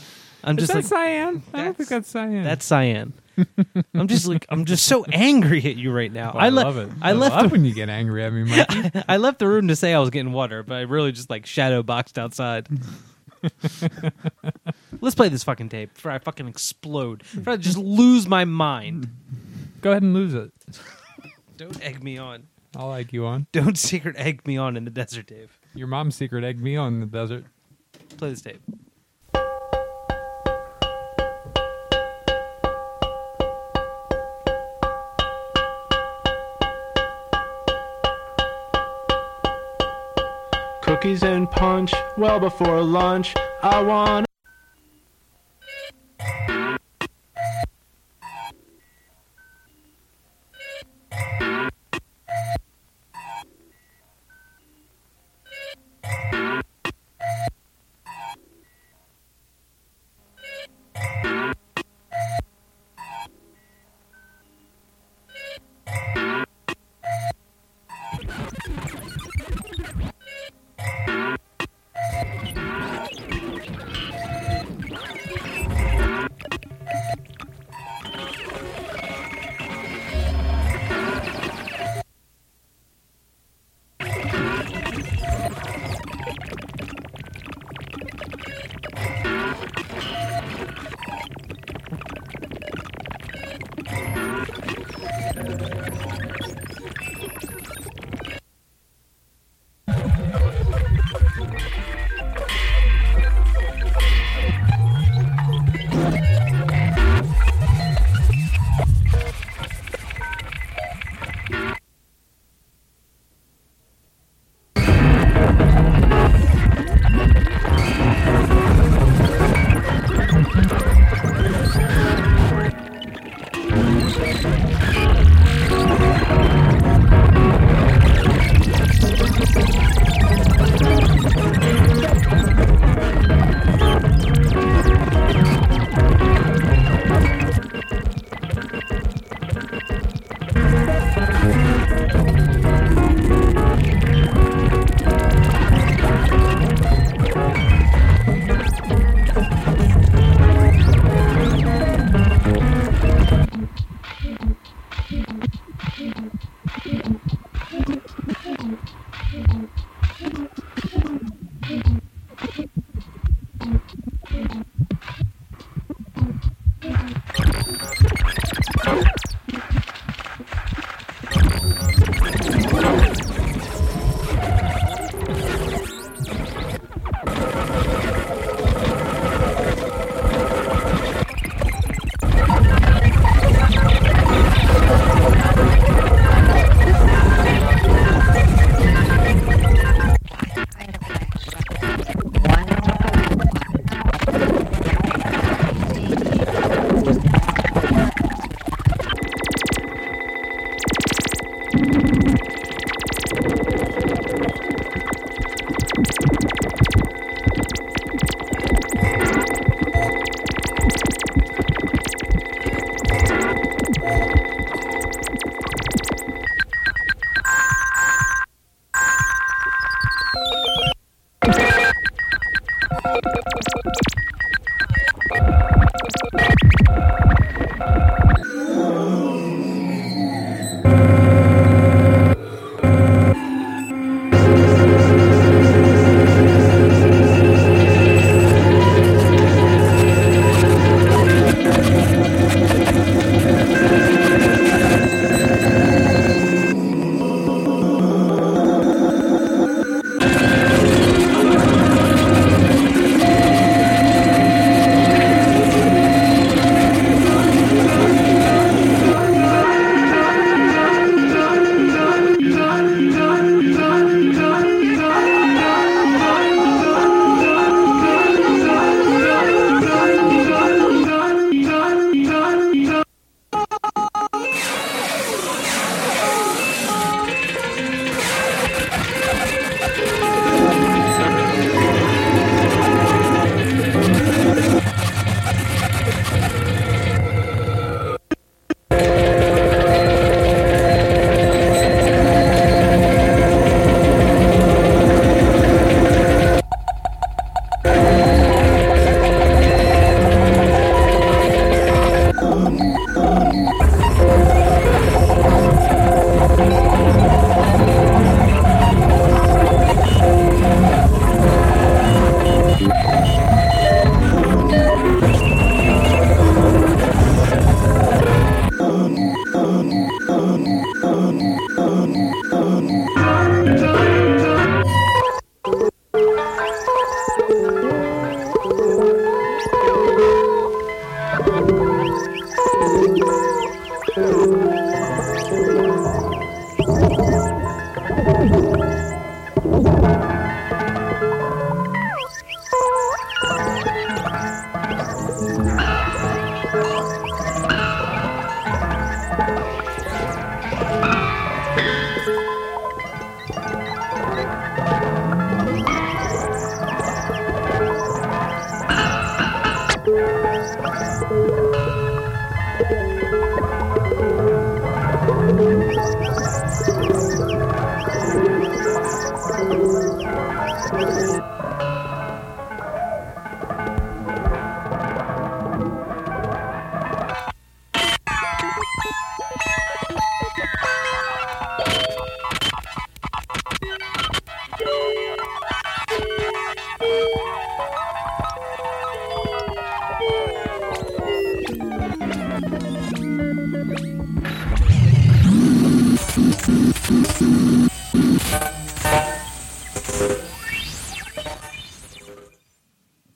Speaker 3: I'm
Speaker 2: Is
Speaker 3: just
Speaker 2: that
Speaker 3: like,
Speaker 2: cyan? I don't think that's cyan.
Speaker 3: that's cyan. I'm just like, I'm just so angry at you right now.
Speaker 2: Oh,
Speaker 3: I, le-
Speaker 2: love it.
Speaker 3: I left.
Speaker 2: love when you get angry at me, Mike.
Speaker 3: the, I left the room to say I was getting water, but I really just like shadow boxed outside. Let's play this fucking tape before I fucking explode. Before I just lose my mind.
Speaker 2: Go ahead and lose it.
Speaker 3: Don't egg me on.
Speaker 2: I'll egg you on.
Speaker 3: Don't secret egg me on in the desert, Dave.
Speaker 2: Your mom's secret egged me on in the desert.
Speaker 3: Play this tape.
Speaker 5: Cookies and punch, well before lunch. I want.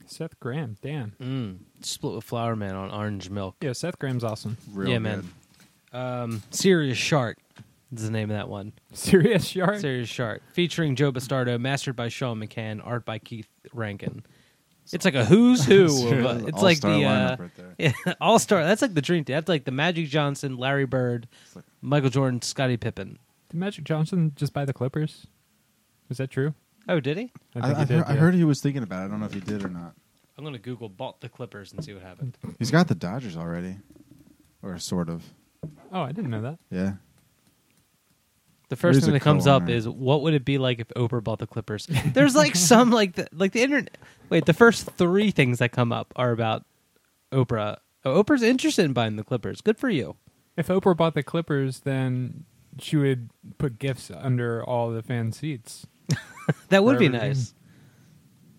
Speaker 2: Seth Graham, damn.
Speaker 3: Mm. Split with Flower Man on Orange Milk.
Speaker 2: Yeah, Seth Graham's awesome.
Speaker 4: Real
Speaker 3: yeah,
Speaker 4: good.
Speaker 3: man. Um, Serious Shark is the name of that one.
Speaker 2: Serious Shark.
Speaker 3: Serious Shark, featuring Joe Bastardo, mastered by Sean McCann, art by Keith Rankin. It's like a who's who. of, uh, it's like
Speaker 4: All-star
Speaker 3: the uh,
Speaker 4: lineup right there.
Speaker 3: all star. That's like the dream team. That's like the Magic Johnson, Larry Bird,
Speaker 4: like-
Speaker 3: Michael Jordan, Scottie Pippen.
Speaker 2: Did Magic Johnson just buy the Clippers? Is that true?
Speaker 3: Oh, did he?
Speaker 2: I
Speaker 4: I,
Speaker 2: he
Speaker 4: I,
Speaker 2: did,
Speaker 4: heard, I
Speaker 2: yeah.
Speaker 4: heard he was thinking about it. I don't know if he did or not.
Speaker 3: I'm gonna Google bought the Clippers and see what happened.
Speaker 4: He's got the Dodgers already, or sort of.
Speaker 2: Oh, I didn't know that.
Speaker 4: Yeah.
Speaker 3: The
Speaker 4: There's
Speaker 3: first thing
Speaker 4: a
Speaker 3: that comes up
Speaker 4: co-owner.
Speaker 3: is what would it be like if Oprah bought the Clippers? There's like some like the like the internet. Wait, the first three things that come up are about Oprah. Oh, Oprah's interested in buying the Clippers. Good for you.
Speaker 2: If Oprah bought the Clippers, then she would put gifts under all the fan seats.
Speaker 3: That would be
Speaker 2: Wherever it
Speaker 3: nice.
Speaker 2: is.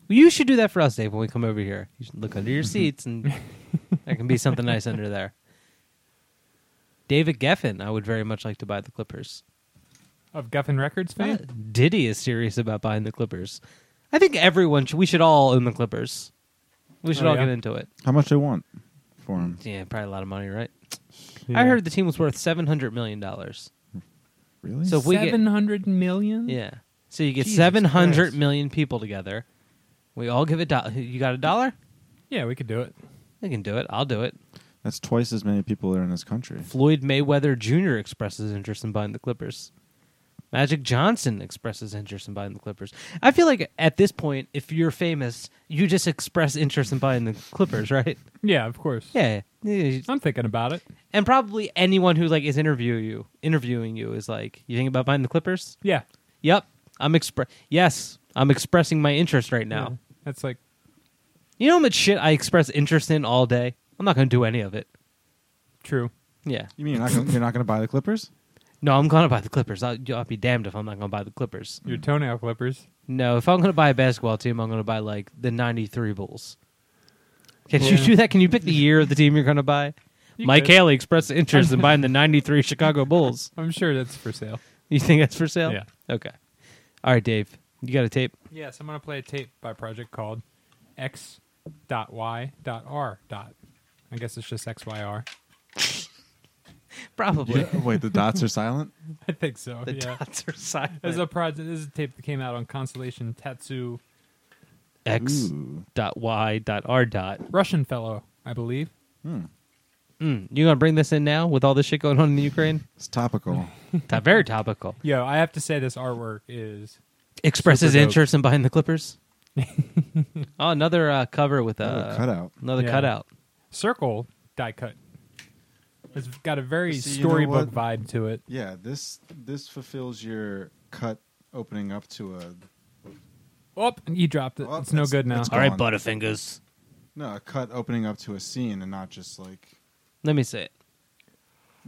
Speaker 3: Well, you should do that for us, Dave, when we come over here. You should look under your seats, and there can be something nice under there. David Geffen, I would very much like to buy the Clippers.
Speaker 2: Of Guffin Records
Speaker 3: Uh,
Speaker 2: fan?
Speaker 3: Diddy is serious about buying the Clippers. I think everyone should, we should all own the Clippers. We should
Speaker 2: Oh,
Speaker 3: all
Speaker 2: yeah?
Speaker 3: get into it.
Speaker 4: How much they want for him?
Speaker 3: Yeah, probably a lot of money, right?
Speaker 2: Yeah.
Speaker 3: I heard the team was worth seven hundred million dollars.
Speaker 4: Really?
Speaker 3: So if we get
Speaker 2: Seven hundred million.
Speaker 3: yeah, so you get
Speaker 2: Hmm. Jesus
Speaker 3: seven hundred
Speaker 2: Christ.
Speaker 3: million people together. We all give a dollar. You got a dollar?
Speaker 2: Yeah, we could do it.
Speaker 3: We can do it. I'll do it.
Speaker 4: That's twice as many people there in this country.
Speaker 3: Floyd Mayweather Jr. expresses interest in buying the Clippers. Magic Johnson expresses interest in buying the Clippers. I feel like at this point, if you're famous, you just express interest in buying the Clippers, right?
Speaker 2: Yeah, of course.
Speaker 3: Yeah. Yeah.
Speaker 2: I'm thinking about it.
Speaker 3: And probably anyone who like is interview you interviewing you is like, you think about buying the Clippers?
Speaker 2: Yeah.
Speaker 3: Yep. I'm expre- yes, I'm expressing my interest right now.
Speaker 2: Yeah. That's like
Speaker 3: You know how much shit I express interest in all day? I'm not going to do any of it.
Speaker 2: True.
Speaker 3: Yeah.
Speaker 4: You mean you're not gonna, you're not going to buy the Clippers?
Speaker 3: No, I'm going to buy the Clippers. I'll, I'll be damned if I'm not going to buy the Clippers.
Speaker 2: Your toenail clippers.
Speaker 3: No, if I'm going to buy a basketball team, I'm going to buy like the 93 Bulls. Can you
Speaker 2: Yeah.
Speaker 3: do that? Can you pick the year of the team you're going to buy?
Speaker 2: You
Speaker 3: Mike
Speaker 2: could.
Speaker 3: Haley expressed interest in buying the 93 Chicago Bulls.
Speaker 2: I'm sure that's for sale.
Speaker 3: You think that's for sale?
Speaker 2: Yeah.
Speaker 3: Okay. All right, Dave. You got a tape?
Speaker 2: Yes, I'm going to play a tape by project called X.Y.R. I guess it's just XYR.
Speaker 3: Probably.
Speaker 4: Wait, the dots are silent.
Speaker 2: I think so.
Speaker 3: The
Speaker 2: yeah.
Speaker 3: dots are silent.
Speaker 2: This is a project. This is a tape that came out on Constellation Tatsu,
Speaker 3: X
Speaker 4: Ooh.
Speaker 3: dot Y dot R dot.
Speaker 2: Russian fellow, I believe.
Speaker 3: Mm, you gonna bring this in now with all this shit going on in the Ukraine?
Speaker 4: It's topical.
Speaker 3: Top- very topical.
Speaker 2: Yo, I have to say this artwork is
Speaker 3: Expresses
Speaker 2: Super dope.
Speaker 3: interest in buying the Clippers. oh, another uh, cover with
Speaker 4: Another
Speaker 3: a
Speaker 4: cutout.
Speaker 3: Another
Speaker 2: Yeah.
Speaker 3: cutout.
Speaker 2: circle die cut. It's got a very
Speaker 4: See, you know
Speaker 2: storybook
Speaker 4: what?
Speaker 2: vibe to it.
Speaker 4: Yeah, this this fulfills your cut opening up to a
Speaker 2: Oh, and you dropped it.
Speaker 4: Oh,
Speaker 2: it's no
Speaker 4: it's-
Speaker 2: good now.
Speaker 4: it's
Speaker 3: All right,
Speaker 4: Gone.
Speaker 3: Butterfingers.
Speaker 4: no a cut opening up to a scene and not just like
Speaker 3: Let me see it.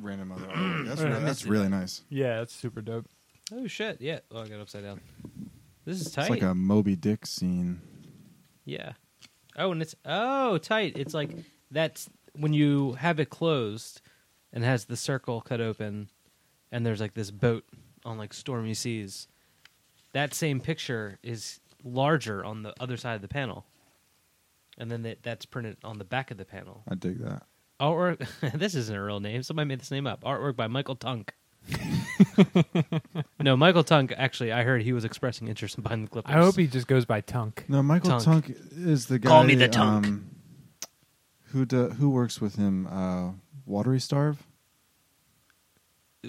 Speaker 4: random other. artwork. That's
Speaker 2: Yeah,
Speaker 4: really,
Speaker 2: I
Speaker 4: that's really nice.
Speaker 2: Yeah, that's super dope.
Speaker 3: Oh shit! Yeah. Oh, I got upside down. This is tight.
Speaker 4: It's like a Moby Dick scene.
Speaker 3: yeah. Oh, and it's oh tight. It's like that's when you have it closed and has the circle cut open, and there's like this boat on like stormy seas. That same picture is larger on the other side of the panel, and then that, that's printed on the back of the panel.
Speaker 4: I dig that.
Speaker 3: Artwork. this isn't a real name. Somebody made this name up. Artwork by Michael Tunk. no, Michael Tunk. Actually, I heard he was expressing interest in buying the Clippers.
Speaker 2: I hope he just goes by Tunk.
Speaker 4: No, Michael
Speaker 3: Tunk.
Speaker 4: Tunk, is the guy.
Speaker 3: Call me the Tunk.
Speaker 4: um, who do, who works with him? Uh, Watery Starve.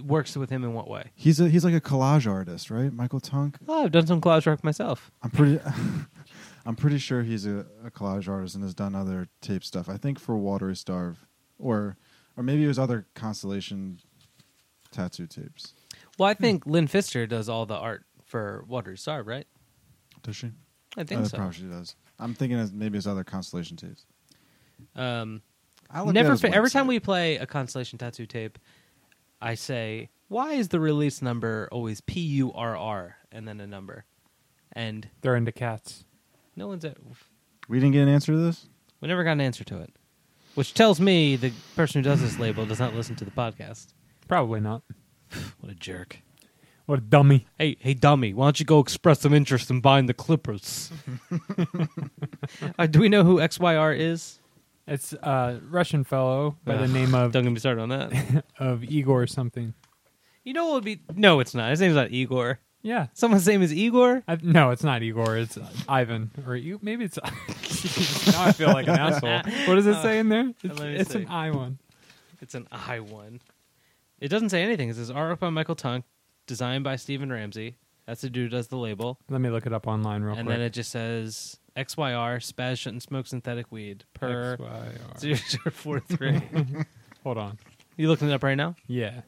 Speaker 3: works with him in what way?
Speaker 4: He's a he's like a collage artist, right? Michael Tunk.
Speaker 3: Oh, I've done some collage work myself.
Speaker 4: I'm pretty. I'm pretty sure he's a, a collage artist and has done other tape stuff. I think for Watery Starve, or or maybe it was other Constellation tattoo tapes.
Speaker 3: Well, I think Lynn Fister does all the art for Water Star, right?
Speaker 4: Does she?
Speaker 3: I think
Speaker 4: Uh,
Speaker 3: so.
Speaker 4: Probably she does. I'm thinking of maybe it's other Constellation tapes.
Speaker 3: Um,
Speaker 4: I looked at
Speaker 3: never.
Speaker 4: his
Speaker 3: Fa- every
Speaker 4: website.
Speaker 3: time we play a Constellation Tattoo tape, I say, "Why is the release number always P U R R and then a number?" And
Speaker 2: They're into cats.
Speaker 3: no one's. At-
Speaker 4: we didn't get an answer to this.
Speaker 3: we never got an answer to it, which tells me the person who does this label does not listen to the podcast.
Speaker 2: Probably not.
Speaker 3: What a jerk!
Speaker 2: What a dummy.
Speaker 3: Hey, hey, dummy! Why don't you go express some interest in buying the Clippers? uh, do we know who XYR is?
Speaker 2: It's a Russian fellow by the
Speaker 3: Ugh,
Speaker 2: name of
Speaker 3: Don't get me started on that.
Speaker 2: of Igor something.
Speaker 3: you know what would be? No, it's not. His name's not Igor.
Speaker 2: Yeah.
Speaker 3: Someone's name is Igor.
Speaker 2: I, no, it's not Igor. It's Ivan, or you? Maybe it's. now I feel like an asshole. What does it say in there? It's,
Speaker 3: Uh, me
Speaker 2: it's
Speaker 3: see.
Speaker 2: an I one.
Speaker 3: It's an I one. It doesn't say anything. It says artwork by Michael Tunk, designed by Stephen Ramsey. That's the dude who does the label.
Speaker 2: Let me look it up online real
Speaker 3: and
Speaker 2: quick.
Speaker 3: then it just says XYR. Spaz shouldn't smoke synthetic weed. Per
Speaker 2: XYR.
Speaker 3: zero zero four three.
Speaker 2: Hold on.
Speaker 3: You looking it up right now?
Speaker 2: Yeah.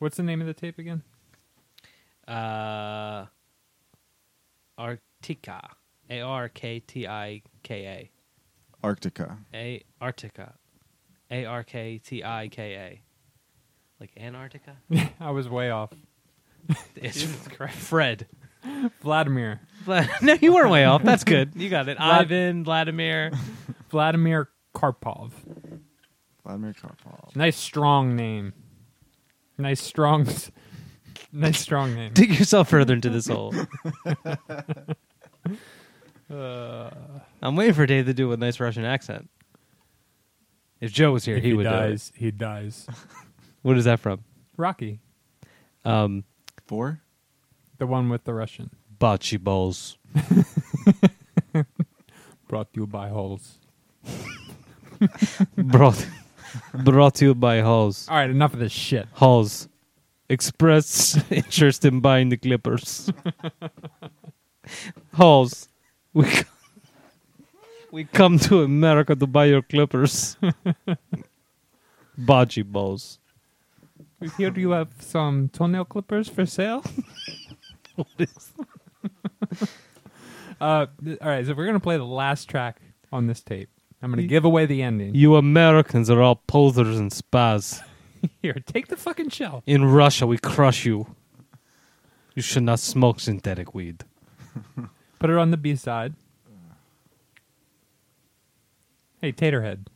Speaker 2: What's the name of the tape again?
Speaker 3: Uh, Arctica. A R K T I K
Speaker 4: Arctica.
Speaker 3: A. A Arctica. A R K T I K A. Like Antarctica?
Speaker 2: I was way off.
Speaker 3: It's correct. Fred.
Speaker 2: Vladimir.
Speaker 3: no, you weren't way off. That's good. You got it. Ivan, Vladimir.
Speaker 2: Vladimir Karpov.
Speaker 4: Vladimir Karpov.
Speaker 2: Nice strong name. Nice strong. nice strong name.
Speaker 3: Dig yourself further into this hole. Uh, I'm waiting for Dave to do a nice Russian accent. If Joe was here,
Speaker 2: If
Speaker 3: he, would do it.
Speaker 2: dies. He dies.
Speaker 3: What is that from?
Speaker 2: Rocky,
Speaker 3: Um,
Speaker 4: Four.
Speaker 2: the one with the Russian,
Speaker 3: Bocce balls.
Speaker 2: brought to you by holes.
Speaker 3: brought brought to you by Halls.
Speaker 2: All right, enough of this shit.
Speaker 3: Halls express interest in buying the Clippers. Halls, we c- we come to America to buy your Clippers. Bocce balls.
Speaker 2: We hear you have some toenail clippers for sale. uh, th- all right, so we're gonna play the last track on this tape. I'm going to give away the ending.
Speaker 3: You Americans are all posers and spas.
Speaker 2: Here, take the fucking shell.
Speaker 3: In Russia, we crush you. You should not smoke synthetic weed.
Speaker 2: Put it on the B side. Hey, Taterhead.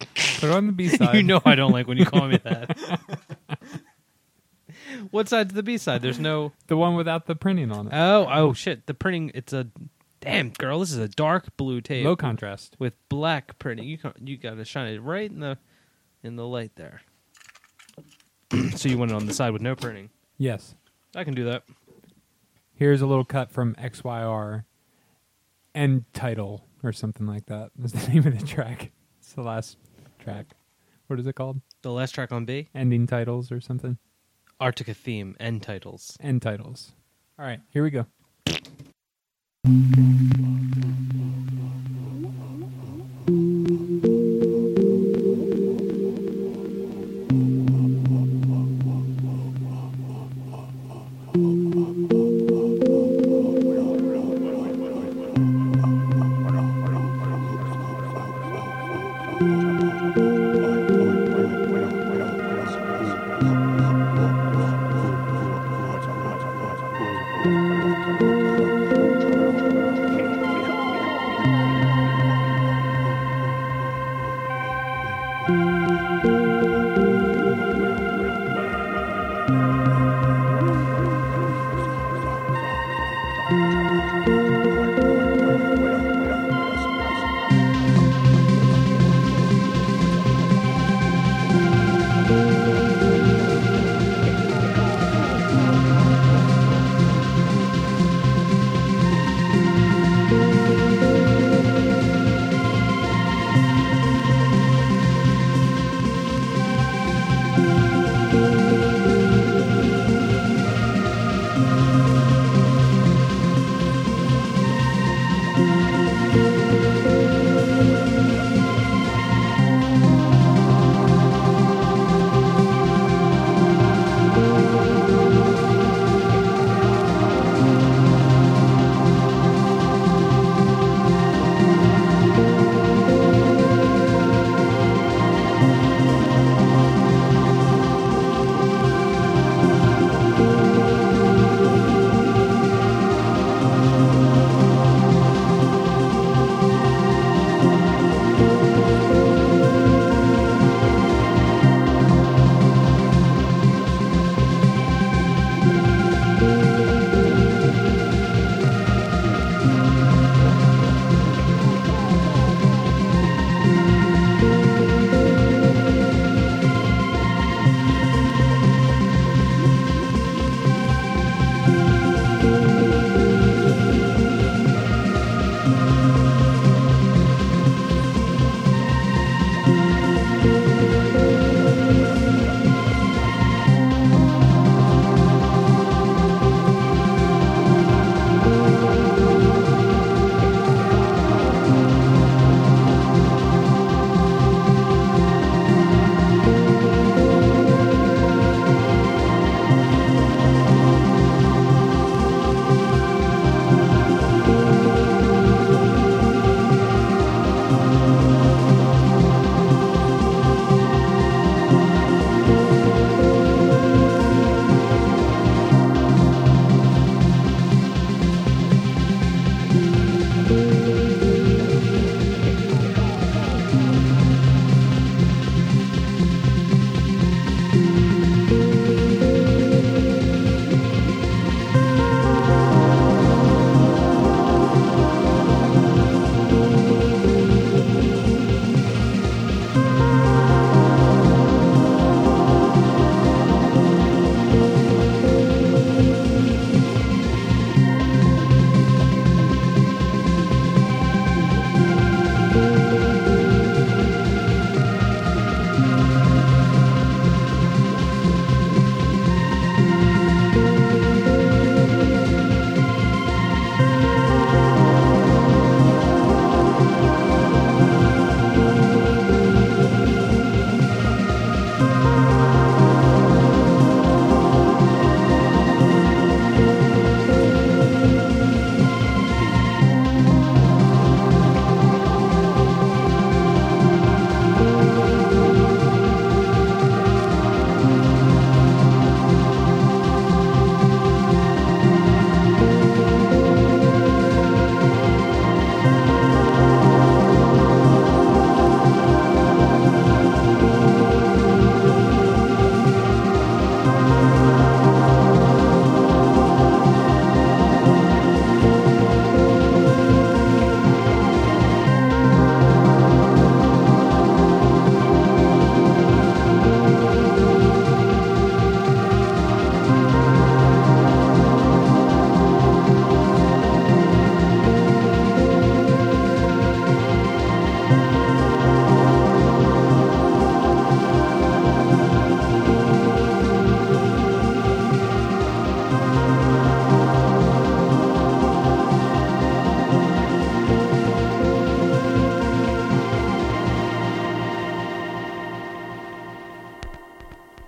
Speaker 2: Put it on the B side.
Speaker 3: you know I don't like when you call me that. what side's the B side? There's no.
Speaker 2: the one without the printing on it.
Speaker 3: Oh, oh shit! The printing. It's a damn girl. This is a dark blue tape
Speaker 2: Low contrast.
Speaker 3: with black printing. You can't, you gotta shine it right in the in the light there. so you want it on the side with no printing.
Speaker 2: Yes.
Speaker 3: I can do that.
Speaker 2: Here's a little cut from XYR and title or something like that is the name of the track. It's the last track. What is it called?
Speaker 3: The last track on B,
Speaker 2: Ending titles or something?
Speaker 3: Arctica theme and titles.
Speaker 2: End titles. All right, here we go.
Speaker 7: Thank you.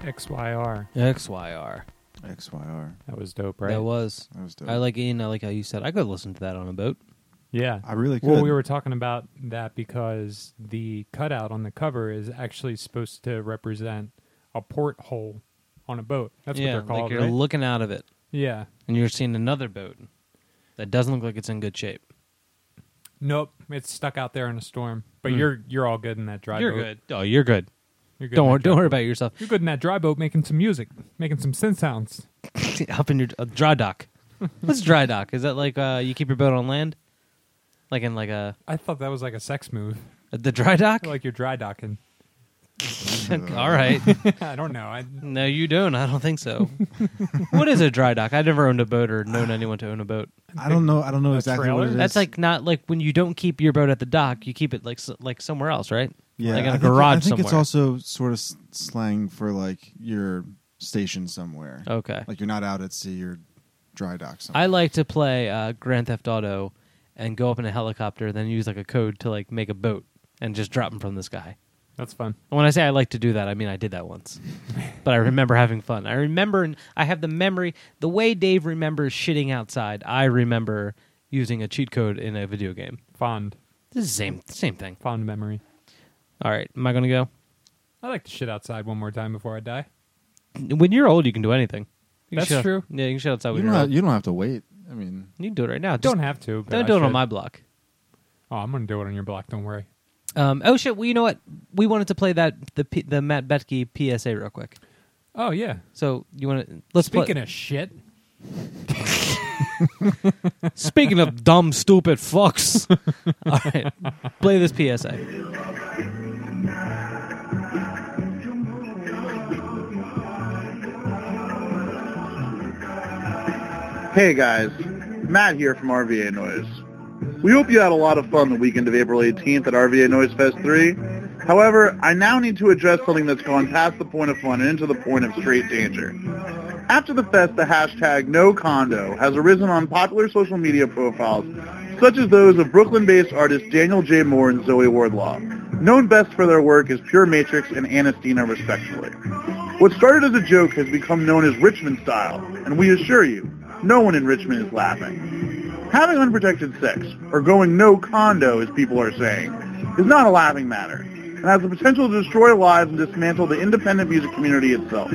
Speaker 2: XYR.
Speaker 3: XYR.
Speaker 4: XYR.
Speaker 2: That was dope, right?
Speaker 3: That was.
Speaker 4: That was dope.
Speaker 3: I like Ian. I like how you said. I could listen to that on a boat.
Speaker 2: Yeah.
Speaker 4: I really could.
Speaker 2: Well, we were talking about that because the cutout on the cover is actually supposed to represent a porthole on a boat. That's
Speaker 3: yeah,
Speaker 2: what they're called,
Speaker 3: like you're
Speaker 2: right?
Speaker 3: looking out of it,
Speaker 2: yeah.
Speaker 3: and you're seeing another boat that doesn't look like it's in good shape.
Speaker 2: Nope, it's stuck out there in a storm. But
Speaker 3: Hmm.
Speaker 2: you're you're all good in that dry boat.
Speaker 3: Oh, you're good.
Speaker 2: You're good.
Speaker 3: don't
Speaker 2: in
Speaker 3: worry,
Speaker 2: that dry-
Speaker 3: don't worry about yourself.
Speaker 2: You're good in that dry boat making some music, making some synth sounds.
Speaker 3: Up in your uh, dry dock. What's dry dock? Is that like uh, you keep your boat on land, like in like a
Speaker 2: I thought that was like a sex move,
Speaker 3: the dry dock?
Speaker 2: like you're dry docking.
Speaker 3: All right.
Speaker 2: I don't know. I
Speaker 3: no, you don't. I don't think so. what is a dry dock? I never owned a boat or known anyone to own a boat.
Speaker 4: I don't know. I don't know exactly what
Speaker 2: trailer?
Speaker 4: it is.
Speaker 3: That's like not like when you don't keep your boat at the dock, you keep it like s- like somewhere else, right?
Speaker 4: yeah.
Speaker 3: like in
Speaker 4: I
Speaker 3: a
Speaker 4: think, I
Speaker 3: garage
Speaker 4: think
Speaker 3: somewhere.
Speaker 4: it's also sort of s- slang for like your station somewhere.
Speaker 3: okay.
Speaker 4: Like you're not out at sea. You're dry dock somewhere.
Speaker 3: I like to play uh, Grand Theft Auto and go up in a helicopter, then use like a code to like make a boat and just drop them from the sky.
Speaker 2: that's fun.
Speaker 3: And when I say I like to do that, I mean I did that once, but I remember having fun. I remember, and I have the memory. The way Dave remembers shitting outside, I remember using a cheat code in a video game.
Speaker 2: Fond,
Speaker 3: This is the same same thing.
Speaker 2: fond memory.
Speaker 3: All right, am I gonna go?
Speaker 2: I like to shit outside one more time before I die.
Speaker 3: When you're old, you can do anything. You can
Speaker 2: That's
Speaker 3: shit out-
Speaker 2: true.
Speaker 3: Yeah, you can shit outside.
Speaker 4: You
Speaker 3: When
Speaker 4: don't,
Speaker 3: you're
Speaker 4: have,
Speaker 3: old.
Speaker 4: you don't have to wait. I mean,
Speaker 3: You can do it right now.
Speaker 2: Don't
Speaker 3: Just-
Speaker 2: have to. But
Speaker 3: Don't
Speaker 2: I
Speaker 3: do it on
Speaker 2: should.
Speaker 3: my block.
Speaker 2: Oh, I'm gonna do it on your block. Don't worry.
Speaker 3: Um, oh shit! Well, you know what? We wanted to play that the P- the Matt Betke PSA real quick.
Speaker 2: Oh yeah.
Speaker 3: So you want to let's play-
Speaker 2: Speaking of shit,
Speaker 3: speaking of dumb stupid fucks. All right, play this PSA.
Speaker 7: Hey guys, Matt here from RVA Noise. We hope you had a lot of fun the weekend of April 18th at RVA Noise Fest 3. However, I now need to address something that's gone past the point of fun and into the point of straight danger. After the fest, the hashtag NoCondo has arisen on popular social media profiles such as those of Brooklyn-based artists Daniel J. Moore and Zoe Wardlaw, known best for their work as Pure Matrix and Anastina respectively. What started as a joke has become known as Richmond style, and we assure you, no one in Richmond is laughing. Having unprotected sex, or going no condo as people are saying, is not a laughing matter, and has the potential to destroy lives and dismantle the independent music community itself.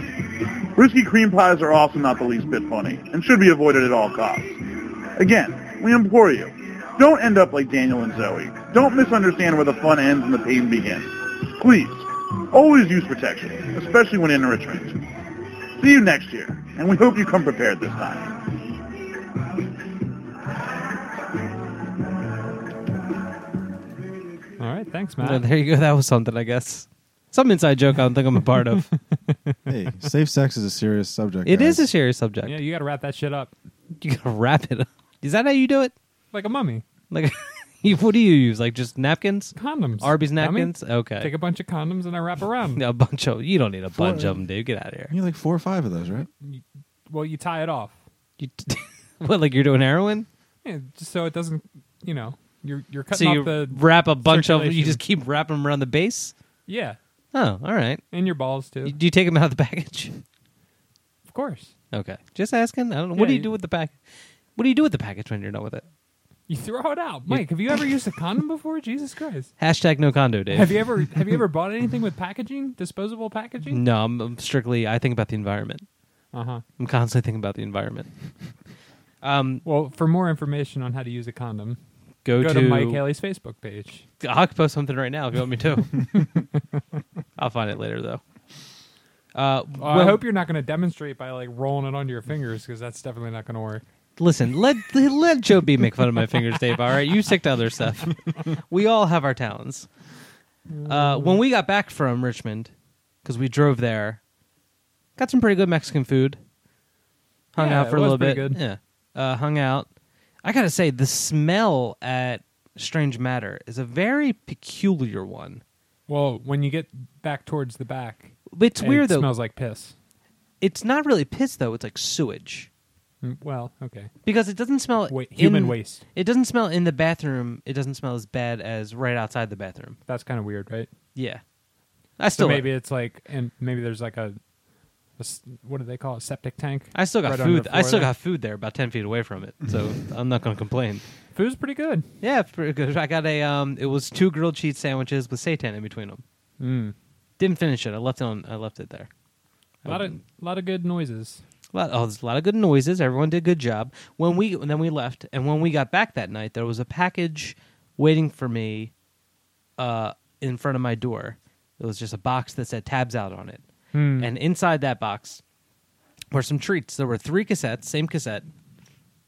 Speaker 7: Risky cream pies are also not the least bit funny and should be avoided at all costs. Again, we implore you, don't end up like Daniel and Zoe. Don't misunderstand where the fun ends and the pain begins. Please, always use protection, especially when in Richmond. See you next year, and we hope you come prepared this time.
Speaker 2: all right. Thanks,
Speaker 3: Uh,
Speaker 2: Matt.
Speaker 3: there you go. That was something, I guess. Some inside joke I don't think I'm a part of.
Speaker 4: hey, safe sex is a serious subject.
Speaker 3: It is a
Speaker 4: guys.
Speaker 3: serious subject.
Speaker 2: Yeah, you got to wrap that shit up
Speaker 3: You gotta wrap it. up. Is that how you do it?
Speaker 2: like a mummy.
Speaker 3: Like, you- what do you use? Like just napkins,
Speaker 2: Condoms.
Speaker 3: Arby's
Speaker 2: dummy.
Speaker 3: napkins. Okay,
Speaker 2: Take a bunch of condoms and I wrap around.
Speaker 3: a bunch of. You don't need a bunch of them, dude. Get out of here.
Speaker 4: You need like four or five of those, right?
Speaker 2: Well, you tie it off.
Speaker 3: You what? Like you're doing heroin?
Speaker 2: Yeah, just so it doesn't, you know, you're you're
Speaker 3: So
Speaker 2: cutting
Speaker 3: you
Speaker 2: off the
Speaker 3: wrap a bunch of. You
Speaker 2: circulation.
Speaker 3: just keep wrapping them around the base.
Speaker 2: yeah,
Speaker 3: Oh, all right.
Speaker 2: and your balls too.
Speaker 3: You- Do you take them out of the package?
Speaker 2: of course,
Speaker 3: Okay, just asking. I don't know. What
Speaker 2: Yeah,
Speaker 3: do you
Speaker 2: you-
Speaker 3: do with the pack? What do you do with the package when you're done with it?
Speaker 2: you throw it out. Mike, have you ever used a condom before? Jesus Christ.
Speaker 3: Hashtag no condo, Dave.
Speaker 2: Have you ever have you ever bought anything with packaging, disposable packaging?
Speaker 3: No, I'm, I'm strictly. I think about the environment.
Speaker 2: Uh huh.
Speaker 3: I'm constantly thinking about the environment. Um,
Speaker 2: Well, for more information on how to use a condom,
Speaker 3: go,
Speaker 2: go to Mike Haley's Facebook page.
Speaker 3: I could post something right now if you want me to. I'll find it later though. Uh,
Speaker 2: I
Speaker 3: well,
Speaker 2: hope you're not going to demonstrate by like rolling it onto your fingers because that's definitely not going to work.
Speaker 3: listen. Let let Joe B make fun of my fingers, Dave. All right, you stick to other stuff. We all have our talents. Uh, when we got back from Richmond, because we drove there, got some pretty good Mexican food. Hung
Speaker 2: Yeah,
Speaker 3: out for
Speaker 2: it
Speaker 3: a
Speaker 2: was
Speaker 3: little bit.
Speaker 2: pretty good.
Speaker 3: Yeah, uh, hung out. I gotta say, the smell at Strange Matter is a very peculiar one.
Speaker 2: Well, when you get back towards the back,
Speaker 3: It's weird
Speaker 2: it
Speaker 3: though.
Speaker 2: Smells like piss.
Speaker 3: it's not really piss though. It's like sewage
Speaker 2: Mm, Well, okay.
Speaker 3: because it doesn't smell
Speaker 2: Wait,
Speaker 3: in-
Speaker 2: human waste.
Speaker 3: It doesn't smell in the bathroom. It doesn't smell as bad as right outside the bathroom.
Speaker 2: That's kind of weird, right?
Speaker 3: Yeah, I
Speaker 2: So
Speaker 3: still uh,
Speaker 2: maybe it's like, and maybe there's like a a s- what do they call it? Septic tank.
Speaker 3: I still got
Speaker 2: right under
Speaker 3: food.
Speaker 2: the
Speaker 3: I
Speaker 2: floor
Speaker 3: still
Speaker 2: there.
Speaker 3: got food there, about ten feet away from it. So I'm not gonna complain.
Speaker 2: food's pretty good.
Speaker 3: Yeah, it's pretty good. I got a. Um, it was two grilled cheese sandwiches with seitan in between them.
Speaker 2: Mm.
Speaker 3: Didn't finish it. I left it on. I left it there.
Speaker 2: A lot of lot of good noises.
Speaker 3: lot, oh, there's a lot of good noises. Everyone did a good job. When we and then we left, and when we got back that night, there was a package waiting for me uh, in front of my door. It was just a box that said "Tabs Out" on it,
Speaker 2: Hmm.
Speaker 3: and inside that box were some treats. There were three cassettes, same cassette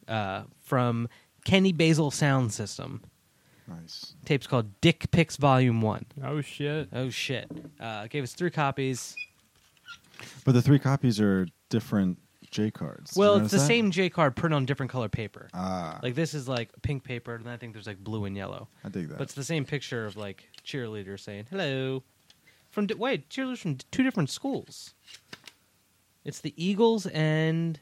Speaker 3: uh, from Kenny Basil Sound System.
Speaker 4: Nice.
Speaker 3: Tape's called "Dick Picks Volume One."
Speaker 2: Oh shit!
Speaker 3: Oh shit! Uh, gave us three copies.
Speaker 4: But the three copies are different J cards. Did you
Speaker 3: Well, it's
Speaker 4: notice
Speaker 3: the
Speaker 4: that?
Speaker 3: same J card printed on different color paper.
Speaker 4: Ah,
Speaker 3: Like this is like pink paper, and I think there's like blue and yellow.
Speaker 4: I dig that.
Speaker 3: But it's the same picture of like cheerleaders saying hello from di- wait cheerleaders from d- two different schools. It's the Eagles and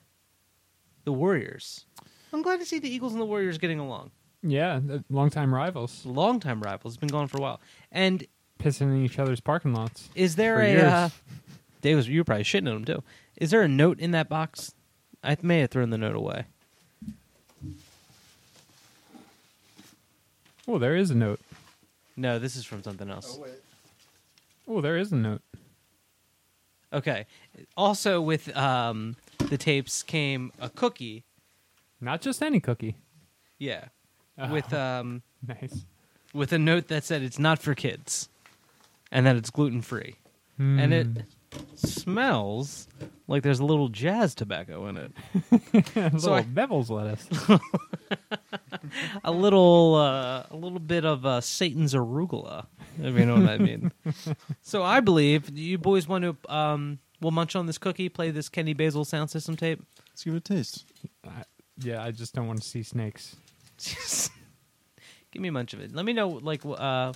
Speaker 3: the Warriors. I'm glad to see the Eagles and the Warriors getting along.
Speaker 2: Yeah, th- longtime rivals
Speaker 3: Longtime rivals, it's been gone for a while. And
Speaker 2: pissing in each other's parking lots.
Speaker 3: is there
Speaker 2: For
Speaker 3: a
Speaker 2: years.
Speaker 3: uh, Davis? You were probably shitting on him too. Is there a note in that box? I may have thrown the note away.
Speaker 2: Oh, there is a note.
Speaker 3: No, this is from something else.
Speaker 2: Oh, there is a note.
Speaker 3: Okay. Also, with um, the tapes came a cookie.
Speaker 2: Not just any cookie.
Speaker 3: Yeah. With um,
Speaker 2: Nice.
Speaker 3: with a note that said it's not for kids, and that it's gluten free, and it smells like there's a little jazz tobacco in it,
Speaker 2: Little
Speaker 3: so I-
Speaker 2: Bevel's lettuce.
Speaker 3: a little uh, a little bit of uh, Satan's arugula. If you know what I mean. so I believe you boys want to um, will munch on this cookie, play this Kenny Basil sound system tape.
Speaker 4: Let's give it a taste.
Speaker 2: yeah, I just don't want to see snakes.
Speaker 3: Give me a bunch of it. Let me know, like, wh- uh,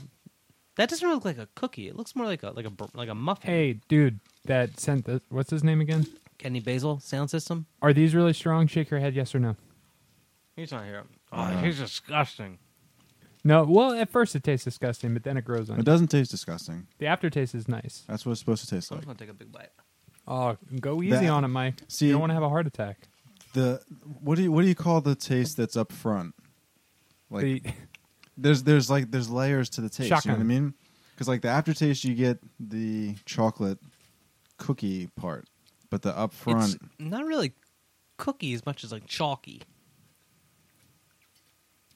Speaker 3: that doesn't look like a cookie. It looks more like a like a bur- like a muffin.
Speaker 2: Hey, dude, that sent the what's his name again?
Speaker 3: Kenny Basil sound system.
Speaker 2: Are these really strong? Shake your head, yes or no.
Speaker 3: He's not here. Oh, he's disgusting.
Speaker 2: No, well, at first it tastes disgusting, but then it grows on
Speaker 4: It
Speaker 2: you.
Speaker 4: doesn't taste disgusting.
Speaker 2: The aftertaste is nice.
Speaker 4: That's what it's supposed to taste
Speaker 3: I'm
Speaker 4: like.
Speaker 3: just gonna take a big bite.
Speaker 2: Oh, go easy
Speaker 4: That-
Speaker 2: on it, Mike.
Speaker 4: See-
Speaker 2: you don't want to have a heart attack.
Speaker 4: The what do you what do you call the taste that's up front? Like
Speaker 2: the,
Speaker 4: there's there's like there's layers to the taste. You know what I
Speaker 2: Shotgun.
Speaker 4: mean? Because like the aftertaste, you get the chocolate cookie part, but the up
Speaker 3: It's
Speaker 4: front,
Speaker 3: not really cookie as much as like chalky.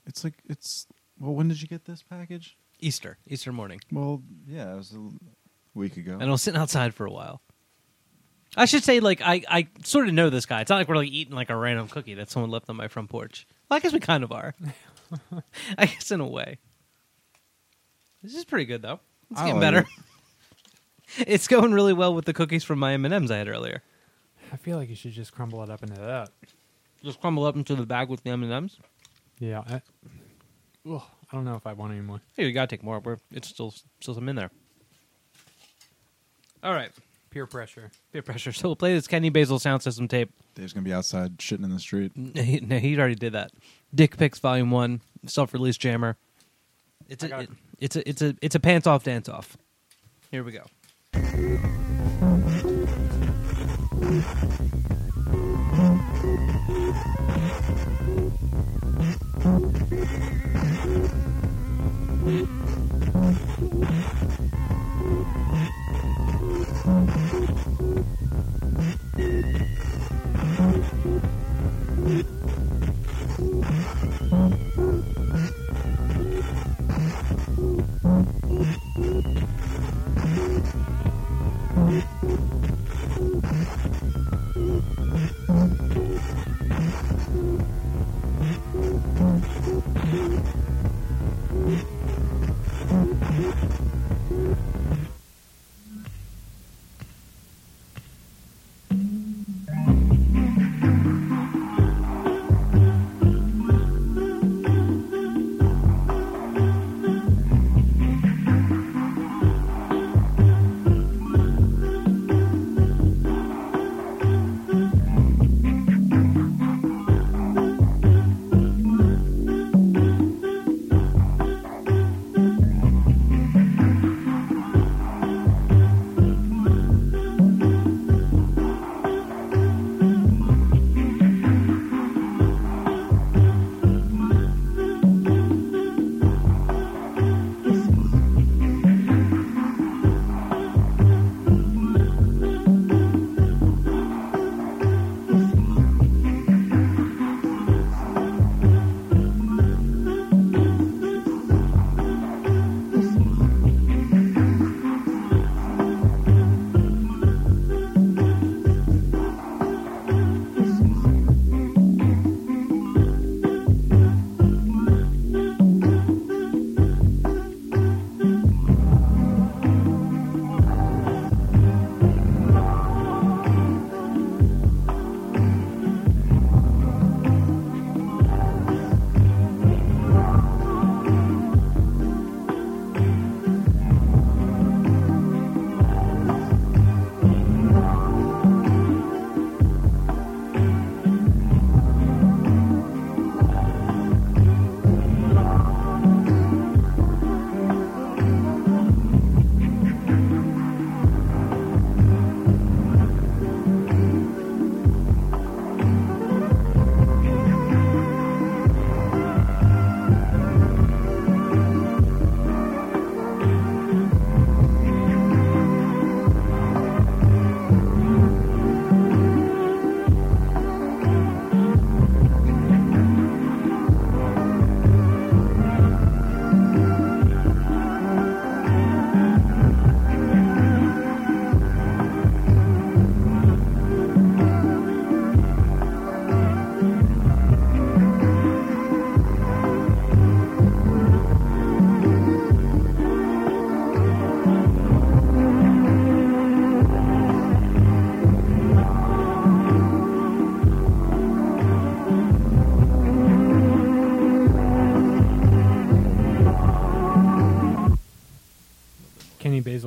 Speaker 4: it's like it's. Well, when did you get this package?
Speaker 3: Easter, Easter morning,
Speaker 4: Well, yeah, it was a l- week ago.
Speaker 3: and I was sitting outside for a while. I should say, like, I I sort of know this guy. It's not like we're like eating like a random cookie that someone left on my front porch. Well, I guess we kind of are. I guess in a way. This is pretty good though. It's
Speaker 4: I
Speaker 3: getting
Speaker 4: like
Speaker 3: better.
Speaker 4: it.
Speaker 3: it's going really well with the cookies from my M and M's I had earlier.
Speaker 2: I feel like you should just crumble it up into that.
Speaker 3: Just crumble up into the bag with the M and M's.
Speaker 2: Yeah. I, ugh, I don't know if I want any more.
Speaker 3: Hey, we gotta take more. We're, it's still still some in there. All right,
Speaker 2: Peer pressure.
Speaker 3: peer pressure. So we'll play this Kenny Basil sound system tape.
Speaker 4: Dave's gonna be outside shitting in the street.
Speaker 3: No, he, no, he already did that. Dick Picks Volume One, self release jammer. It's a
Speaker 2: got-
Speaker 3: it- it's a it's a it's a pants off dance off. Here we go.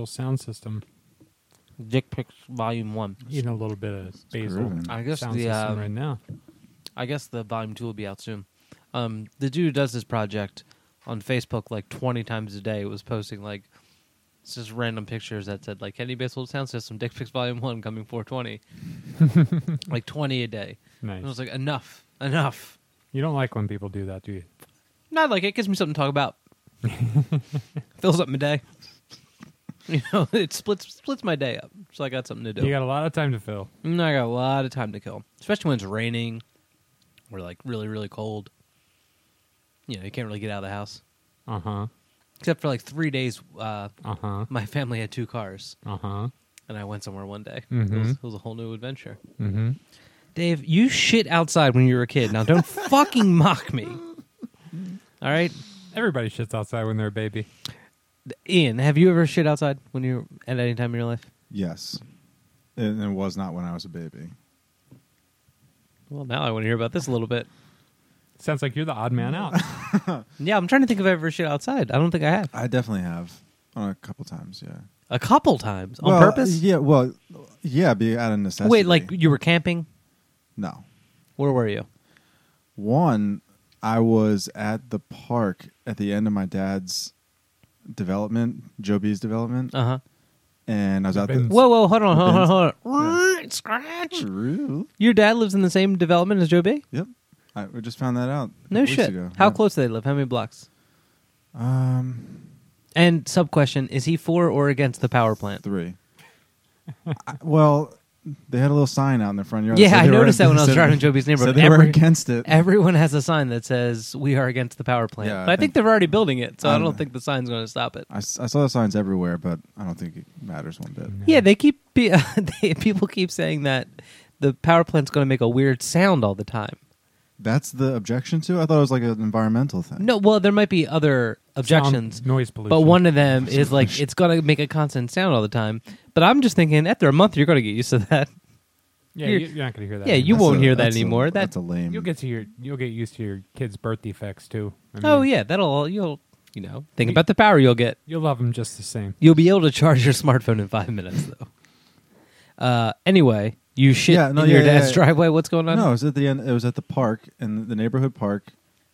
Speaker 2: sound system.
Speaker 3: Dick Pics Volume One.
Speaker 2: Eating a little bit of basil
Speaker 4: grooving.
Speaker 3: I guess
Speaker 2: sound
Speaker 3: the
Speaker 2: system
Speaker 3: um,
Speaker 2: right now.
Speaker 3: I guess the Volume Two will be out soon. Um, the dude who does this project on Facebook like twenty times a day was posting like it's just random pictures that said like Kenny Basehold Sound System Dick Pics Volume One coming four twenty, like twenty a day.
Speaker 2: Nice.
Speaker 3: And I was like, enough, enough.
Speaker 2: you don't like when people do that, do you?
Speaker 3: Not like it gives me something to talk about. Fills up my day. You know, it splits splits my day up, so I got something to do.
Speaker 2: You got a lot of time to fill.
Speaker 3: Mm, I got a lot of time to kill, especially when it's raining or like really, really cold. You know, you can't really get out of the house.
Speaker 2: Uh huh.
Speaker 3: Except for like three days, uh,
Speaker 2: Uh huh.
Speaker 3: my family had two cars,
Speaker 2: Uh huh.
Speaker 3: and I went somewhere one day. It,
Speaker 2: Mhm.
Speaker 3: was, it was a whole new adventure.
Speaker 2: Mm-hmm.
Speaker 3: Dave, you shit outside when you were a kid. Now don't fucking mock me. All right,
Speaker 2: Everybody shits outside when they're a baby.
Speaker 3: Ian, have you ever shit outside when you at any time in your life?
Speaker 4: Yes. And it was not when I was a baby.
Speaker 3: Well, now I want to hear about this a little bit.
Speaker 2: Sounds like you're the odd man out.
Speaker 3: Yeah, I'm trying to think if I ever shit outside. I don't think I have.
Speaker 4: I definitely have uh, a couple times, yeah.
Speaker 3: A couple times on
Speaker 4: Well,
Speaker 3: purpose.
Speaker 4: Yeah, well, yeah, be out of necessity.
Speaker 3: Wait, like you were camping?
Speaker 4: no.
Speaker 3: Where were you?
Speaker 4: One, I was at the park at the end of my dad's development, Joe B's development,
Speaker 3: Uh huh.
Speaker 4: and I was out there.
Speaker 2: Ben's-
Speaker 3: Whoa, whoa, hold on, hold on, hold on. Scratch. Your dad lives in the same development as Joe B.
Speaker 4: Yep, I we just found that out. a couple
Speaker 3: No
Speaker 4: weeks
Speaker 3: shit.
Speaker 4: ago.
Speaker 3: How
Speaker 4: Yeah.
Speaker 3: close do they live? How many blocks?
Speaker 4: Um,
Speaker 3: And sub question: Is he for or against the power plant?
Speaker 4: three. I, well, they had a little sign out in the front yard.
Speaker 3: Yeah,
Speaker 4: said
Speaker 3: I
Speaker 4: they were
Speaker 3: noticed that when I was
Speaker 4: said-
Speaker 3: driving Joe B's
Speaker 4: Said
Speaker 3: neighborhood.
Speaker 4: they were
Speaker 3: Every- e-
Speaker 4: against it.
Speaker 3: Everyone has a sign that says "We are against the power plant,"
Speaker 4: Yeah, I
Speaker 3: but I think,
Speaker 4: think-
Speaker 3: they're already building it, so I
Speaker 4: I
Speaker 3: don't,
Speaker 4: don't know.
Speaker 3: think the sign's going to stop it.
Speaker 4: I, s- I saw the signs everywhere, but I don't think it matters one bit.
Speaker 3: Yeah, they keep be- they, people keep saying that the power plant's going to make a weird sound all the time.
Speaker 4: That's the objection to. it? I thought it was like an environmental thing.
Speaker 3: No, well, there might be other objections.
Speaker 2: Sound noise pollution.
Speaker 3: But one of them is like it's gonna make a constant sound all the time. But I'm just thinking, after a month, you're gonna get used to that.
Speaker 2: yeah,
Speaker 3: you're-
Speaker 2: you're, you're not gonna hear that.
Speaker 3: Yeah, you
Speaker 2: anymore.
Speaker 4: That's
Speaker 3: won't
Speaker 4: a-
Speaker 3: hear that
Speaker 4: that's a-
Speaker 3: anymore. That-
Speaker 4: that's a lame.
Speaker 2: You'll get to your. You'll get used to your kids' birth defects too. I
Speaker 3: Oh
Speaker 2: mean,
Speaker 3: yeah, that'll you'll you know think about the power you'll get.
Speaker 2: You'll love them just the same.
Speaker 3: You'll be able to charge your smartphone in five minutes though. Uh, anyway, you shit
Speaker 4: Yeah, no,
Speaker 3: in your
Speaker 4: yeah, yeah,
Speaker 3: dad's
Speaker 4: yeah.
Speaker 3: driveway. What's going on?
Speaker 4: No, it was at the end. It was at the park in the neighborhood park,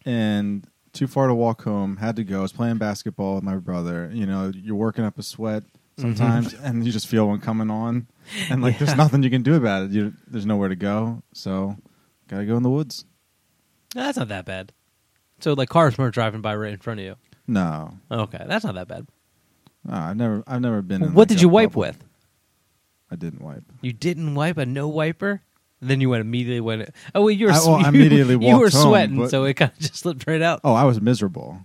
Speaker 4: and too far to walk home. Had to go. I was playing basketball with my brother. You know, you're working up a sweat sometimes, and you just feel one coming on, and like
Speaker 3: Mm-hmm. Yeah.
Speaker 4: there's nothing you can do about it. You, there's nowhere to go, so gotta go in the woods.
Speaker 3: No, that's not that bad. So like cars weren't driving by right in front of you.
Speaker 4: No,
Speaker 3: Okay, that's not that bad.
Speaker 4: No, I've never, I've never been. In
Speaker 3: what
Speaker 4: like,
Speaker 3: did
Speaker 4: a
Speaker 3: you wipe
Speaker 4: bubble.
Speaker 3: with?
Speaker 4: I didn't wipe.
Speaker 3: You didn't wipe a no wiper. And then you went immediately went. Oh wait, you were
Speaker 4: I- well,
Speaker 3: you,
Speaker 4: I immediately
Speaker 3: you were
Speaker 4: walked home,
Speaker 3: sweating,
Speaker 4: but-
Speaker 3: so it kind of just slipped right out.
Speaker 4: Oh, I was miserable.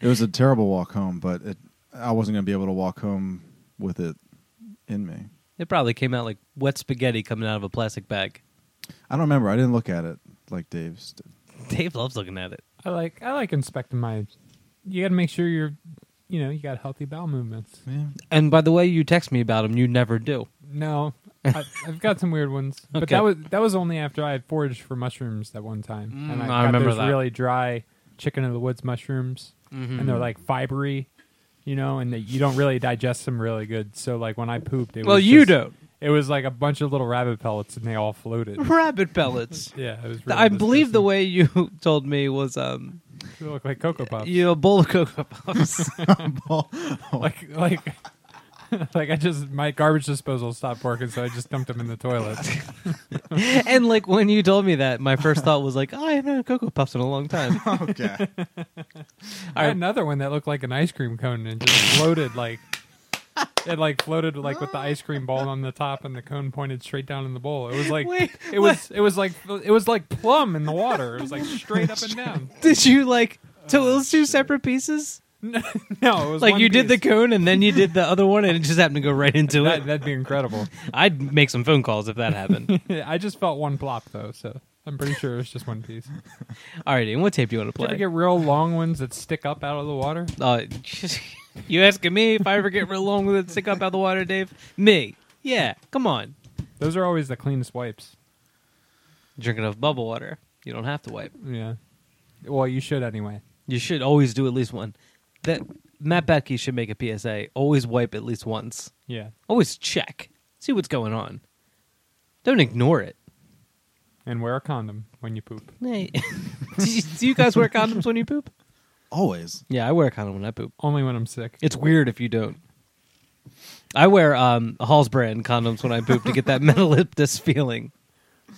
Speaker 4: It was a terrible walk home, but it, I wasn't gonna be able to walk home with it in me.
Speaker 3: It probably came out like wet spaghetti coming out of a plastic bag.
Speaker 4: I don't remember. I didn't look at it like Dave's did.
Speaker 3: Dave loves looking at it.
Speaker 2: I like. I like inspecting my. You got to make sure you're. You know, you got healthy bowel movements.
Speaker 4: Yeah.
Speaker 3: And by the way, you text me about him. You never do. No.
Speaker 2: I, I've got some weird ones, but
Speaker 3: Okay.
Speaker 2: that was that was only after I had foraged for mushrooms that one time, and
Speaker 3: Mm, I
Speaker 2: got
Speaker 3: remember
Speaker 2: those
Speaker 3: that.
Speaker 2: really dry chicken of the woods mushrooms, and
Speaker 3: Mm-hmm.
Speaker 2: they're like fibery, you know, and they, you don't really digest them really good. So like when I pooped, it
Speaker 3: Well,
Speaker 2: was
Speaker 3: you
Speaker 2: just-
Speaker 3: don't.
Speaker 2: It was like a bunch of little rabbit pellets, and they all floated.
Speaker 3: Rabbit pellets.
Speaker 2: yeah, it was. Really
Speaker 3: I believe the
Speaker 2: disgusting.
Speaker 3: way you told me was um,
Speaker 2: they look like cocoa puffs,
Speaker 3: you know, a bowl of cocoa puffs.
Speaker 2: like like. like I just my garbage disposal stopped working, so I just dumped them in the toilet.
Speaker 3: and like when you told me that, my first thought was like, "Oh, I haven't had cocoa puffs in a long time.
Speaker 4: Okay.
Speaker 2: I had another one that looked like an ice cream cone and just floated like it like floated like with the ice cream ball on the top and the cone pointed straight down in the bowl. It was like
Speaker 3: Wait,
Speaker 2: it was it was like it was like plum in the water. It was like straight up and down.
Speaker 3: Did you like? So it was two separate pieces.
Speaker 2: No, it was
Speaker 3: Like
Speaker 2: one
Speaker 3: you did the
Speaker 2: piece.
Speaker 3: cone and then you did the other one, and it just happened to go right into
Speaker 2: That,
Speaker 3: it.
Speaker 2: that'd be incredible.
Speaker 3: I'd make some phone calls if that happened.
Speaker 2: I just felt one plop though, so I'm pretty sure it was just one piece. Did
Speaker 3: All right, Ian, what tape do you want to
Speaker 2: you ever
Speaker 3: play?
Speaker 2: get real long ones that stick up out of the water?
Speaker 3: Uh, you asking me if I ever get real long with it stick up out of the water, Dave? Me. Yeah, come on.
Speaker 2: Those are always the cleanest wipes.
Speaker 3: Drink enough bubble water. You don't have to wipe.
Speaker 2: Yeah. Well, you should anyway.
Speaker 3: You should always do at least one. That Matt Becky should make a PSA. Always wipe at least once.
Speaker 2: Yeah.
Speaker 3: Always check. See what's going on. Don't ignore it.
Speaker 2: And wear a condom when you poop.
Speaker 3: Hey. do, you, do you guys wear condoms when you poop?
Speaker 4: Always.
Speaker 3: Yeah, I wear a condom when I poop.
Speaker 2: Only when I'm sick.
Speaker 3: It's weird if you don't. I wear um, Hall's brand condoms when I poop to get that metalliptus feeling.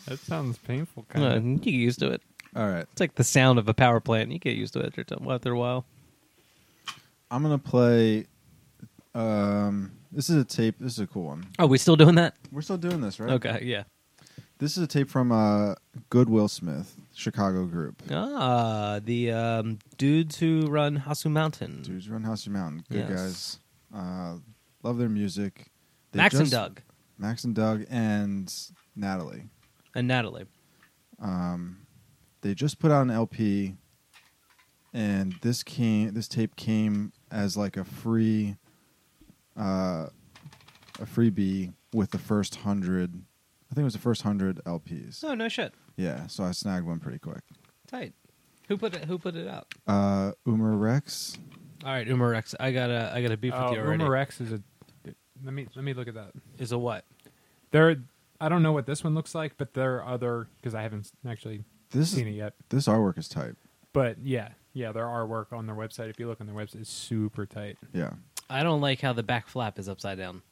Speaker 2: That sounds painful, kind
Speaker 3: Uh,
Speaker 2: of.
Speaker 3: you get used to it.
Speaker 4: All right.
Speaker 3: It's like the sound of a power plant. You get used to it after a- after a while.
Speaker 4: I'm gonna play. Um, this is a tape. This is a cool one.
Speaker 3: Oh, we still doing that?
Speaker 4: We're still doing this, right?
Speaker 3: Okay, yeah.
Speaker 4: This is a tape from uh, Goodwill Smith, Chicago group.
Speaker 3: Ah, the um, dudes who run Hasu Mountain.
Speaker 4: Dudes run House Mountain. Good
Speaker 3: Yes.
Speaker 4: guys. Uh, love their music. They
Speaker 3: Max and
Speaker 4: just-
Speaker 3: Doug
Speaker 4: Max and Doug and Natalie.
Speaker 3: and Natalie.
Speaker 4: They just put out an LP, and this came. This tape came as like a free, uh, a freebie with the first hundred. I think it was the first hundred LPs.
Speaker 3: Oh no shit.
Speaker 4: Yeah, so I snagged one pretty quick.
Speaker 3: Tight. Who put it? Who put it out?
Speaker 4: Uh, Umar Rex.
Speaker 3: All right, Umar X. I got a I got a beef
Speaker 2: Oh,
Speaker 4: Uh,
Speaker 3: with you already.
Speaker 2: Rumor X is a. Let me let me look at that.
Speaker 3: Is a what?
Speaker 2: There, I don't know what this one looks like, but there are other because I haven't actually
Speaker 4: This
Speaker 2: seen it
Speaker 4: is,
Speaker 2: yet.
Speaker 4: this artwork is tight.
Speaker 2: But yeah, yeah, their artwork on their website. If you look on their website, it's super tight.
Speaker 4: Yeah,
Speaker 3: I don't like how the back flap is upside down.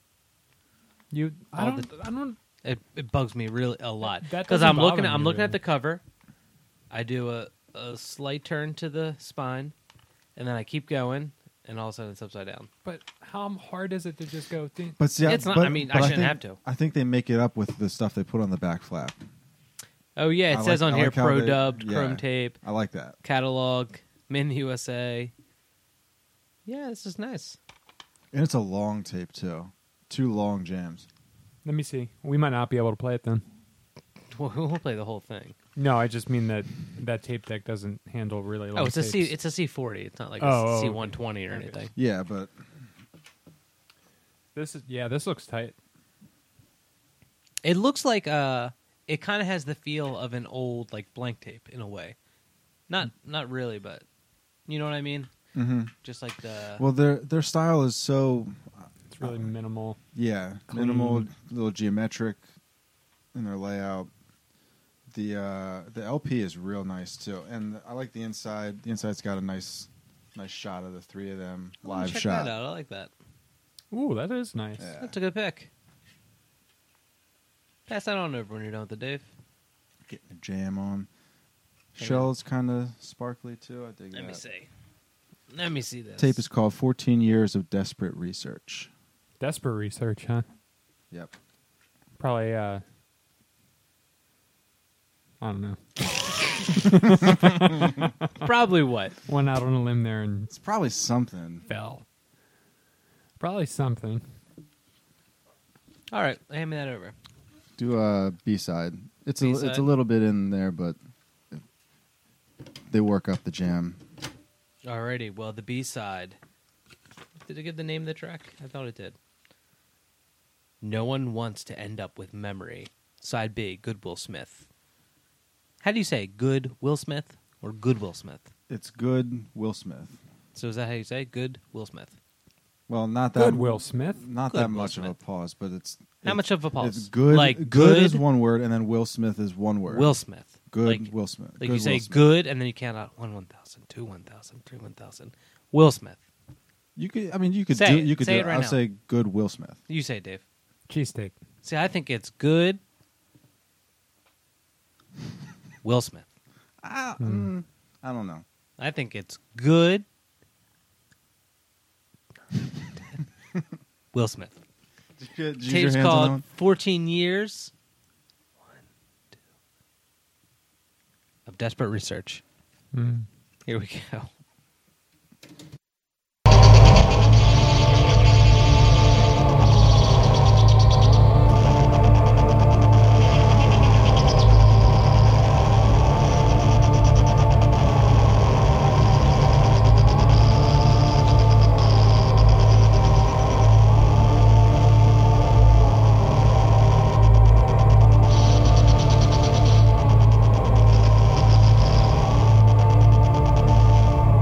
Speaker 2: You, I
Speaker 3: All
Speaker 2: don't,
Speaker 3: the-
Speaker 2: I don't.
Speaker 3: It, it bugs me really a lot
Speaker 2: That
Speaker 3: because
Speaker 2: doesn't
Speaker 3: I'm looking
Speaker 2: bother
Speaker 3: I'm
Speaker 2: me,
Speaker 3: looking at
Speaker 2: really.
Speaker 3: the cover. I do a, a slight turn to the spine, and then I keep going, and all of a sudden it's upside down.
Speaker 2: But how hard is it to just go? Think,
Speaker 4: but see,
Speaker 3: It's not-
Speaker 4: but-
Speaker 3: I mean, I
Speaker 4: but
Speaker 3: shouldn't
Speaker 4: think-
Speaker 3: have to.
Speaker 4: I think they make it up with the stuff they put on the back flap.
Speaker 3: Oh yeah, it
Speaker 4: I
Speaker 3: says
Speaker 4: like-
Speaker 3: on
Speaker 4: I
Speaker 3: here
Speaker 4: like how
Speaker 3: pro
Speaker 4: they-
Speaker 3: dubbed
Speaker 4: yeah.
Speaker 3: chrome tape
Speaker 4: I like that.
Speaker 3: catalog Min USA. Yeah, this is nice.
Speaker 4: And it's a long tape too. Two long jams.
Speaker 2: let me see. We might not be able to play it then.
Speaker 3: We'll we'll play the whole thing.
Speaker 2: No, I just mean that that tape deck doesn't handle really. Long
Speaker 3: Oh, it's a C.
Speaker 2: tapes.
Speaker 3: It's a C forty. It's not like
Speaker 2: Oh, oh,
Speaker 3: a
Speaker 2: okay.
Speaker 3: C one twenty or
Speaker 2: Okay.
Speaker 3: anything.
Speaker 4: Yeah, but
Speaker 2: This is yeah. This looks tight.
Speaker 3: It looks like uh, it kind of has the feel of an old like blank tape in a way. Not not really, but you know what I mean.
Speaker 4: mhm.
Speaker 3: Just like the
Speaker 4: well, their their style is so
Speaker 2: It's really
Speaker 4: Uh-huh.
Speaker 2: minimal.
Speaker 4: yeah
Speaker 2: Clean.
Speaker 4: minimal, little geometric in their layout. The uh, the LP is real nice too, and I like the inside. The inside's got a nice nice shot of the three of them
Speaker 3: I'm gonna
Speaker 4: live
Speaker 3: check
Speaker 4: shot.
Speaker 3: That out. I like that.
Speaker 2: Ooh, that is nice.
Speaker 4: Yeah.
Speaker 3: That's a good pick. Pass that on over when you're done with it, Dave.
Speaker 4: Getting the jam on.
Speaker 3: Hang
Speaker 4: Shell's kind of sparkly too. I dig
Speaker 3: Let
Speaker 4: that.
Speaker 3: me see. Let me see this
Speaker 4: Tape is called 14 Years of Desperate Research.
Speaker 2: Desperate research, huh?
Speaker 4: Yep.
Speaker 2: Probably. uh I don't know.
Speaker 3: probably what
Speaker 2: Went out on a limb there and
Speaker 4: It's probably something.
Speaker 2: fell. Probably something.
Speaker 3: All right, hand me that over.
Speaker 4: Do a B side. It's a it's
Speaker 3: B-side?
Speaker 4: a little bit in there, but they work up the jam.
Speaker 3: Alrighty, well, the B side. Did it give the name of the track? I thought it did. No one wants to end up with memory. Side B, Good Will Smith. How do you say it? Good Will Smith or Good Will Smith?
Speaker 4: It's good Will Smith.
Speaker 3: So is that how you say it? Good Will Smith?
Speaker 4: Well, not that
Speaker 2: Good Will Smith.
Speaker 4: Not
Speaker 3: Good
Speaker 4: that
Speaker 3: Will
Speaker 4: much of a
Speaker 3: Smith.
Speaker 4: pause, but it's
Speaker 3: How
Speaker 4: it's-
Speaker 3: much of a pause?
Speaker 4: It's good.
Speaker 3: Like
Speaker 4: good,
Speaker 3: good
Speaker 4: is one word, and then Will Smith is one word.
Speaker 3: Will Smith.
Speaker 4: Good
Speaker 3: Like,
Speaker 4: Will Smith.
Speaker 3: like
Speaker 4: good
Speaker 3: you say
Speaker 4: Will Smith.
Speaker 3: good and then you count out one one thousand, two one thousand, three one thousand. Will Smith.
Speaker 4: You could. I mean, you could
Speaker 3: Say
Speaker 4: do.
Speaker 3: it.
Speaker 4: You could
Speaker 3: Say
Speaker 4: do.
Speaker 3: it right
Speaker 4: I'll
Speaker 3: now.
Speaker 4: say good Will Smith.
Speaker 3: You say it, Dave.
Speaker 2: Cheesesteak.
Speaker 3: See, I think it's good. Will Smith.
Speaker 4: Ah,
Speaker 3: Hmm.
Speaker 4: mm, I don't know.
Speaker 3: I think it's good. Will Smith.
Speaker 4: Did you, did you use your
Speaker 3: Tape's
Speaker 4: hands on that
Speaker 3: called
Speaker 4: one?
Speaker 3: 14 Years One, two. of Desperate Research.
Speaker 2: Mm.
Speaker 3: Here we go.
Speaker 8: Thank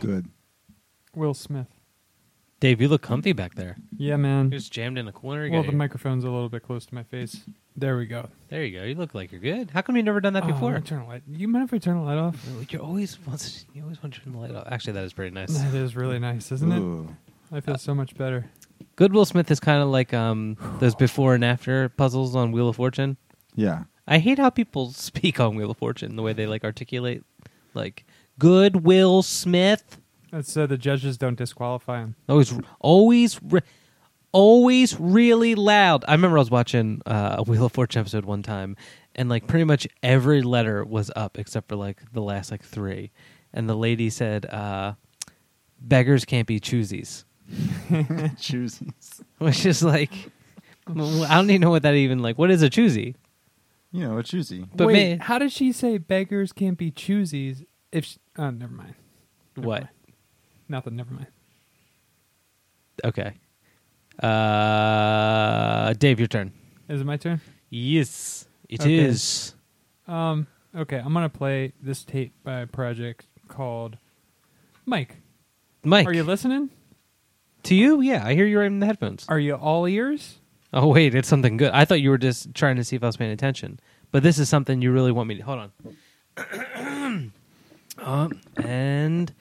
Speaker 4: Good.
Speaker 2: Will Smith.
Speaker 3: Dave, you look comfy back there.
Speaker 2: Yeah, man.
Speaker 3: You're just jammed in the corner.
Speaker 2: Well,
Speaker 3: again.
Speaker 2: the microphone's a little bit close to my face. There we go.
Speaker 3: there you go. You look like you're good. How come you've never done that
Speaker 2: Oh,
Speaker 3: before?
Speaker 2: turn the light. You mind if I turn the light off?
Speaker 3: You always want you always want to turn the light off. Actually, that is pretty nice.
Speaker 2: That is really nice,
Speaker 3: Hmm.
Speaker 2: isn't it?
Speaker 4: Ooh.
Speaker 2: I feel so much better.
Speaker 3: Good Will Smith is kind of like um, those before and after puzzles on Wheel of Fortune.
Speaker 4: Yeah.
Speaker 3: I hate how people speak on Wheel of Fortune the way they like articulate, like Good Will Smith.
Speaker 2: That's so the judges don't disqualify him.
Speaker 3: Always, always, re- always really loud. I remember I was watching uh, a Wheel of Fortune episode one time, and like pretty much every letter was up except for like the last like three. And the lady said, uh, "Beggars can't be choosies,"
Speaker 4: Choosies.
Speaker 3: which is like, I don't even know what that even like. What is a choosie?
Speaker 4: You know, a choosie.
Speaker 3: But
Speaker 2: Wait,
Speaker 3: ma-
Speaker 2: how did she say beggars can't be choosies? If she, oh, never mind.
Speaker 3: what?
Speaker 2: Nothing. Never mind.
Speaker 3: Okay. Uh, Dave, your turn.
Speaker 2: Is it my turn?
Speaker 3: Yes, it is.
Speaker 2: Okay. Okay, I'm gonna play this tape by a project called Mike.
Speaker 3: Mike,
Speaker 2: Are you listening?
Speaker 3: to you? Yeah, I hear you're in the headphones.
Speaker 2: Are you all ears?
Speaker 3: Oh wait, it's something good. I thought you were just trying to see if I was paying attention, but this is something you really want me to. Hold on. um, and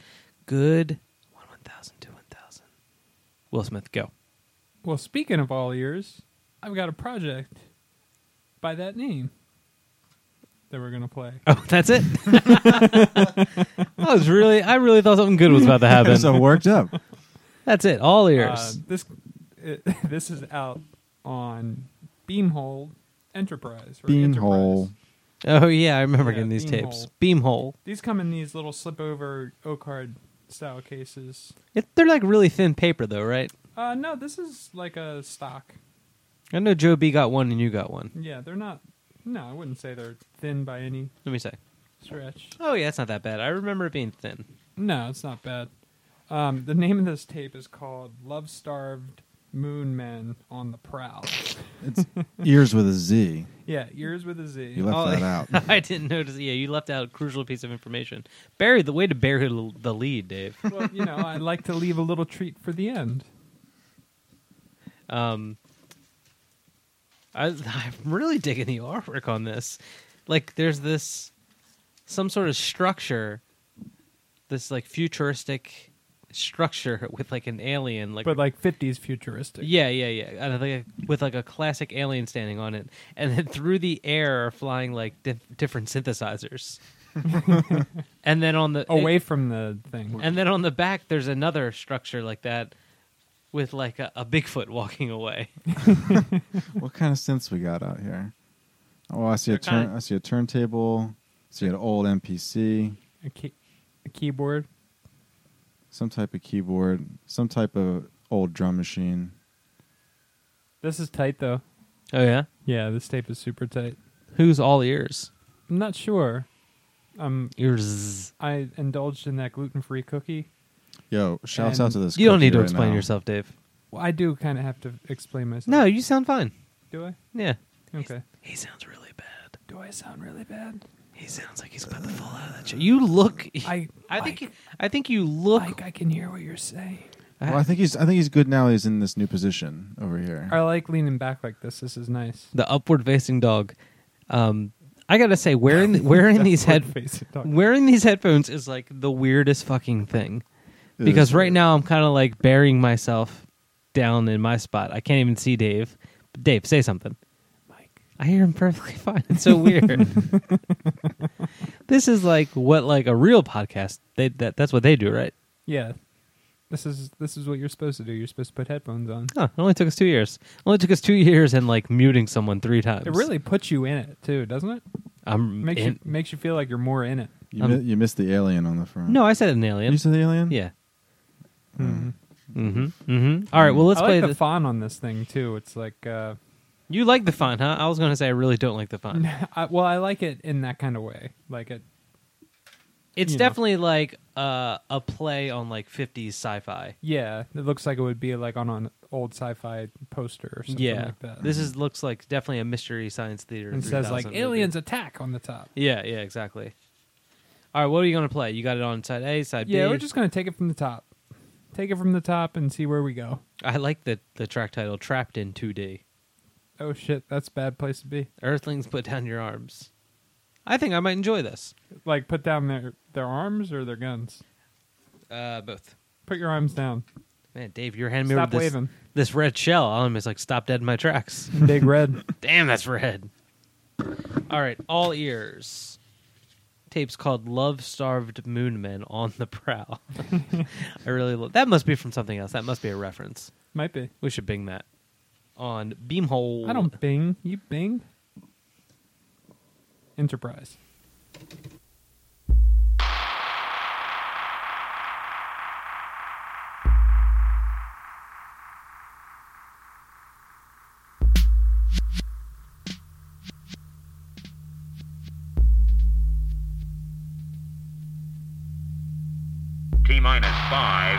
Speaker 3: good one one thousand to one thousand. Will Smith, go.
Speaker 2: Well, speaking of all ears, I've got a project by that name that we're gonna play.
Speaker 3: Oh, that's it. I was really, I really thought something good was about to happen.
Speaker 4: so worked up.
Speaker 3: that's it. All
Speaker 2: Uh,
Speaker 3: ears.
Speaker 2: this it, this is out on Beamhole Enterprise. or Enterprise.
Speaker 4: Beanhole.
Speaker 3: oh yeah, I remember
Speaker 2: yeah,
Speaker 3: getting these
Speaker 2: beam
Speaker 3: tapes.
Speaker 2: hole.
Speaker 3: Beamhole.
Speaker 2: These come in these little slip over O card style cases.
Speaker 3: It, they're like really thin paper though, right?
Speaker 2: Uh, no, this is like a stock.
Speaker 3: I know Joe B got one and you got one.
Speaker 2: Yeah, they're not. No, I wouldn't say they're thin by any
Speaker 3: Let me say.
Speaker 2: stretch.
Speaker 3: Oh yeah, it's not that bad. I remember it being thin.
Speaker 2: No, it's not bad. Um, the name of this tape is called "Love Starved Moon Men on the Prowl."
Speaker 4: It's ears with a Z.
Speaker 2: Yeah, ears with a Z.
Speaker 4: You left
Speaker 3: Oh,
Speaker 4: that out.
Speaker 3: I didn't notice. Yeah, you left out a crucial piece of information. Bury the way to bury l- the lead, Dave.
Speaker 2: well, you know, I like to leave a little treat for the end.
Speaker 3: Um, I, I'm really digging the artwork on this. Like, there's this some sort of structure, this like futuristic structure with like an alien, like
Speaker 2: But like '50s futuristic.
Speaker 3: Yeah, yeah, yeah. And I think with like a classic alien standing on it, and then through the air are flying like di- different synthesizers. and then on the
Speaker 2: away from the thing.
Speaker 3: and then on the back there's another structure like that with like a, a Bigfoot walking away.
Speaker 4: What kind of synths we got out here? Oh, I see a
Speaker 3: They're
Speaker 4: turn.
Speaker 3: kinda-
Speaker 4: I see a turntable. I see an old MPC,
Speaker 2: a, key- a keyboard.
Speaker 4: some type of keyboard, some type of old drum machine.
Speaker 2: This is tight though.
Speaker 3: Oh yeah.
Speaker 2: Yeah, this tape is super tight.
Speaker 3: Who's all ears?
Speaker 2: I'm not sure. Um,
Speaker 3: Ears.
Speaker 2: I indulged in that gluten-free cookie.
Speaker 4: Yo, shouts
Speaker 2: And
Speaker 4: out to this.
Speaker 3: You don't
Speaker 4: cookie
Speaker 3: need to
Speaker 4: right
Speaker 3: explain
Speaker 4: now.
Speaker 3: yourself, Dave.
Speaker 2: Well, I do kind of have to explain myself.
Speaker 3: No, you sound fine.
Speaker 2: do I?
Speaker 3: Yeah.
Speaker 2: Okay.
Speaker 3: He sounds really bad.
Speaker 2: Do I sound really bad?
Speaker 3: He sounds like he's about to fall out of that chair. You look.
Speaker 2: I-
Speaker 3: I think. you, I think you look.
Speaker 2: Like I can hear what you're saying.
Speaker 4: Well, I think he's. I think he's good now. He's in this new position over here.
Speaker 2: I like leaning back like this. This is nice.
Speaker 3: the upward facing dog. Um, I gotta say, wearing wearing these head
Speaker 2: Face it, dog.
Speaker 3: wearing these headphones is like the weirdest fucking thing.
Speaker 4: It
Speaker 3: Because
Speaker 4: is
Speaker 3: right
Speaker 4: weird.
Speaker 3: now I'm kind of like burying myself down in my spot. I can't even see Dave. Dave, say something.
Speaker 2: Mike.
Speaker 3: I hear him perfectly fine. It's so weird. this is like what like a real podcast. They that, that's what they do, right?
Speaker 2: Yeah. This is this is what you're supposed to do. You're supposed to put headphones on.
Speaker 3: Huh, it only took us two years. It only took us two years and like muting someone three times.
Speaker 2: It really puts you in it too, doesn't it?
Speaker 3: I'm
Speaker 2: Makes
Speaker 3: in-
Speaker 2: you makes you feel like you're more in it.
Speaker 4: you,
Speaker 3: um,
Speaker 4: mi- you missed the alien on the front.
Speaker 3: no. I said an alien.
Speaker 4: you said the alien.
Speaker 3: Yeah.
Speaker 2: Hmm.
Speaker 3: Mm-hmm. Mm-hmm. All right. Well, let's
Speaker 2: I
Speaker 3: play
Speaker 2: like the
Speaker 3: the.
Speaker 2: font on this thing too. It's like, uh,
Speaker 3: you like the font, huh? I was going to say I really don't like the font.
Speaker 2: I, well, I like it in that kind of way. Like it,
Speaker 3: It's
Speaker 2: you know.
Speaker 3: definitely like uh, a play on like '50s sci-fi.
Speaker 2: yeah. It looks like it would be like on an old sci-fi poster or something
Speaker 3: yeah.
Speaker 2: like that.
Speaker 3: This is looks like definitely a mystery science theater.
Speaker 2: and says like
Speaker 3: 3000 movie.
Speaker 2: aliens attack on the top.
Speaker 3: Yeah. Yeah. Exactly. All right, what are you going to play? You got it on side A, side B.
Speaker 2: Yeah, we're just gonna take it from the top. Take it from the top and see where we go.
Speaker 3: I like the the track title "Trapped in 2D."
Speaker 2: Oh shit, that's a bad place to be.
Speaker 3: Earthlings, put down your arms. I think I might enjoy this.
Speaker 2: Like, put down their their arms or their guns.
Speaker 3: Uh, both.
Speaker 2: Put your arms down.
Speaker 3: Man, Dave, you're handing
Speaker 2: Stop
Speaker 3: me over this,
Speaker 2: waving.
Speaker 3: this red shell. I'm just like, stop dead in my tracks.
Speaker 2: Big red.
Speaker 3: Damn, that's red. All right, all ears. Tape's called "Love Starved Moon Men on the Prowl." I really love that. Must be from something else. That must be a reference.
Speaker 2: Might be.
Speaker 3: We should bing that on Beamhole.
Speaker 2: I don't bing. You bing. Enterprise.
Speaker 9: T minus five,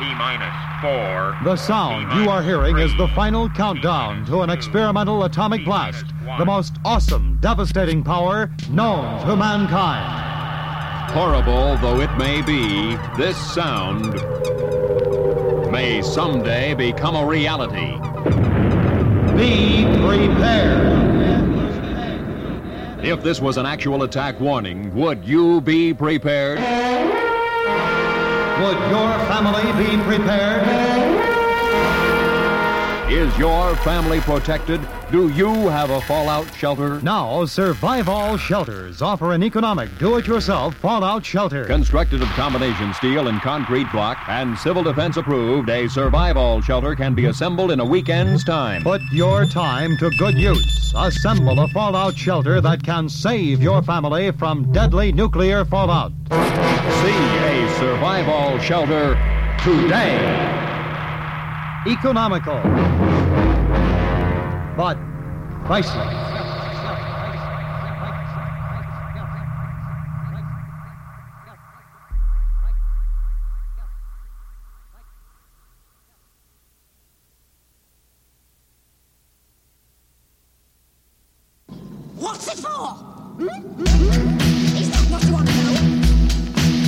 Speaker 9: T minus four.
Speaker 4: The sound you are hearing is the final countdown to an experimental atomic blast, the most awesome, devastating power known to mankind.
Speaker 7: Horrible though it may be, this sound may someday become a reality.
Speaker 4: Be prepared.
Speaker 7: If this was an actual attack warning, would you be prepared?
Speaker 4: Would your family be prepared?
Speaker 7: Is your family protected? Do you have a fallout shelter?
Speaker 4: Now, Survive All Shelters offer an economic do it yourself fallout shelter.
Speaker 7: Constructed of combination steel and concrete block and civil defense approved, a survival shelter can be assembled in a weekend's time.
Speaker 4: Put your time to good use. Assemble a fallout shelter that can save your family from deadly nuclear fallout.
Speaker 7: See a survival shelter today.
Speaker 4: economical, but priceless.
Speaker 10: What's it for? Hmm? Hmm? Is that what you want to know?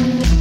Speaker 7: T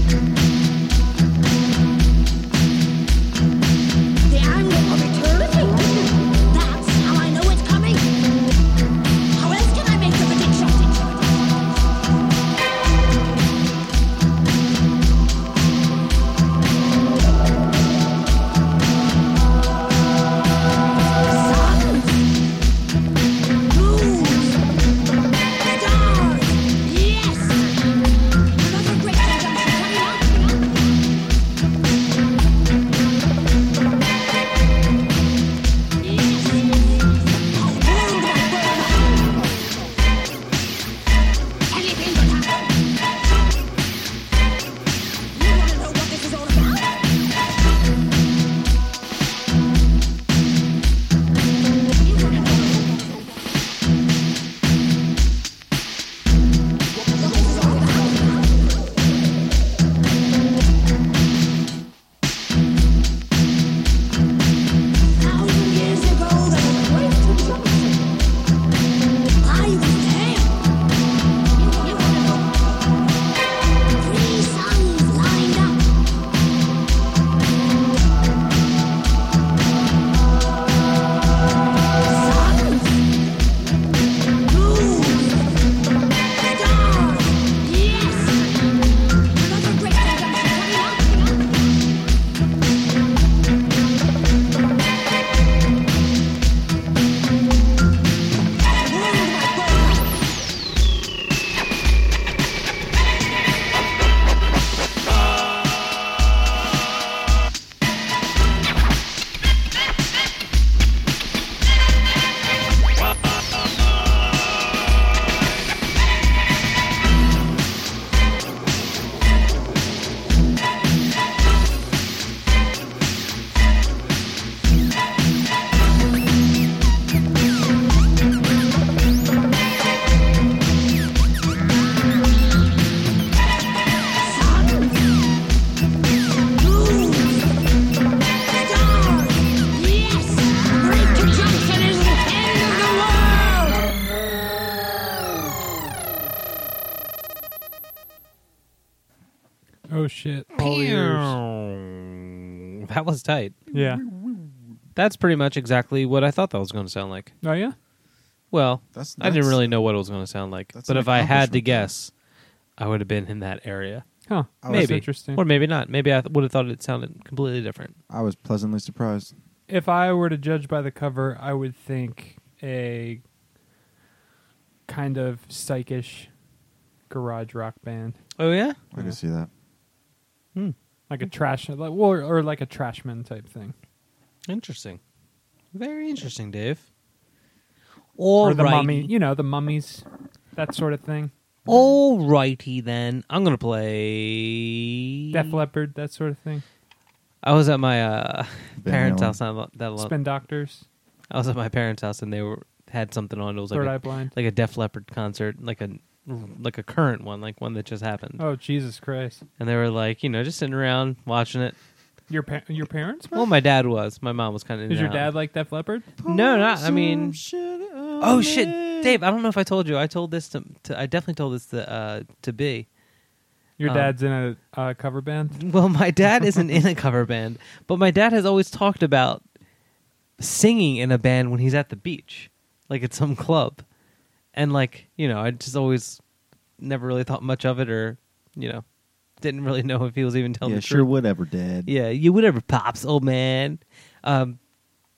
Speaker 2: Oh, shit.
Speaker 3: All That was tight.
Speaker 2: Yeah.
Speaker 3: That's pretty much exactly what I thought that was going to sound like.
Speaker 2: Oh yeah.
Speaker 3: Well,
Speaker 4: That's-
Speaker 3: I didn't
Speaker 4: that's-
Speaker 3: really know what it was going to sound like,
Speaker 4: that's
Speaker 3: but
Speaker 4: an
Speaker 3: if I had to
Speaker 4: accomplishment,
Speaker 3: guess, I would have been in that area.
Speaker 2: Huh.
Speaker 4: I was
Speaker 3: maybe
Speaker 2: interesting.
Speaker 3: or maybe not. Maybe I th- would have thought it sounded completely different.
Speaker 4: I was pleasantly surprised.
Speaker 2: If I were to judge by the cover, I would think a kind of psychish garage rock band,
Speaker 3: Oh yeah,
Speaker 4: I can see that.
Speaker 2: like a trash, like or, or like a trashman type thing,
Speaker 3: interesting. Very interesting, Dave.
Speaker 2: or the
Speaker 3: Alrighty.
Speaker 2: mummy, you know, the mummies, that sort of thing.
Speaker 3: All righty then. I'm gonna play.
Speaker 2: Def Leppard, that sort of thing.
Speaker 3: I was at my uh,
Speaker 4: Ben
Speaker 3: parents'
Speaker 4: Helen.
Speaker 3: house not lo- that long.
Speaker 2: Spin Doctors,
Speaker 3: I was at my parents' house and they were had something on. It was like
Speaker 2: Third
Speaker 3: a,
Speaker 2: Eye Blind.
Speaker 3: like a Def Leppard concert, like a like a current one, like one that just happened.
Speaker 2: Oh Jesus Christ!
Speaker 3: And they were like, you know, just sitting around watching it.
Speaker 2: Your pa- your parents?
Speaker 3: Well, my dad was. My mom was kind of.
Speaker 2: Is your dad like Def Leppard?
Speaker 3: No, not. I mean, oh shit, Dave. I don't know if I told you. I told this to. to I definitely told this to uh, to B.
Speaker 2: Your
Speaker 3: Um,
Speaker 2: dad's in a uh, cover band.
Speaker 3: Well, my dad isn't in a cover band, but my dad has always talked about singing in a band when he's at the beach, like at some club. And like, you know, I just always never really thought much of it or, you know, didn't really know if he was even telling
Speaker 4: yeah,
Speaker 3: the
Speaker 4: sure,
Speaker 3: truth.
Speaker 4: whatever, Dad.
Speaker 3: Yeah, you whatever pops, old man. Um,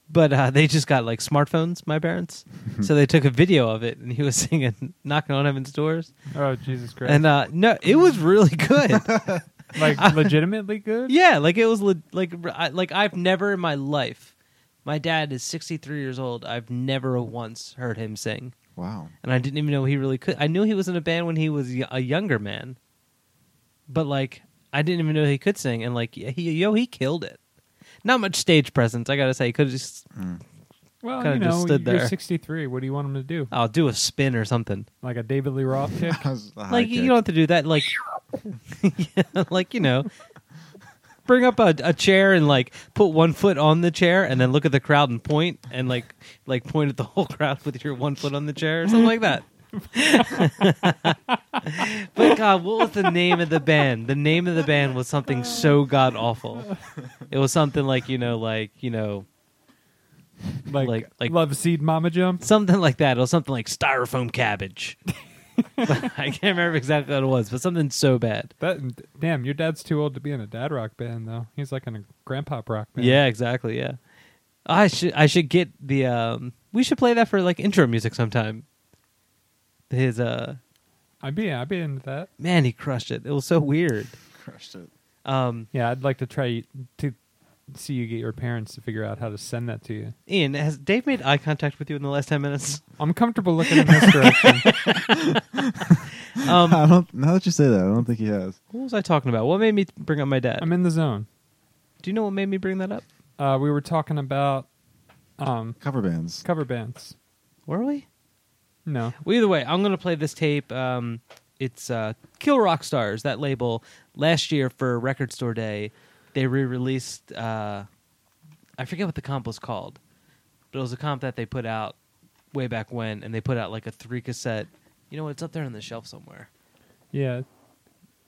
Speaker 3: but uh, they just got like smartphones, my parents. so they took a video of it and he was singing knocking on heaven's doors.
Speaker 2: Oh Jesus Christ!
Speaker 3: And uh, no, it was really good.
Speaker 2: like legitimately good.
Speaker 3: Yeah, like it was le- like I, like I've never in my life. My dad is 63 years old. I've never once heard him sing.
Speaker 4: Wow.
Speaker 3: And I didn't even know he really could. I knew he was in a band when he was y- a younger man. But like I didn't even know he could sing and like he yo he killed it. Not much stage presence, I got to say. He could have just
Speaker 2: Well,
Speaker 3: Kinda
Speaker 2: you know,
Speaker 3: just stood
Speaker 2: you're
Speaker 3: there.
Speaker 2: 63. What do you want him to do?
Speaker 3: I'll do a spin or something.
Speaker 2: Like a David Lee Roth kick?
Speaker 4: That was a high
Speaker 3: like you
Speaker 4: kick.
Speaker 3: don't have to do that like Yeah, like you know bring up a, a chair and like put one foot on the chair and then look at the crowd and point and like like point at the whole crowd with your one foot on the chair or something like that but god what was the name of the band the name of the band was something so god awful it was something like you know like you know
Speaker 2: Like,
Speaker 3: Like-
Speaker 2: like,
Speaker 3: like-
Speaker 2: Love Seed Mama Jump?
Speaker 3: something like that. It was something like styrofoam cabbage. I can't remember exactly what it was, but something so bad.
Speaker 2: That, damn, your dad's too old to be in a dad rock band, though. He's like in a grandpa rock band.
Speaker 3: Yeah, exactly. Yeah, I should I should get the. um We should play that for like intro music sometime. His uh
Speaker 2: I'd be, I'd be into that.
Speaker 3: man, he crushed it. It was so weird.
Speaker 4: crushed it.
Speaker 3: Um
Speaker 2: Yeah, I'd like to try to see you get your parents to figure out how to send that to you.
Speaker 3: Ian, has Dave made eye contact with you in the last ten minutes?
Speaker 2: I'm comfortable looking in this direction.
Speaker 3: Um,
Speaker 4: I don't. Now that you say that, I don't think he has.
Speaker 3: what was I talking about? What made me bring up my dad?
Speaker 2: I'm in the zone.
Speaker 3: Do you know what made me bring that up?
Speaker 2: Uh, we were talking about um,
Speaker 4: Cover bands.
Speaker 2: cover bands.
Speaker 3: Were we?
Speaker 2: No.
Speaker 3: Well, either way, I'm gonna play this tape. Um, it's uh, Kill Rock Stars that label. Last year for Record Store Day, they re-released. Uh, I forget what the comp was called, but it was a comp that they put out way back when, and they put out like a three cassette. You know what? It's up there on the shelf somewhere.
Speaker 2: Yeah.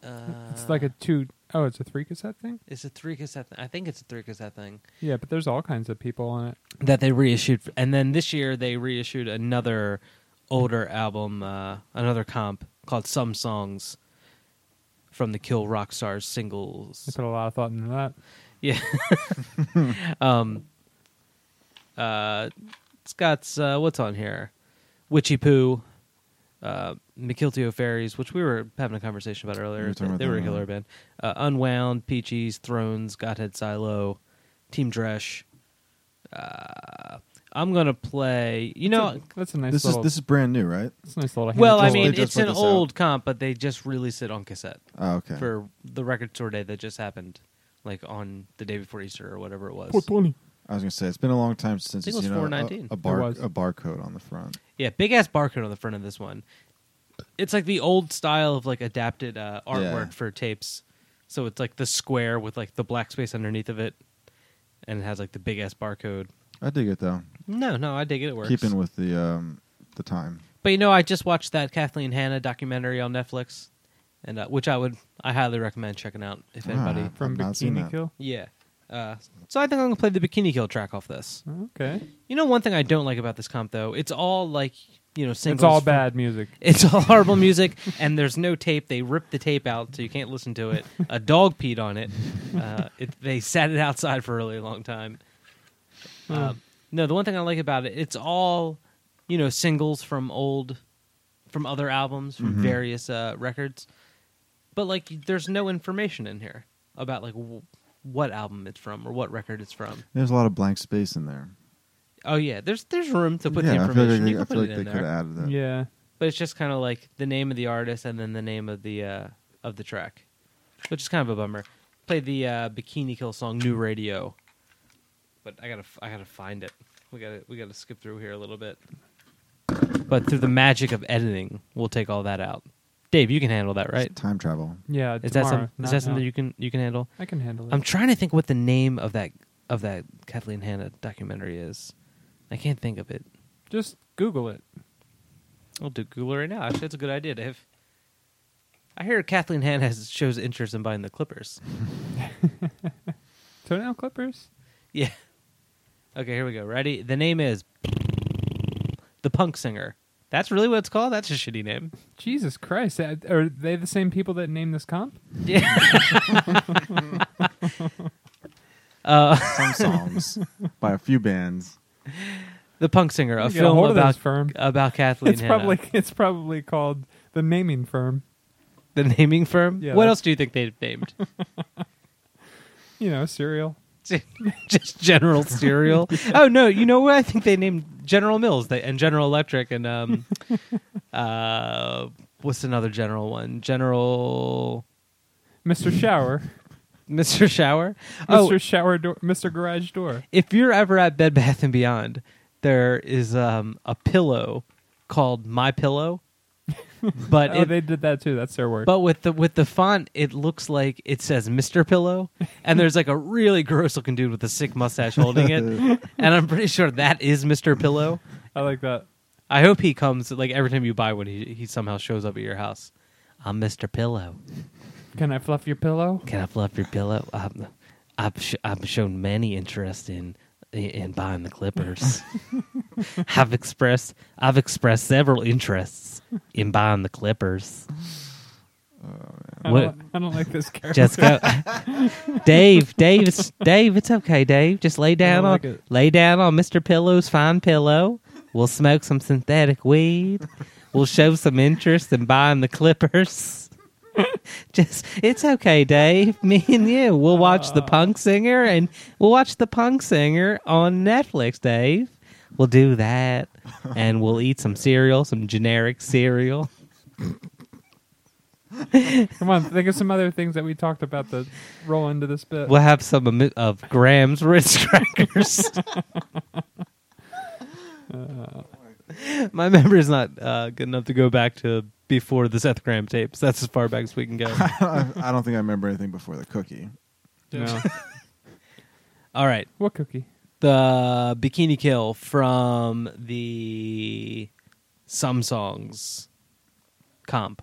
Speaker 3: Uh,
Speaker 2: It's like a two oh, it's a three cassette thing?
Speaker 3: It's a three cassette. Th- I think it's a three cassette thing.
Speaker 2: Yeah, but there's all kinds of people on it.
Speaker 3: that they reissued, and then this year they reissued another older album, uh, another comp called "Some Songs" from the Kill Rock Stars
Speaker 2: They
Speaker 3: singles.
Speaker 2: put a lot of thought into that.
Speaker 3: Yeah, um, uh, it's got uh, what's on here: Witchy Poo, uh, McKilty O'Ferries, which we were having a conversation about earlier.
Speaker 4: were talking about
Speaker 3: they were a
Speaker 4: them,
Speaker 3: killer
Speaker 4: uh,
Speaker 3: band. Uh, Unwound, Peaches, Thrones, Godhead Silo, Team Dresh. Uh, I'm gonna play. You know,
Speaker 2: that's a, that's a nice
Speaker 4: This is
Speaker 2: little.
Speaker 4: this is brand new, right?
Speaker 2: that's a nice little. hand
Speaker 3: well, I
Speaker 4: just-
Speaker 2: tool.
Speaker 3: mean,
Speaker 4: they just
Speaker 3: it's
Speaker 4: put
Speaker 3: an
Speaker 4: this out.
Speaker 3: old comp, but they just released it on cassette
Speaker 4: Oh, okay.
Speaker 3: for the record store day that just happened, like on the day before Easter or whatever it was.
Speaker 4: I was gonna say it's been a long time since
Speaker 3: I think
Speaker 4: it's,
Speaker 3: it
Speaker 4: you
Speaker 3: was
Speaker 4: know a,
Speaker 3: 419.
Speaker 4: a
Speaker 2: It
Speaker 4: bar
Speaker 2: was.
Speaker 4: a barcode on the front.
Speaker 3: Yeah, big ass barcode on the front of this one. It's like the old style of like adapted uh, artwork
Speaker 4: Yeah.
Speaker 3: for tapes. So it's like the square with like the black space underneath of it, and it has like the big ass barcode.
Speaker 4: I dig it though.
Speaker 3: No, no, I dig it. It works.
Speaker 4: Keeping with the um the time.
Speaker 3: But you know, I just watched that Kathleen Hanna documentary on Netflix. and uh, which I would I highly recommend checking out if anybody
Speaker 2: Ah, From I've not seen Bikini that. Kill?
Speaker 3: Yeah. Uh, so I think I'm gonna play the Bikini Kill track off this.
Speaker 2: Okay.
Speaker 3: You know, one thing I don't like about this comp though, it's all like you know singles.
Speaker 2: all
Speaker 3: from-
Speaker 2: bad music.
Speaker 3: It's all horrible music, and there's no tape. They ripped the tape out, so you can't listen to it. A dog peed on it. Uh, it they sat it outside for a really long time. Uh,
Speaker 2: Hmm.
Speaker 3: no, the one thing I like about it, it's all you know singles from old, from other albums, from
Speaker 2: Mhm.
Speaker 3: various uh, records, but like there's no information in here about like w- what album it's from or what record it's from.
Speaker 4: There's a lot of blank space in there.
Speaker 3: Oh yeah, there's there's room to put the
Speaker 4: Yeah, I feel like
Speaker 3: information.
Speaker 4: they-
Speaker 3: you can
Speaker 4: I feel
Speaker 3: put
Speaker 4: like
Speaker 3: it
Speaker 4: they
Speaker 3: in there.
Speaker 4: could've added that.
Speaker 2: Yeah.
Speaker 3: but it's just kind of like the name of the artist and then the name of the uh, of the track, which is kind of a bummer. Play the uh, Bikini Kill song "New Radio," but I gotta I gotta find it. We gotta we gotta skip through here a little bit. But through the magic of editing, we'll take all that out. Dave, you can handle that, right?
Speaker 4: Time travel.
Speaker 2: Yeah,
Speaker 3: Is that
Speaker 2: tomorrow,
Speaker 3: some,
Speaker 2: not
Speaker 3: is that something
Speaker 2: now.
Speaker 3: you can you can handle?
Speaker 2: I can handle it.
Speaker 3: I'm trying to think what the name of that of that Kathleen Hanna documentary is. I can't think of it.
Speaker 2: Just Google it.
Speaker 3: I'll do Google right now. Actually, that's a good idea, Dave. I hear Kathleen Hand has shows interest in buying the Clippers.
Speaker 2: Toenail clippers.
Speaker 3: Yeah. Okay, here we go. Ready? The name is The Punk Singer. That's really what it's called? That's a shitty name.
Speaker 2: Jesus Christ. uh, Are they the same people that named this comp?
Speaker 3: Yeah.
Speaker 2: Uh,
Speaker 4: Some songs by a few bands.
Speaker 3: The Punk Singer, a
Speaker 2: Get a
Speaker 3: film
Speaker 2: hold of
Speaker 3: about
Speaker 2: this firm.
Speaker 3: about Kathleen
Speaker 2: it's
Speaker 3: Hanna.
Speaker 2: probably it's probably called the naming firm.
Speaker 3: the naming firm.
Speaker 2: Yeah,
Speaker 3: what
Speaker 2: that's-
Speaker 3: else do you think they've named?
Speaker 2: You know, cereal.
Speaker 3: Just General Cereal. oh no, you know what? I think they named General Mills they, and General Electric and um, uh, what's another General one? General
Speaker 2: Mr. Shower.
Speaker 3: Mr. Shower.
Speaker 2: Mr.
Speaker 3: Oh,
Speaker 2: Shower door, Mr. Garage door.
Speaker 3: if you're ever at Bed Bath and Beyond, there is um, a pillow called My Pillow, but
Speaker 2: oh,
Speaker 3: it,
Speaker 2: they did that too. That's their word.
Speaker 3: But with the with the font, it looks like it says Mister Pillow, and there's like a really gross looking dude with a sick mustache holding it, and I'm pretty sure that is Mister Pillow.
Speaker 2: I like that.
Speaker 3: I hope he comes like every time you buy one, he he somehow shows up at your house. I'm Mister Pillow.
Speaker 2: Can I fluff your pillow?
Speaker 3: Can I fluff your pillow? I'm, I've sh- I've shown many interest in in buying the Clippers. I've expressed I've expressed several interests in buying the Clippers.
Speaker 2: I
Speaker 3: What-
Speaker 2: don't, I don't like this character.
Speaker 3: Just go, Dave. Dave, it's, Dave, it's okay, Dave. Just lay down on
Speaker 2: like it.
Speaker 3: lay down on Mister Pillow's fine pillow. We'll smoke some synthetic weed. We'll show some interest in buying the Clippers. Just it's okay, Dave. Me and you, we'll watch
Speaker 2: Ah.
Speaker 3: the Punk Singer, and we'll watch the Punk Singer on Netflix, Dave. We'll do that, and we'll eat some cereal, some generic cereal.
Speaker 2: Come on, think of some other things that we talked about that roll into this bit.
Speaker 3: We'll have some of, mi- of Graham's Ritz crackers. My memory is not uh, good enough to go back to before the Seth Graham tapes. That's as far back as we can go.
Speaker 4: I I don't think I remember anything before the cookie.
Speaker 2: No.
Speaker 3: All right,
Speaker 2: what cookie?
Speaker 3: the Bikini Kill from the Some Songs comp,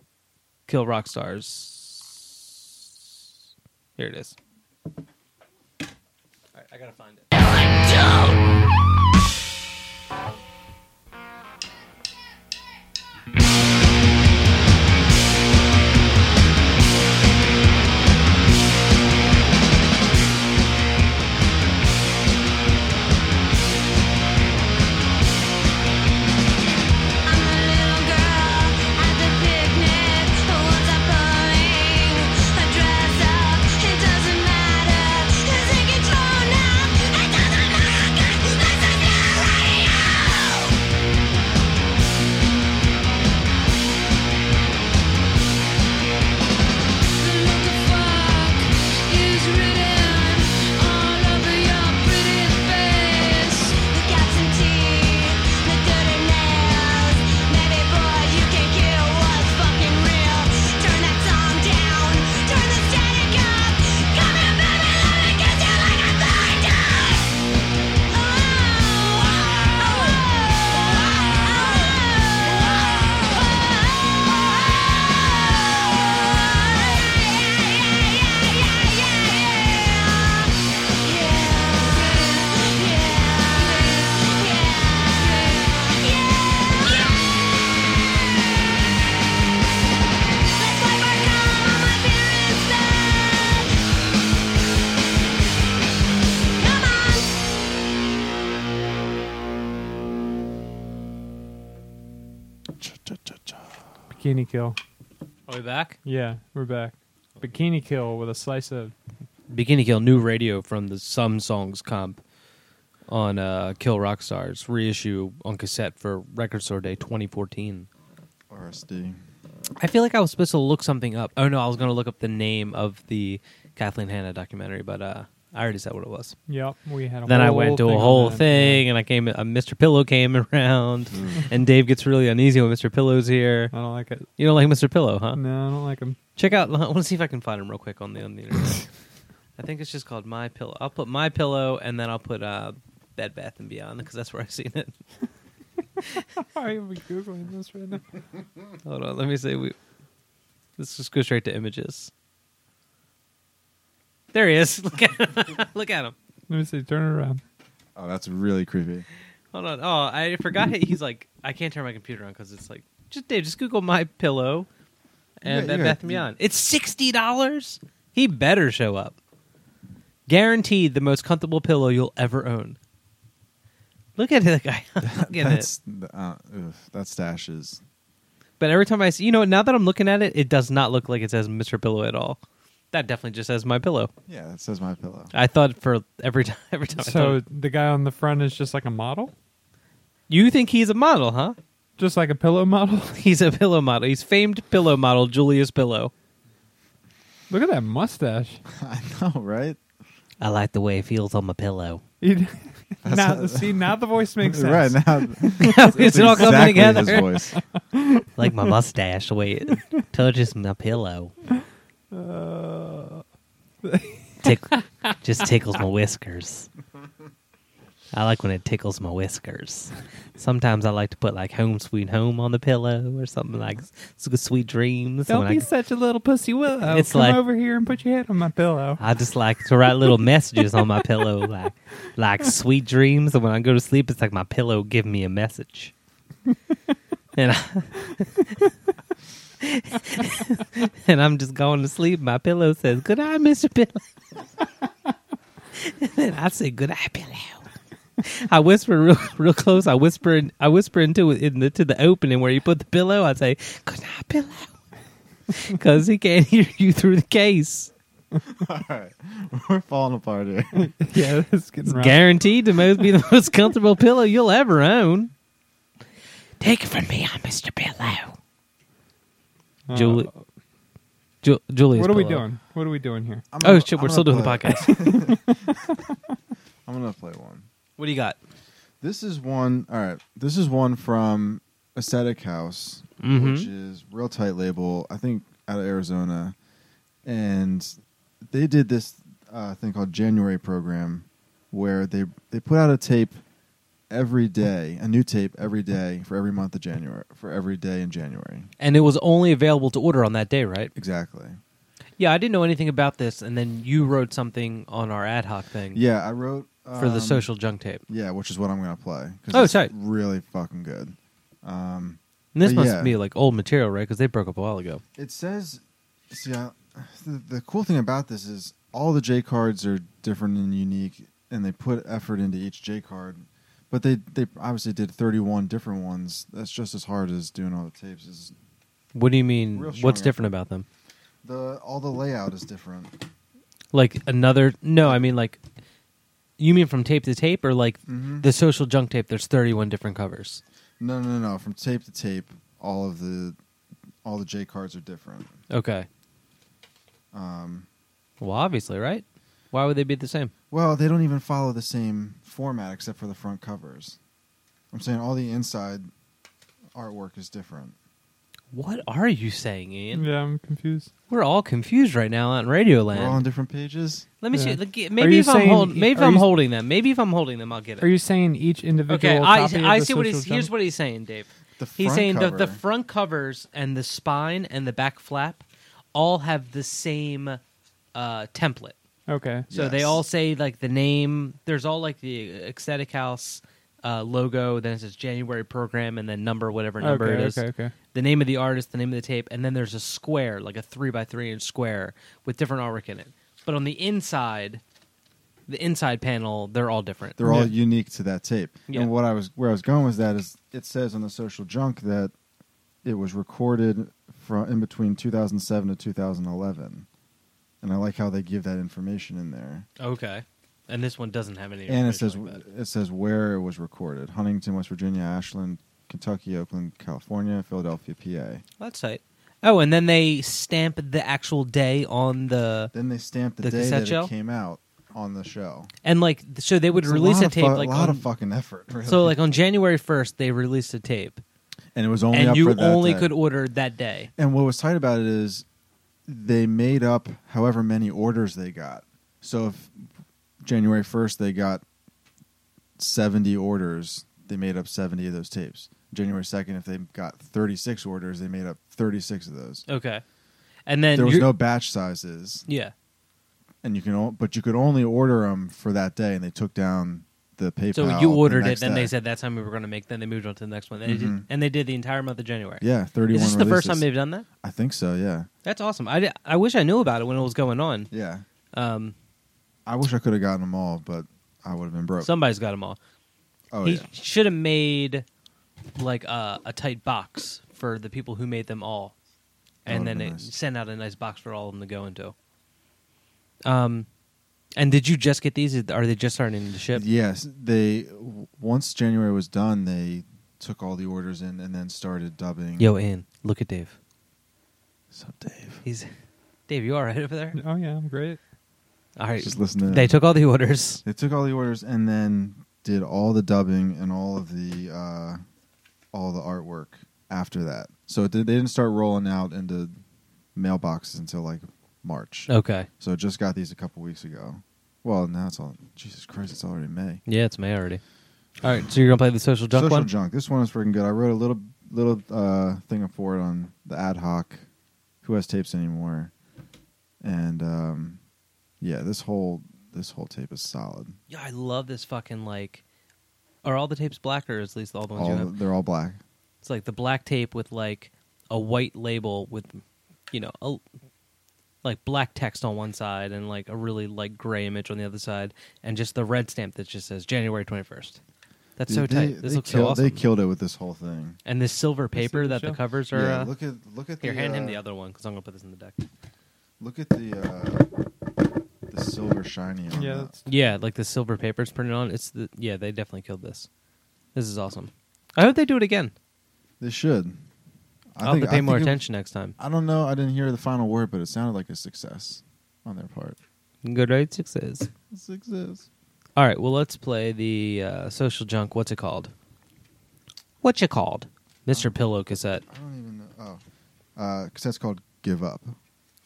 Speaker 3: Kill Rock Stars. Here it is. All right, I gotta find it.
Speaker 11: It doesn't matter, cause it gets blown up
Speaker 2: Bikini Kill.
Speaker 3: Are we back?
Speaker 2: Yeah, we're back. Bikini Kill with a slice of
Speaker 3: Bikini Kill new radio from the Some Songs comp on uh, Kill Rock Stars reissue on cassette for Record Store Day 2014.
Speaker 4: RSD.
Speaker 3: I feel like I was supposed to look something up. Oh no, I was going to look up the name of the Kathleen Hanna documentary, but uh, I already said what it was.
Speaker 2: Yep, we had. A
Speaker 3: then I
Speaker 2: whole
Speaker 3: went to
Speaker 2: thing
Speaker 3: a
Speaker 2: on
Speaker 3: whole
Speaker 2: that.
Speaker 3: thing, and I came. Uh, Mr. Pillow came around,
Speaker 2: Mm.
Speaker 3: and Dave gets really uneasy when Mr. Pillow's here. I
Speaker 2: don't like it.
Speaker 3: You don't like Mr. Pillow, huh?
Speaker 2: Uh. No, I don't like him.
Speaker 3: Check out. I want to see if I can find him real quick on the on the internet. I think it's just called My Pillow. I'll put My Pillow, and then I'll put uh, Bed Bath and Beyond because that's where I've seen it.
Speaker 2: I am googling this right now.
Speaker 3: Hold on, let me say we. Let's just go straight to images. There he is. Look at, look at him.
Speaker 2: Let me see. Turn it around.
Speaker 4: Oh, that's really creepy.
Speaker 3: Hold on. Oh, I forgot. it. He's like, I can't turn my computer on because it's like, just Dave, just Google my pillow and
Speaker 12: Yeah,
Speaker 3: Bed
Speaker 12: yeah.
Speaker 3: Bath and Beyond. It's sixty dollars. He better show up. Guaranteed, the most comfortable pillow you'll ever own. Look at the guy. look at it.
Speaker 4: That's uh, ugh, that stash is
Speaker 3: But every time I see, you know, now that I'm looking at it, it does not look like it says Mr. Pillow at all. That definitely just says my pillow.
Speaker 4: yeah. That says my pillow.
Speaker 3: I thought for every time, every time. I
Speaker 2: So
Speaker 3: thought-
Speaker 2: the guy on the front is just like a model.
Speaker 3: you think he's a model, huh?
Speaker 2: Just like a pillow model.
Speaker 3: He's a pillow model. He's famed pillow model Julius Pillow.
Speaker 2: Look at that mustache.
Speaker 4: I know, Oh, right?
Speaker 3: I like the way it feels on my pillow.
Speaker 2: He- now, see, now the voice makes sense.
Speaker 4: Right, now-
Speaker 3: it's all coming together. like my
Speaker 2: mustache.
Speaker 3: mustache, the way it touches my pillow,
Speaker 2: Uh,
Speaker 3: Tick- just tickles my whiskers. I like when it tickles my whiskers. Sometimes I like to put like "Home Sweet Home" on the pillow or something like s- "Sweet Dreams."
Speaker 2: Don't
Speaker 3: when
Speaker 2: be
Speaker 3: I,
Speaker 2: such a little pussy willow.
Speaker 3: It's
Speaker 2: Come
Speaker 3: like-
Speaker 2: over here and put your head on my pillow.
Speaker 3: I just like to write little messages on my pillow, like like sweet dreams. And when I go to sleep, it's like my pillow giving me a message. And I, and I'm just going to sleep. My pillow says, "Good night, Mister Pillow." and then I say, "Good night, pillow." I whisper real, real close. I whisper, in, I whisper into in the to the opening where you put the pillow. I say, "Good night, pillow," because he can't hear you through the case.
Speaker 4: All right, we're falling apart here.
Speaker 2: yeah, this is getting
Speaker 3: It's guaranteed to most be the most comfortable pillow you'll ever own. Take it from me, I'm Mr. Pillow. Julie, Ju- Julius.
Speaker 2: what are we
Speaker 3: Pillow.
Speaker 2: doing? What are we doing here?
Speaker 4: I'm
Speaker 3: oh
Speaker 4: gonna-
Speaker 3: shit,
Speaker 4: I'm
Speaker 3: we're
Speaker 4: gonna
Speaker 3: still doing the
Speaker 4: play-
Speaker 3: podcast.
Speaker 4: I'm gonna play one.
Speaker 3: what do you got?
Speaker 4: This is one. All right, this is one from Aesthetic House,
Speaker 3: Mhm.
Speaker 4: which is real tight label. I think out of Arizona, and they did this uh, thing called January Program, where they they put out a tape every day, a new tape every day for every month of January, for every day in January.
Speaker 3: And it was only available to order on that day, right?
Speaker 4: Exactly.
Speaker 3: Yeah, I didn't know anything about this, and then you wrote something on our ad hoc thing.
Speaker 4: Yeah, I wrote
Speaker 3: for
Speaker 4: um,
Speaker 3: the social junk tape.
Speaker 4: Yeah, which is what I'm gonna play. 'cause
Speaker 3: Oh,
Speaker 4: it's
Speaker 3: tight.
Speaker 4: really fucking good. Um,
Speaker 3: And this
Speaker 4: but
Speaker 3: must
Speaker 4: yeah.
Speaker 3: be like old material, right? Because they broke up a while ago.
Speaker 4: It says, see, I, the, the cool thing about this is all the J cards are different and unique, and they put effort into each J card. But they they obviously did 31 different ones. That's just as hard as doing all the tapes. Is
Speaker 3: What do you mean?
Speaker 4: Real strong
Speaker 3: What's
Speaker 4: effort.
Speaker 3: different about them?
Speaker 4: the all the layout is different.
Speaker 3: Like another? No, I mean like. You mean from tape to tape, or like
Speaker 4: Mhm.
Speaker 3: the social junk tape? There's 31 different covers.
Speaker 4: No, no, no. From tape to tape, all of the all the J cards are different.
Speaker 3: Okay.
Speaker 4: Um,
Speaker 3: Well, obviously, right? Why would they be the same?
Speaker 4: Well, they don't even follow the same format except for the front covers. I'm saying all the inside artwork is different.
Speaker 3: What are you saying, Ian?
Speaker 2: Yeah, I'm confused.
Speaker 3: We're all confused right now on Radio
Speaker 4: We're all on
Speaker 3: Land.
Speaker 4: different pages.
Speaker 3: Let me
Speaker 2: Yeah.
Speaker 3: see. Look,
Speaker 2: Are
Speaker 3: maybe
Speaker 2: you
Speaker 3: if I'm
Speaker 2: saying-
Speaker 3: holding, maybe if
Speaker 2: are
Speaker 3: I'm
Speaker 2: you-
Speaker 3: holding them. Maybe if I'm holding them, I'll get it.
Speaker 2: Are you saying each individual?
Speaker 3: okay, I,
Speaker 2: copy of
Speaker 3: I
Speaker 2: the
Speaker 3: see what he's.
Speaker 2: social
Speaker 3: Here's
Speaker 2: junk-
Speaker 3: what he's saying, Dave.
Speaker 4: The
Speaker 3: he's
Speaker 4: front
Speaker 3: saying that the
Speaker 4: cover.
Speaker 3: front covers and the spine and the back flap all have the same uh, template.
Speaker 2: Okay.
Speaker 3: So they all say like the name. There's all like the Ecstatic House uh, logo. Then it says January program, and then number whatever number
Speaker 2: Okay,
Speaker 3: it is.
Speaker 2: okay, okay.
Speaker 3: The name of the artist, the name of the tape, and then there's a square, like a three by three inch square with different artwork in it. But on the inside, the inside panel, they're all different.
Speaker 4: They're all unique to that tape.
Speaker 3: Yeah.
Speaker 4: And what I was where I was going was that is it says on the social junk that it was recorded from in between 2007 to 2011, and I like how they give that information in there.
Speaker 3: Okay. And this one doesn't have any.
Speaker 4: and it
Speaker 3: information
Speaker 4: says
Speaker 3: like that.
Speaker 4: it says where it was recorded: Huntington, West Virginia; Ashland, Kentucky; Oakland, California; Philadelphia, PA.
Speaker 3: That's right. Oh, and then they stamp the actual day on the.
Speaker 4: Then they stamp the, day
Speaker 3: cassette
Speaker 4: that
Speaker 3: shell,
Speaker 4: it came out on the show.
Speaker 3: and like so they would
Speaker 4: It's a
Speaker 3: release
Speaker 4: lot
Speaker 3: a,
Speaker 4: of
Speaker 3: tape
Speaker 4: fu-
Speaker 3: like on-
Speaker 4: lot of fucking effort, really.
Speaker 3: So like on January first, they released a tape,
Speaker 4: and it was only
Speaker 3: and
Speaker 4: up
Speaker 3: you
Speaker 4: for that
Speaker 3: only
Speaker 4: day.
Speaker 3: could order that day.
Speaker 4: And what was tight about it is they made up however many orders they got. So if January 1st they got 70 orders, they made up 70 of those tapes. January 2nd if they got 36 orders, they made up 36 of those.
Speaker 3: Okay, and then
Speaker 4: there was
Speaker 3: you're-
Speaker 4: no batch sizes.
Speaker 3: Yeah.
Speaker 4: And you can o- but you could only order them for that day and they took down the PayPal.
Speaker 3: So you
Speaker 4: uh, the
Speaker 3: ordered it,
Speaker 4: next
Speaker 3: then
Speaker 4: day.
Speaker 3: they said that's how many we were going to make. Then they moved on to the next one, and, they, did,
Speaker 4: Mhm.
Speaker 3: and they did the entire month of January.
Speaker 4: Yeah, 31
Speaker 3: Is this the first
Speaker 4: releases.
Speaker 3: time they've done that?
Speaker 4: I think so, yeah.
Speaker 3: That's awesome. I, di- I wish I knew about it when it was going on.
Speaker 4: Yeah.
Speaker 3: Um,
Speaker 4: I wish I could have gotten them all, but I would have been broke.
Speaker 3: somebody's got them all.
Speaker 4: Oh,
Speaker 3: he
Speaker 4: yeah.
Speaker 3: should have made like a, a tight box for the people who made them all,
Speaker 4: That
Speaker 3: and
Speaker 4: would've
Speaker 3: then
Speaker 4: been
Speaker 3: it sent out a nice box for all of them to go into. Um, and did you just get these? Are they just starting to ship?
Speaker 4: Yes, they w- once January was done, they took all the orders in and then started dubbing.
Speaker 3: Yo, Ann, look at Dave.
Speaker 4: Sup, Dave?
Speaker 3: He's Dave. You all right over there?
Speaker 2: Oh yeah, I'm great.
Speaker 3: All right.
Speaker 4: just listen to
Speaker 3: They
Speaker 4: him.
Speaker 3: took all the orders.
Speaker 4: They took all the orders and then did all the dubbing and all of the uh, all the artwork after that. So it did, they didn't start rolling out into mailboxes until like March.
Speaker 3: Okay.
Speaker 4: So just got these a couple weeks ago. Well, now it's all Jesus Christ. It's already May.
Speaker 3: Yeah, it's May already. All right, so you're gonna play the social junk
Speaker 4: Social
Speaker 3: one.
Speaker 4: junk. This one is freaking good. I wrote a little little uh, thing up for it on the ad hoc. Who has tapes anymore? And um, yeah, this whole this whole tape is solid.
Speaker 3: Yeah, I love this fucking like. Are all the tapes black or is at least all the ones you
Speaker 4: All
Speaker 3: know?
Speaker 4: they're all black.
Speaker 3: It's like the black tape with like a white label with, you know, a, like black text on one side and like a really like gray image on the other side, and just the red stamp that just says January twenty first. That's so
Speaker 4: Dude,
Speaker 3: tight.
Speaker 4: they-
Speaker 3: this
Speaker 4: they
Speaker 3: looks
Speaker 4: killed,
Speaker 3: so awesome.
Speaker 4: They killed it with this whole thing.
Speaker 3: and this silver paper
Speaker 4: the
Speaker 3: that the
Speaker 4: show?
Speaker 3: covers are.
Speaker 4: Yeah,
Speaker 3: uh,
Speaker 4: look at- look at
Speaker 3: Here,
Speaker 4: the,
Speaker 3: hand him
Speaker 4: uh,
Speaker 3: the other one because I'm gonna put this in the deck.
Speaker 4: Look at the uh, the silver shiny on
Speaker 2: Yeah,
Speaker 4: that.
Speaker 2: that's-
Speaker 3: Yeah, like the silver paper's printed on. It's the yeah. They definitely killed this. This is awesome. I hope they do it again.
Speaker 4: They should.
Speaker 3: I'll have to pay more
Speaker 4: it-
Speaker 3: attention next time.
Speaker 4: I don't know. I didn't hear the final word, but it sounded like a success on their part.
Speaker 3: Good right success.
Speaker 4: Success.
Speaker 3: All right, well, let's play the uh, social junk. What's it called? What's it called? Mr. Pillow cassette.
Speaker 4: I don't even know. Oh, uh, because that's called "Give Up."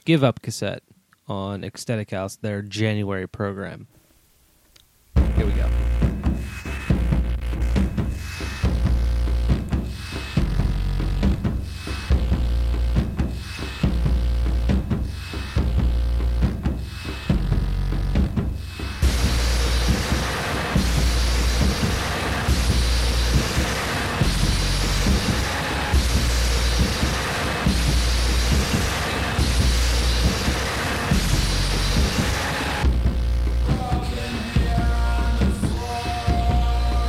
Speaker 3: Give Up cassette on Ecstatic House, their January program. Here we go.
Speaker 11: I've been here on the floor.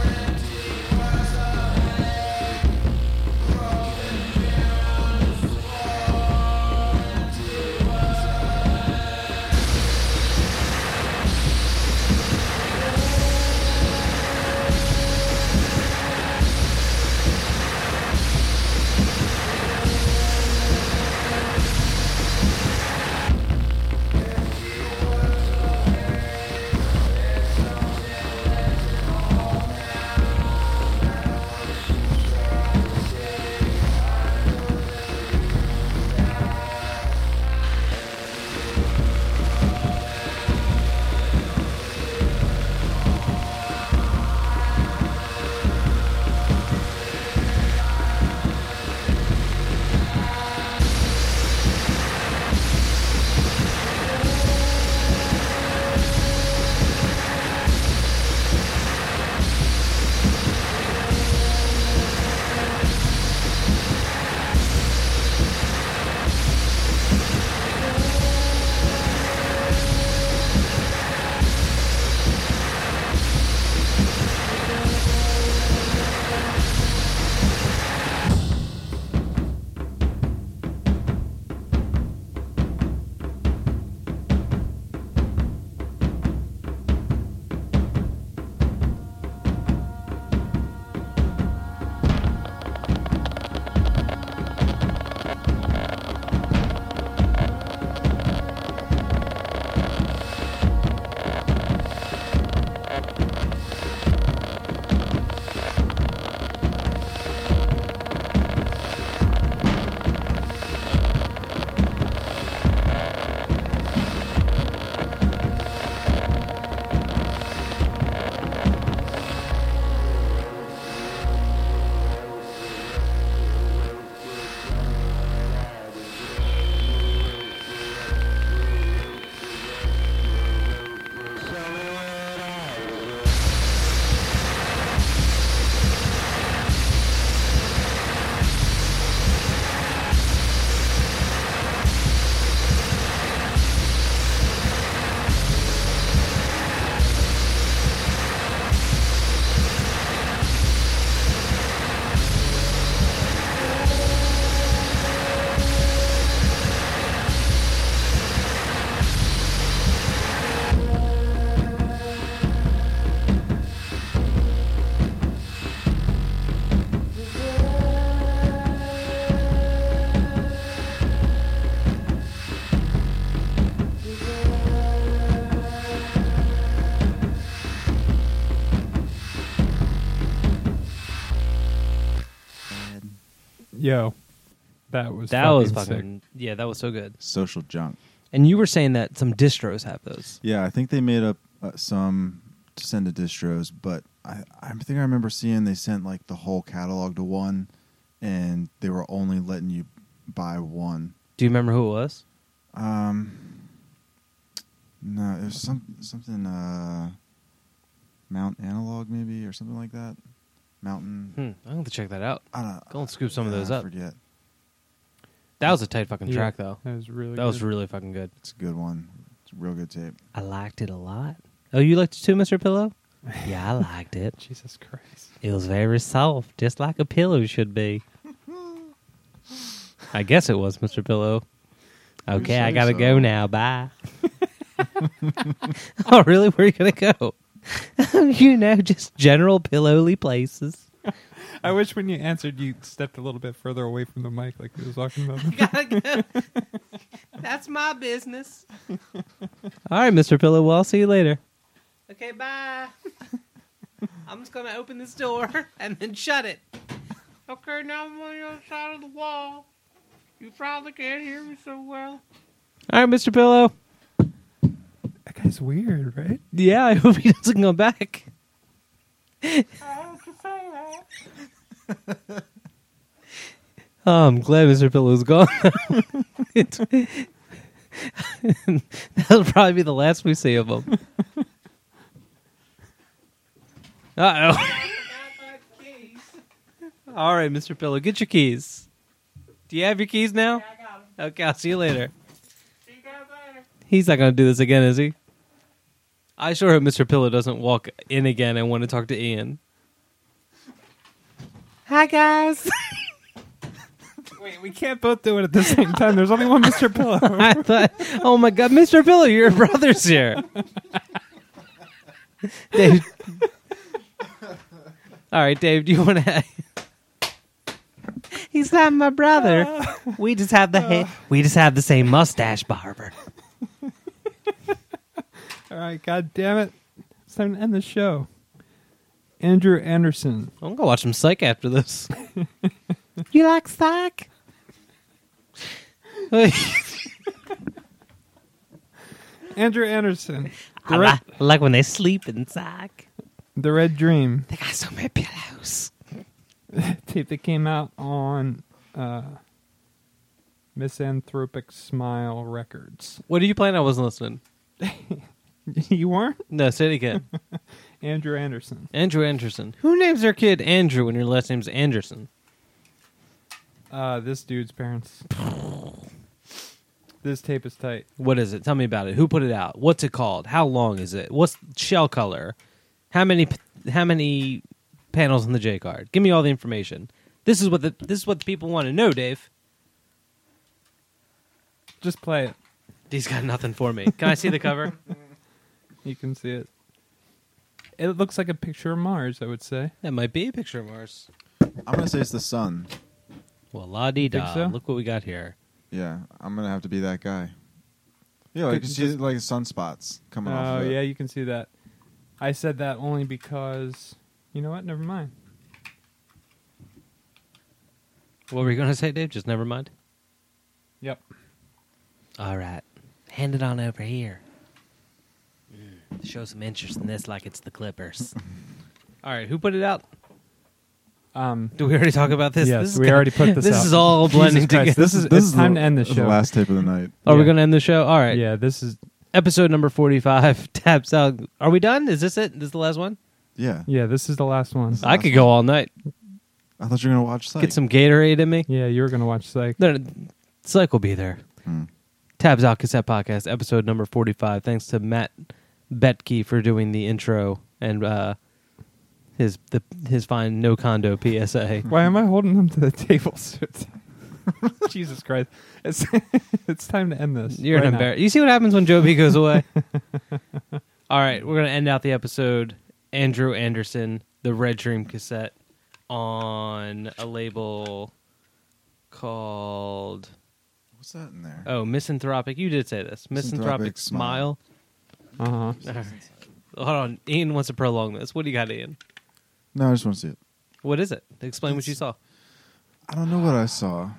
Speaker 2: Yo, that was
Speaker 3: That
Speaker 2: fucking
Speaker 3: was
Speaker 2: sick.
Speaker 3: fucking yeah, that was so good.
Speaker 4: Social junk.
Speaker 3: And you were saying that some distros have those.
Speaker 4: Yeah, I think they made up uh, some to send to distros, but I, I think I remember seeing they sent like the whole catalog to one, and they were only letting you buy one.
Speaker 3: Do you remember who it was?
Speaker 4: Um, no, it was some something uh, Mount Analog maybe or something like that. Mountain.
Speaker 3: Hmm, I'll have to check that out.
Speaker 4: I don't,
Speaker 3: Go and scoop some of
Speaker 4: Yeah,
Speaker 3: those
Speaker 4: I
Speaker 3: up.
Speaker 4: forget.
Speaker 3: That was a tight fucking
Speaker 2: Yeah,
Speaker 3: track though.
Speaker 2: that was really
Speaker 3: That was
Speaker 2: good.
Speaker 3: really fucking good.
Speaker 4: It's a good one. It's a real good tape.
Speaker 3: I liked it a lot. Oh, you liked it too, Mr. Pillow? yeah, I liked it.
Speaker 2: Jesus Christ.
Speaker 3: It was very soft, just like a pillow should be. I guess it was, Mr. Pillow. Okay, I
Speaker 4: say
Speaker 3: gotta go
Speaker 4: so.
Speaker 3: now. Bye. oh, really? Where are you gonna go? you know, just general pillowly places.
Speaker 2: I wish when you answered, you stepped a little bit further away from the mic, like we was talking about.
Speaker 3: That's my business. All right, Mr. Pillow. Well, I'll see you later. Okay, bye. I'm just gonna open this door and then shut it.
Speaker 12: Okay, now I'm on the other side of the wall. You probably can't hear me so well.
Speaker 3: All right, Mr. Pillow.
Speaker 2: that guy's weird, right?
Speaker 3: Yeah, I hope he doesn't come back. Oh, I'm glad Mr. Pillow's gone. It's- That'll probably be the last we see of him. Uh oh. All right, Mr. Pillow, get your keys. Do you have your keys now? Okay, I'll see you later. He's not going to do this again, is he? I sure hope Mr. Pillow doesn't walk in again and want to talk to Ian.
Speaker 2: Hi guys. Wait, we can't both do it at the same time. There's only one Mr. Pillow.
Speaker 3: I thought, oh my God, Mr. Pillow, your brother's here. Dave. All right, Dave, do you want to? He's not my brother. We just have the ha- we just have the same mustache, Barber.
Speaker 2: All right, god damn it. It's time to end the show. Andrew Anderson.
Speaker 3: I'm gonna watch some Psych after this.
Speaker 2: You like psych? Andrew Anderson.
Speaker 3: I
Speaker 2: The Red,
Speaker 3: li- like when they sleep in Psych.
Speaker 2: the Red Dream.
Speaker 3: They got so many pillows.
Speaker 2: tape that came out on uh, Misanthropic Smile Records.
Speaker 3: What are you playing? I wasn't listening.
Speaker 2: you weren't?
Speaker 3: No, say it again.
Speaker 2: Andrew Anderson.
Speaker 3: Andrew Anderson. Who names their kid Andrew when your last name's Anderson?
Speaker 2: Uh, this dude's parents. this tape is tight.
Speaker 3: What is it? Tell me about it. Who put it out? What's it called? How long is it? What's shell color? How many p- how many panels in the J card? Give me all the information. This is what the this is what the people want to know, Dave.
Speaker 2: Just play it.
Speaker 3: He's got nothing for me. Can I see the cover?
Speaker 2: You can see it. It looks like a picture of Mars, I would say.
Speaker 3: That might be a picture of Mars.
Speaker 4: I'm gonna say it's the sun.
Speaker 3: Well, la di da.
Speaker 2: Think so?
Speaker 3: Look what we got here.
Speaker 4: Yeah, I'm gonna have to be that guy. Yeah, like
Speaker 2: Could-
Speaker 4: you see like sunspots
Speaker 2: Oh,
Speaker 4: coming off. Of it.
Speaker 2: yeah, you can see that. I said that only because. You know what? Never mind.
Speaker 3: What were you going to say, Dave? Just never mind.
Speaker 2: Yep.
Speaker 3: All right. Hand it on over here. Show some interest in this like it's the Clippers. all right, who put it out?
Speaker 2: Um,
Speaker 3: Do we already talk about this?
Speaker 2: Yes,
Speaker 3: This is
Speaker 2: we
Speaker 3: kinda-
Speaker 2: already put this
Speaker 3: This
Speaker 2: out.
Speaker 3: is all
Speaker 2: Jesus
Speaker 3: blending
Speaker 2: Christ,
Speaker 3: together.
Speaker 2: this is- it's time to end the
Speaker 4: this is
Speaker 2: show.
Speaker 4: The last tape of the night.
Speaker 3: Are we
Speaker 2: Yeah.
Speaker 3: going to end the show? All right.
Speaker 2: Yeah, this is.
Speaker 3: Episode number 45 taps out. Are we done? Is this it? This is the last one?
Speaker 4: Yeah,
Speaker 2: Yeah, this is the last one.
Speaker 3: I could go all night.
Speaker 4: I thought you were gonna watch. Psych.
Speaker 3: Get some Gatorade in me.
Speaker 2: Yeah, you were gonna watch Psych.
Speaker 3: No, no, Psych will be there.
Speaker 4: Hmm.
Speaker 3: Tabs Out Cassette Podcast, episode number 45. Thanks to Matt Betke for doing the intro and uh, his the, his fine No Condo PSA.
Speaker 2: Why am I holding them to the table so tight? Jesus Christ! It's it's time to end this.
Speaker 3: You're
Speaker 2: right
Speaker 3: an
Speaker 2: now.
Speaker 3: embarrassment. You see what happens when Joby goes away? All right, we're going to end out the episode. Andrew Anderson, the Red Dream cassette on a label called
Speaker 4: What's that in there?
Speaker 3: Oh, Misanthropic. You did say this. Misanthropic
Speaker 4: Misanthropic
Speaker 3: Smile.
Speaker 4: Smile.
Speaker 2: Uh-huh.
Speaker 3: Hold on. Ian wants to prolong this. What do you got, Ian?
Speaker 4: No, I just want to see it.
Speaker 3: What is it? Explain what you saw.
Speaker 4: I don't know what I saw.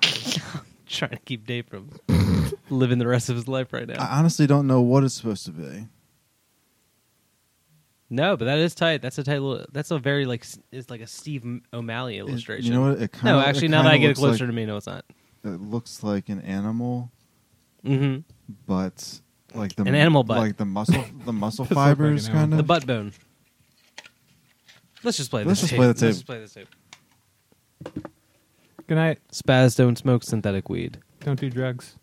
Speaker 3: Trying to keep Dave from living the rest of his life right now.
Speaker 4: I honestly don't know what it's supposed to be.
Speaker 3: No, but that is tight. That's a tight little. That's a very like s- it's like a Steve M- O'Malley illustration.
Speaker 4: You know what? It kinda,
Speaker 3: no, actually,
Speaker 4: it
Speaker 3: now that
Speaker 4: kinda
Speaker 3: I get
Speaker 4: looks
Speaker 3: closer
Speaker 4: like-
Speaker 3: to me, no, it's not.
Speaker 4: It looks like an animal,
Speaker 3: Mm-hmm.
Speaker 4: but like the
Speaker 3: An animal butt.
Speaker 4: like the muscle, the muscle
Speaker 3: Does look like an
Speaker 4: fibers
Speaker 3: animal.
Speaker 4: kind of
Speaker 3: The butt bone. Let's just play
Speaker 4: Let's
Speaker 3: this.
Speaker 4: just play the tape.
Speaker 3: Let's just play this tape.
Speaker 2: Good night.
Speaker 3: Spaz don't smoke synthetic weed.
Speaker 2: Don't do drugs.